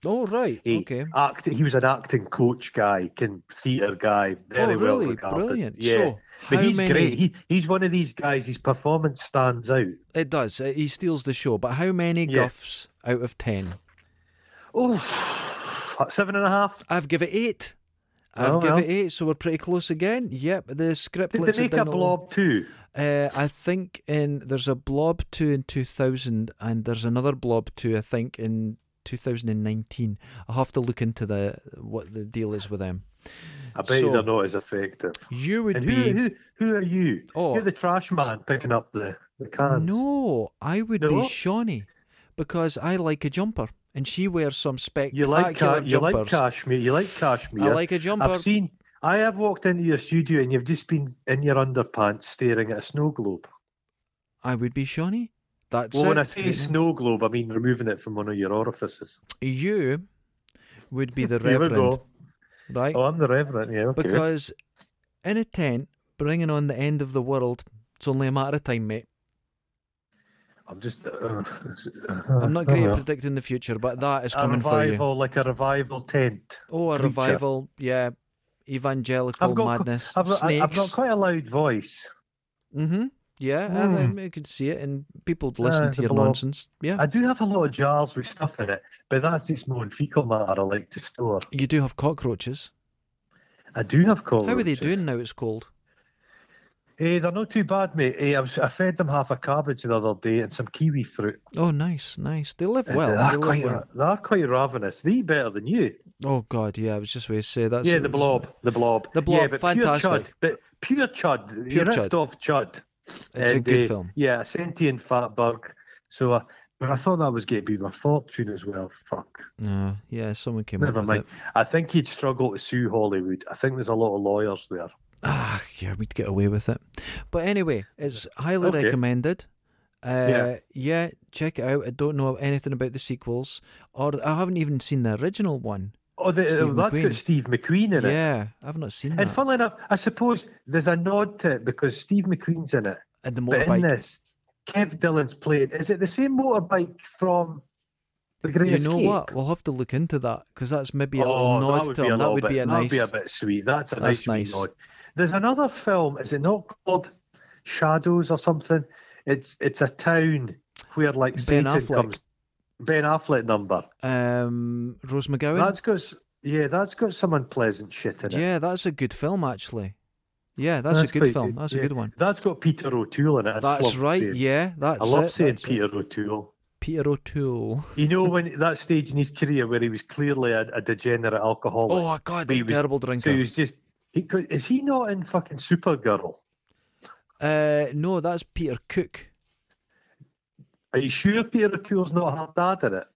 Speaker 1: Oh right.
Speaker 2: He
Speaker 1: okay.
Speaker 2: act. He was an acting coach guy, can theatre guy, very
Speaker 1: oh
Speaker 2: well
Speaker 1: really?
Speaker 2: regarded.
Speaker 1: Brilliant.
Speaker 2: Yeah,
Speaker 1: So
Speaker 2: but
Speaker 1: how
Speaker 2: he's
Speaker 1: many?
Speaker 2: great. He he's one of these guys. His performance stands out.
Speaker 1: It does. Uh, He steals the show. But how many
Speaker 2: Yeah.
Speaker 1: guffs out of ten?
Speaker 2: Oh, seven and a half.
Speaker 1: I've give it eight. I've
Speaker 2: Oh,
Speaker 1: give
Speaker 2: well.
Speaker 1: it eight, so we're pretty close again. Yep, the script
Speaker 2: Did
Speaker 1: lets it
Speaker 2: they make a
Speaker 1: down little.
Speaker 2: blob too?
Speaker 1: Uh, I think in there's a blob two in two thousand, and there's another blob two. I think in two thousand and nineteen. I'll have to look into the what the deal is with them.
Speaker 2: I bet
Speaker 1: So-
Speaker 2: they're not as effective.
Speaker 1: You would
Speaker 2: And who,
Speaker 1: be
Speaker 2: who who are you?
Speaker 1: Oh.
Speaker 2: You're the trash man picking up the, the cans.
Speaker 1: no, I would
Speaker 2: No?
Speaker 1: be Shawnee because I like a jumper, and she wears some
Speaker 2: you
Speaker 1: spectacular
Speaker 2: like ca- you like
Speaker 1: jumpers.
Speaker 2: cashmere. You like
Speaker 1: I
Speaker 2: cashmere.
Speaker 1: like a jumper.
Speaker 2: I've seen. I have walked into your studio and you've just been in your underpants staring at a snow globe.
Speaker 1: I would be Shawnee. That's
Speaker 2: Well, when I
Speaker 1: it.
Speaker 2: say snow globe, I mean removing it from one of your orifices.
Speaker 1: you would be the
Speaker 2: Here we
Speaker 1: reverend,
Speaker 2: go.
Speaker 1: right?
Speaker 2: Oh, I'm the reverend. Yeah, okay.
Speaker 1: Because in a tent, bringing on the end of the world, it's only a matter of time, mate.
Speaker 2: I'm just. Uh, oh,
Speaker 1: I'm not great at predicting the future, but that is
Speaker 2: A
Speaker 1: coming for you.
Speaker 2: revival, like a revival tent.
Speaker 1: Oh, a
Speaker 2: creature.
Speaker 1: revival, yeah. Evangelical
Speaker 2: I've got-
Speaker 1: madness,
Speaker 2: I've, got- I-
Speaker 1: snakes.
Speaker 2: I've got quite a loud voice.
Speaker 1: mm-hmm. Yeah, I,
Speaker 2: Hmm.
Speaker 1: I could see it, and people would listen
Speaker 2: Yeah,
Speaker 1: to
Speaker 2: the
Speaker 1: your
Speaker 2: blob.
Speaker 1: nonsense. Yeah,
Speaker 2: I do have a lot of jars with stuff in it, but that's just more fecal matter I like to store.
Speaker 1: you do have cockroaches.
Speaker 2: I do have cold.
Speaker 1: How are they doing now? It's cold.
Speaker 2: Hey, they're not too bad, mate. Hey, I, was, I fed them half a cabbage the other day and some kiwi fruit. Eh,
Speaker 1: Oh, nice, nice. They live well.
Speaker 2: they, are
Speaker 1: they live
Speaker 2: Ah, quite,
Speaker 1: well.
Speaker 2: they are quite ravenous. They eat better than you.
Speaker 1: Oh God, yeah, I was just going to say that's
Speaker 2: yeah, the blob, the blob,
Speaker 1: The Blob,
Speaker 2: Yeah, but
Speaker 1: fantastic.
Speaker 2: Pure chud, but pure chud,
Speaker 1: Pure
Speaker 2: you ripped
Speaker 1: chud.
Speaker 2: off chud. It's
Speaker 1: a good film.
Speaker 2: Yeah, a sentient fat bug. So, uh, but I thought that was going to be my fortune as well. Fuck.
Speaker 1: Uh, yeah, someone came
Speaker 2: Never
Speaker 1: up with
Speaker 2: mind.
Speaker 1: it.
Speaker 2: I think he'd struggle to sue Hollywood. I think there's a lot of lawyers there.
Speaker 1: Ah, yeah, we'd get away with it. But anyway, it's highly
Speaker 2: Okay.
Speaker 1: recommended. Uh, yeah.
Speaker 2: Yeah.
Speaker 1: check it out. I don't know anything about the sequels, or I haven't even seen the original one.
Speaker 2: Oh, the,
Speaker 1: Steve
Speaker 2: oh, that's
Speaker 1: McQueen.
Speaker 2: got Steve McQueen in it.
Speaker 1: Yeah, I've not seen
Speaker 2: And
Speaker 1: that.
Speaker 2: funnily enough, I suppose there's a nod to it because Steve McQueen's in it.
Speaker 1: and the
Speaker 2: But in
Speaker 1: motorbike.
Speaker 2: this, Kev Dillon's playing. Is it the same motorbike from The Great
Speaker 1: You know
Speaker 2: Escape?
Speaker 1: what? We'll have to look into that because that's maybe a
Speaker 2: Oh,
Speaker 1: little nod to him. That
Speaker 2: little
Speaker 1: would
Speaker 2: bit,
Speaker 1: be a
Speaker 2: that'd
Speaker 1: nice.
Speaker 2: be a bit sweet. That's a
Speaker 1: That's
Speaker 2: nice,
Speaker 1: nice.
Speaker 2: wee nod. There's another film. Is it not called Shadows or something? It's it's a town where like
Speaker 1: Ben
Speaker 2: Satan
Speaker 1: Affleck.
Speaker 2: comes. Ben Affleck number.
Speaker 1: um, Rose McGowan.
Speaker 2: That's got s- yeah. That's got some unpleasant shit in it.
Speaker 1: yeah, that's a good film actually. Yeah, that's, a good
Speaker 2: quite
Speaker 1: film. That's
Speaker 2: yeah.
Speaker 1: a good one.
Speaker 2: That's got Peter O'Toole in it. I just
Speaker 1: That's
Speaker 2: love
Speaker 1: right.
Speaker 2: saying-
Speaker 1: Yeah, that's.
Speaker 2: I love
Speaker 1: it,
Speaker 2: saying
Speaker 1: that's it.
Speaker 2: Peter Oh, O'Toole.
Speaker 1: Peter O'Toole.
Speaker 2: You know when that stage in his career where he was clearly a, a degenerate alcoholic.
Speaker 1: Oh God,
Speaker 2: But he
Speaker 1: the
Speaker 2: was-
Speaker 1: terrible
Speaker 2: so he
Speaker 1: drinker.
Speaker 2: was just he could. Is he not in fucking Supergirl?
Speaker 1: Uh, no, that's Peter Cook.
Speaker 2: Are you sure Peter O'Toole's not her dad in it?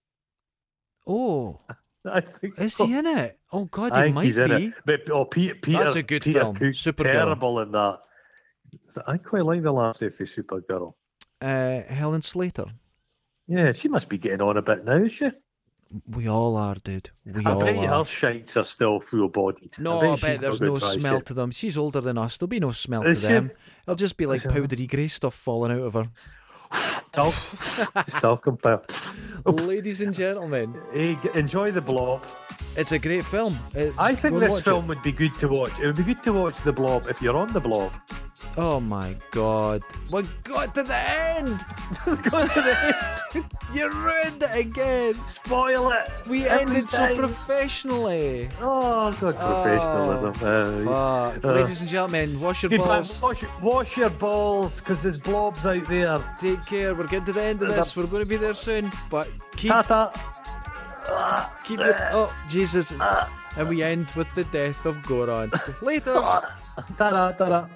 Speaker 1: Oh,
Speaker 2: I think
Speaker 1: is
Speaker 2: so.
Speaker 1: he in it? Oh God,
Speaker 2: I
Speaker 1: he
Speaker 2: think
Speaker 1: might
Speaker 2: he's in
Speaker 1: be.
Speaker 2: it. But oh, Peter, Peter,
Speaker 1: That's a good
Speaker 2: Peter
Speaker 1: film,
Speaker 2: Cook,
Speaker 1: Supergirl.
Speaker 2: terrible in that. I quite like the last day for Supergirl.
Speaker 1: Uh, Helen Slater.
Speaker 2: Yeah, she must be getting on a bit now, is she?
Speaker 1: We all are, dude. We
Speaker 2: I
Speaker 1: all
Speaker 2: bet you
Speaker 1: are.
Speaker 2: her shites are still full bodied.
Speaker 1: No, I bet, there's no smell to them. She's older than us. There'll be no smell
Speaker 2: Is
Speaker 1: to
Speaker 2: she?
Speaker 1: them. It'll just be like
Speaker 2: Is she?
Speaker 1: powdery grey stuff falling out of her.
Speaker 2: Talk, talking about. Oh.
Speaker 1: Ladies and gentlemen,
Speaker 2: Hey, g- enjoy the blob.
Speaker 1: it's a great film. It's-
Speaker 2: I
Speaker 1: go
Speaker 2: think
Speaker 1: and
Speaker 2: this
Speaker 1: watch
Speaker 2: film would be good to watch. It would be good to watch the blob if you're on the blob.
Speaker 1: it. Oh my god. We got to the end!
Speaker 2: Go to the end.
Speaker 1: You ruined it again!
Speaker 2: Spoil it.
Speaker 1: We
Speaker 2: Every
Speaker 1: ended so
Speaker 2: time.
Speaker 1: professionally.
Speaker 2: Oh, God, professionalism. Uh,
Speaker 1: Fuck.
Speaker 2: Uh,
Speaker 1: Ladies and gentlemen, wash your
Speaker 2: Goodbye.
Speaker 1: balls.
Speaker 2: Wash, wash your balls, because there's blobs out there.
Speaker 1: Take care. We're getting to the end of
Speaker 2: There's a-
Speaker 1: this. We're going to be there soon. But keep
Speaker 2: Tata.
Speaker 1: keep it. Oh
Speaker 2: Uh,
Speaker 1: Jesus! And we end with the death of Goron. Later.
Speaker 2: Tada, tada.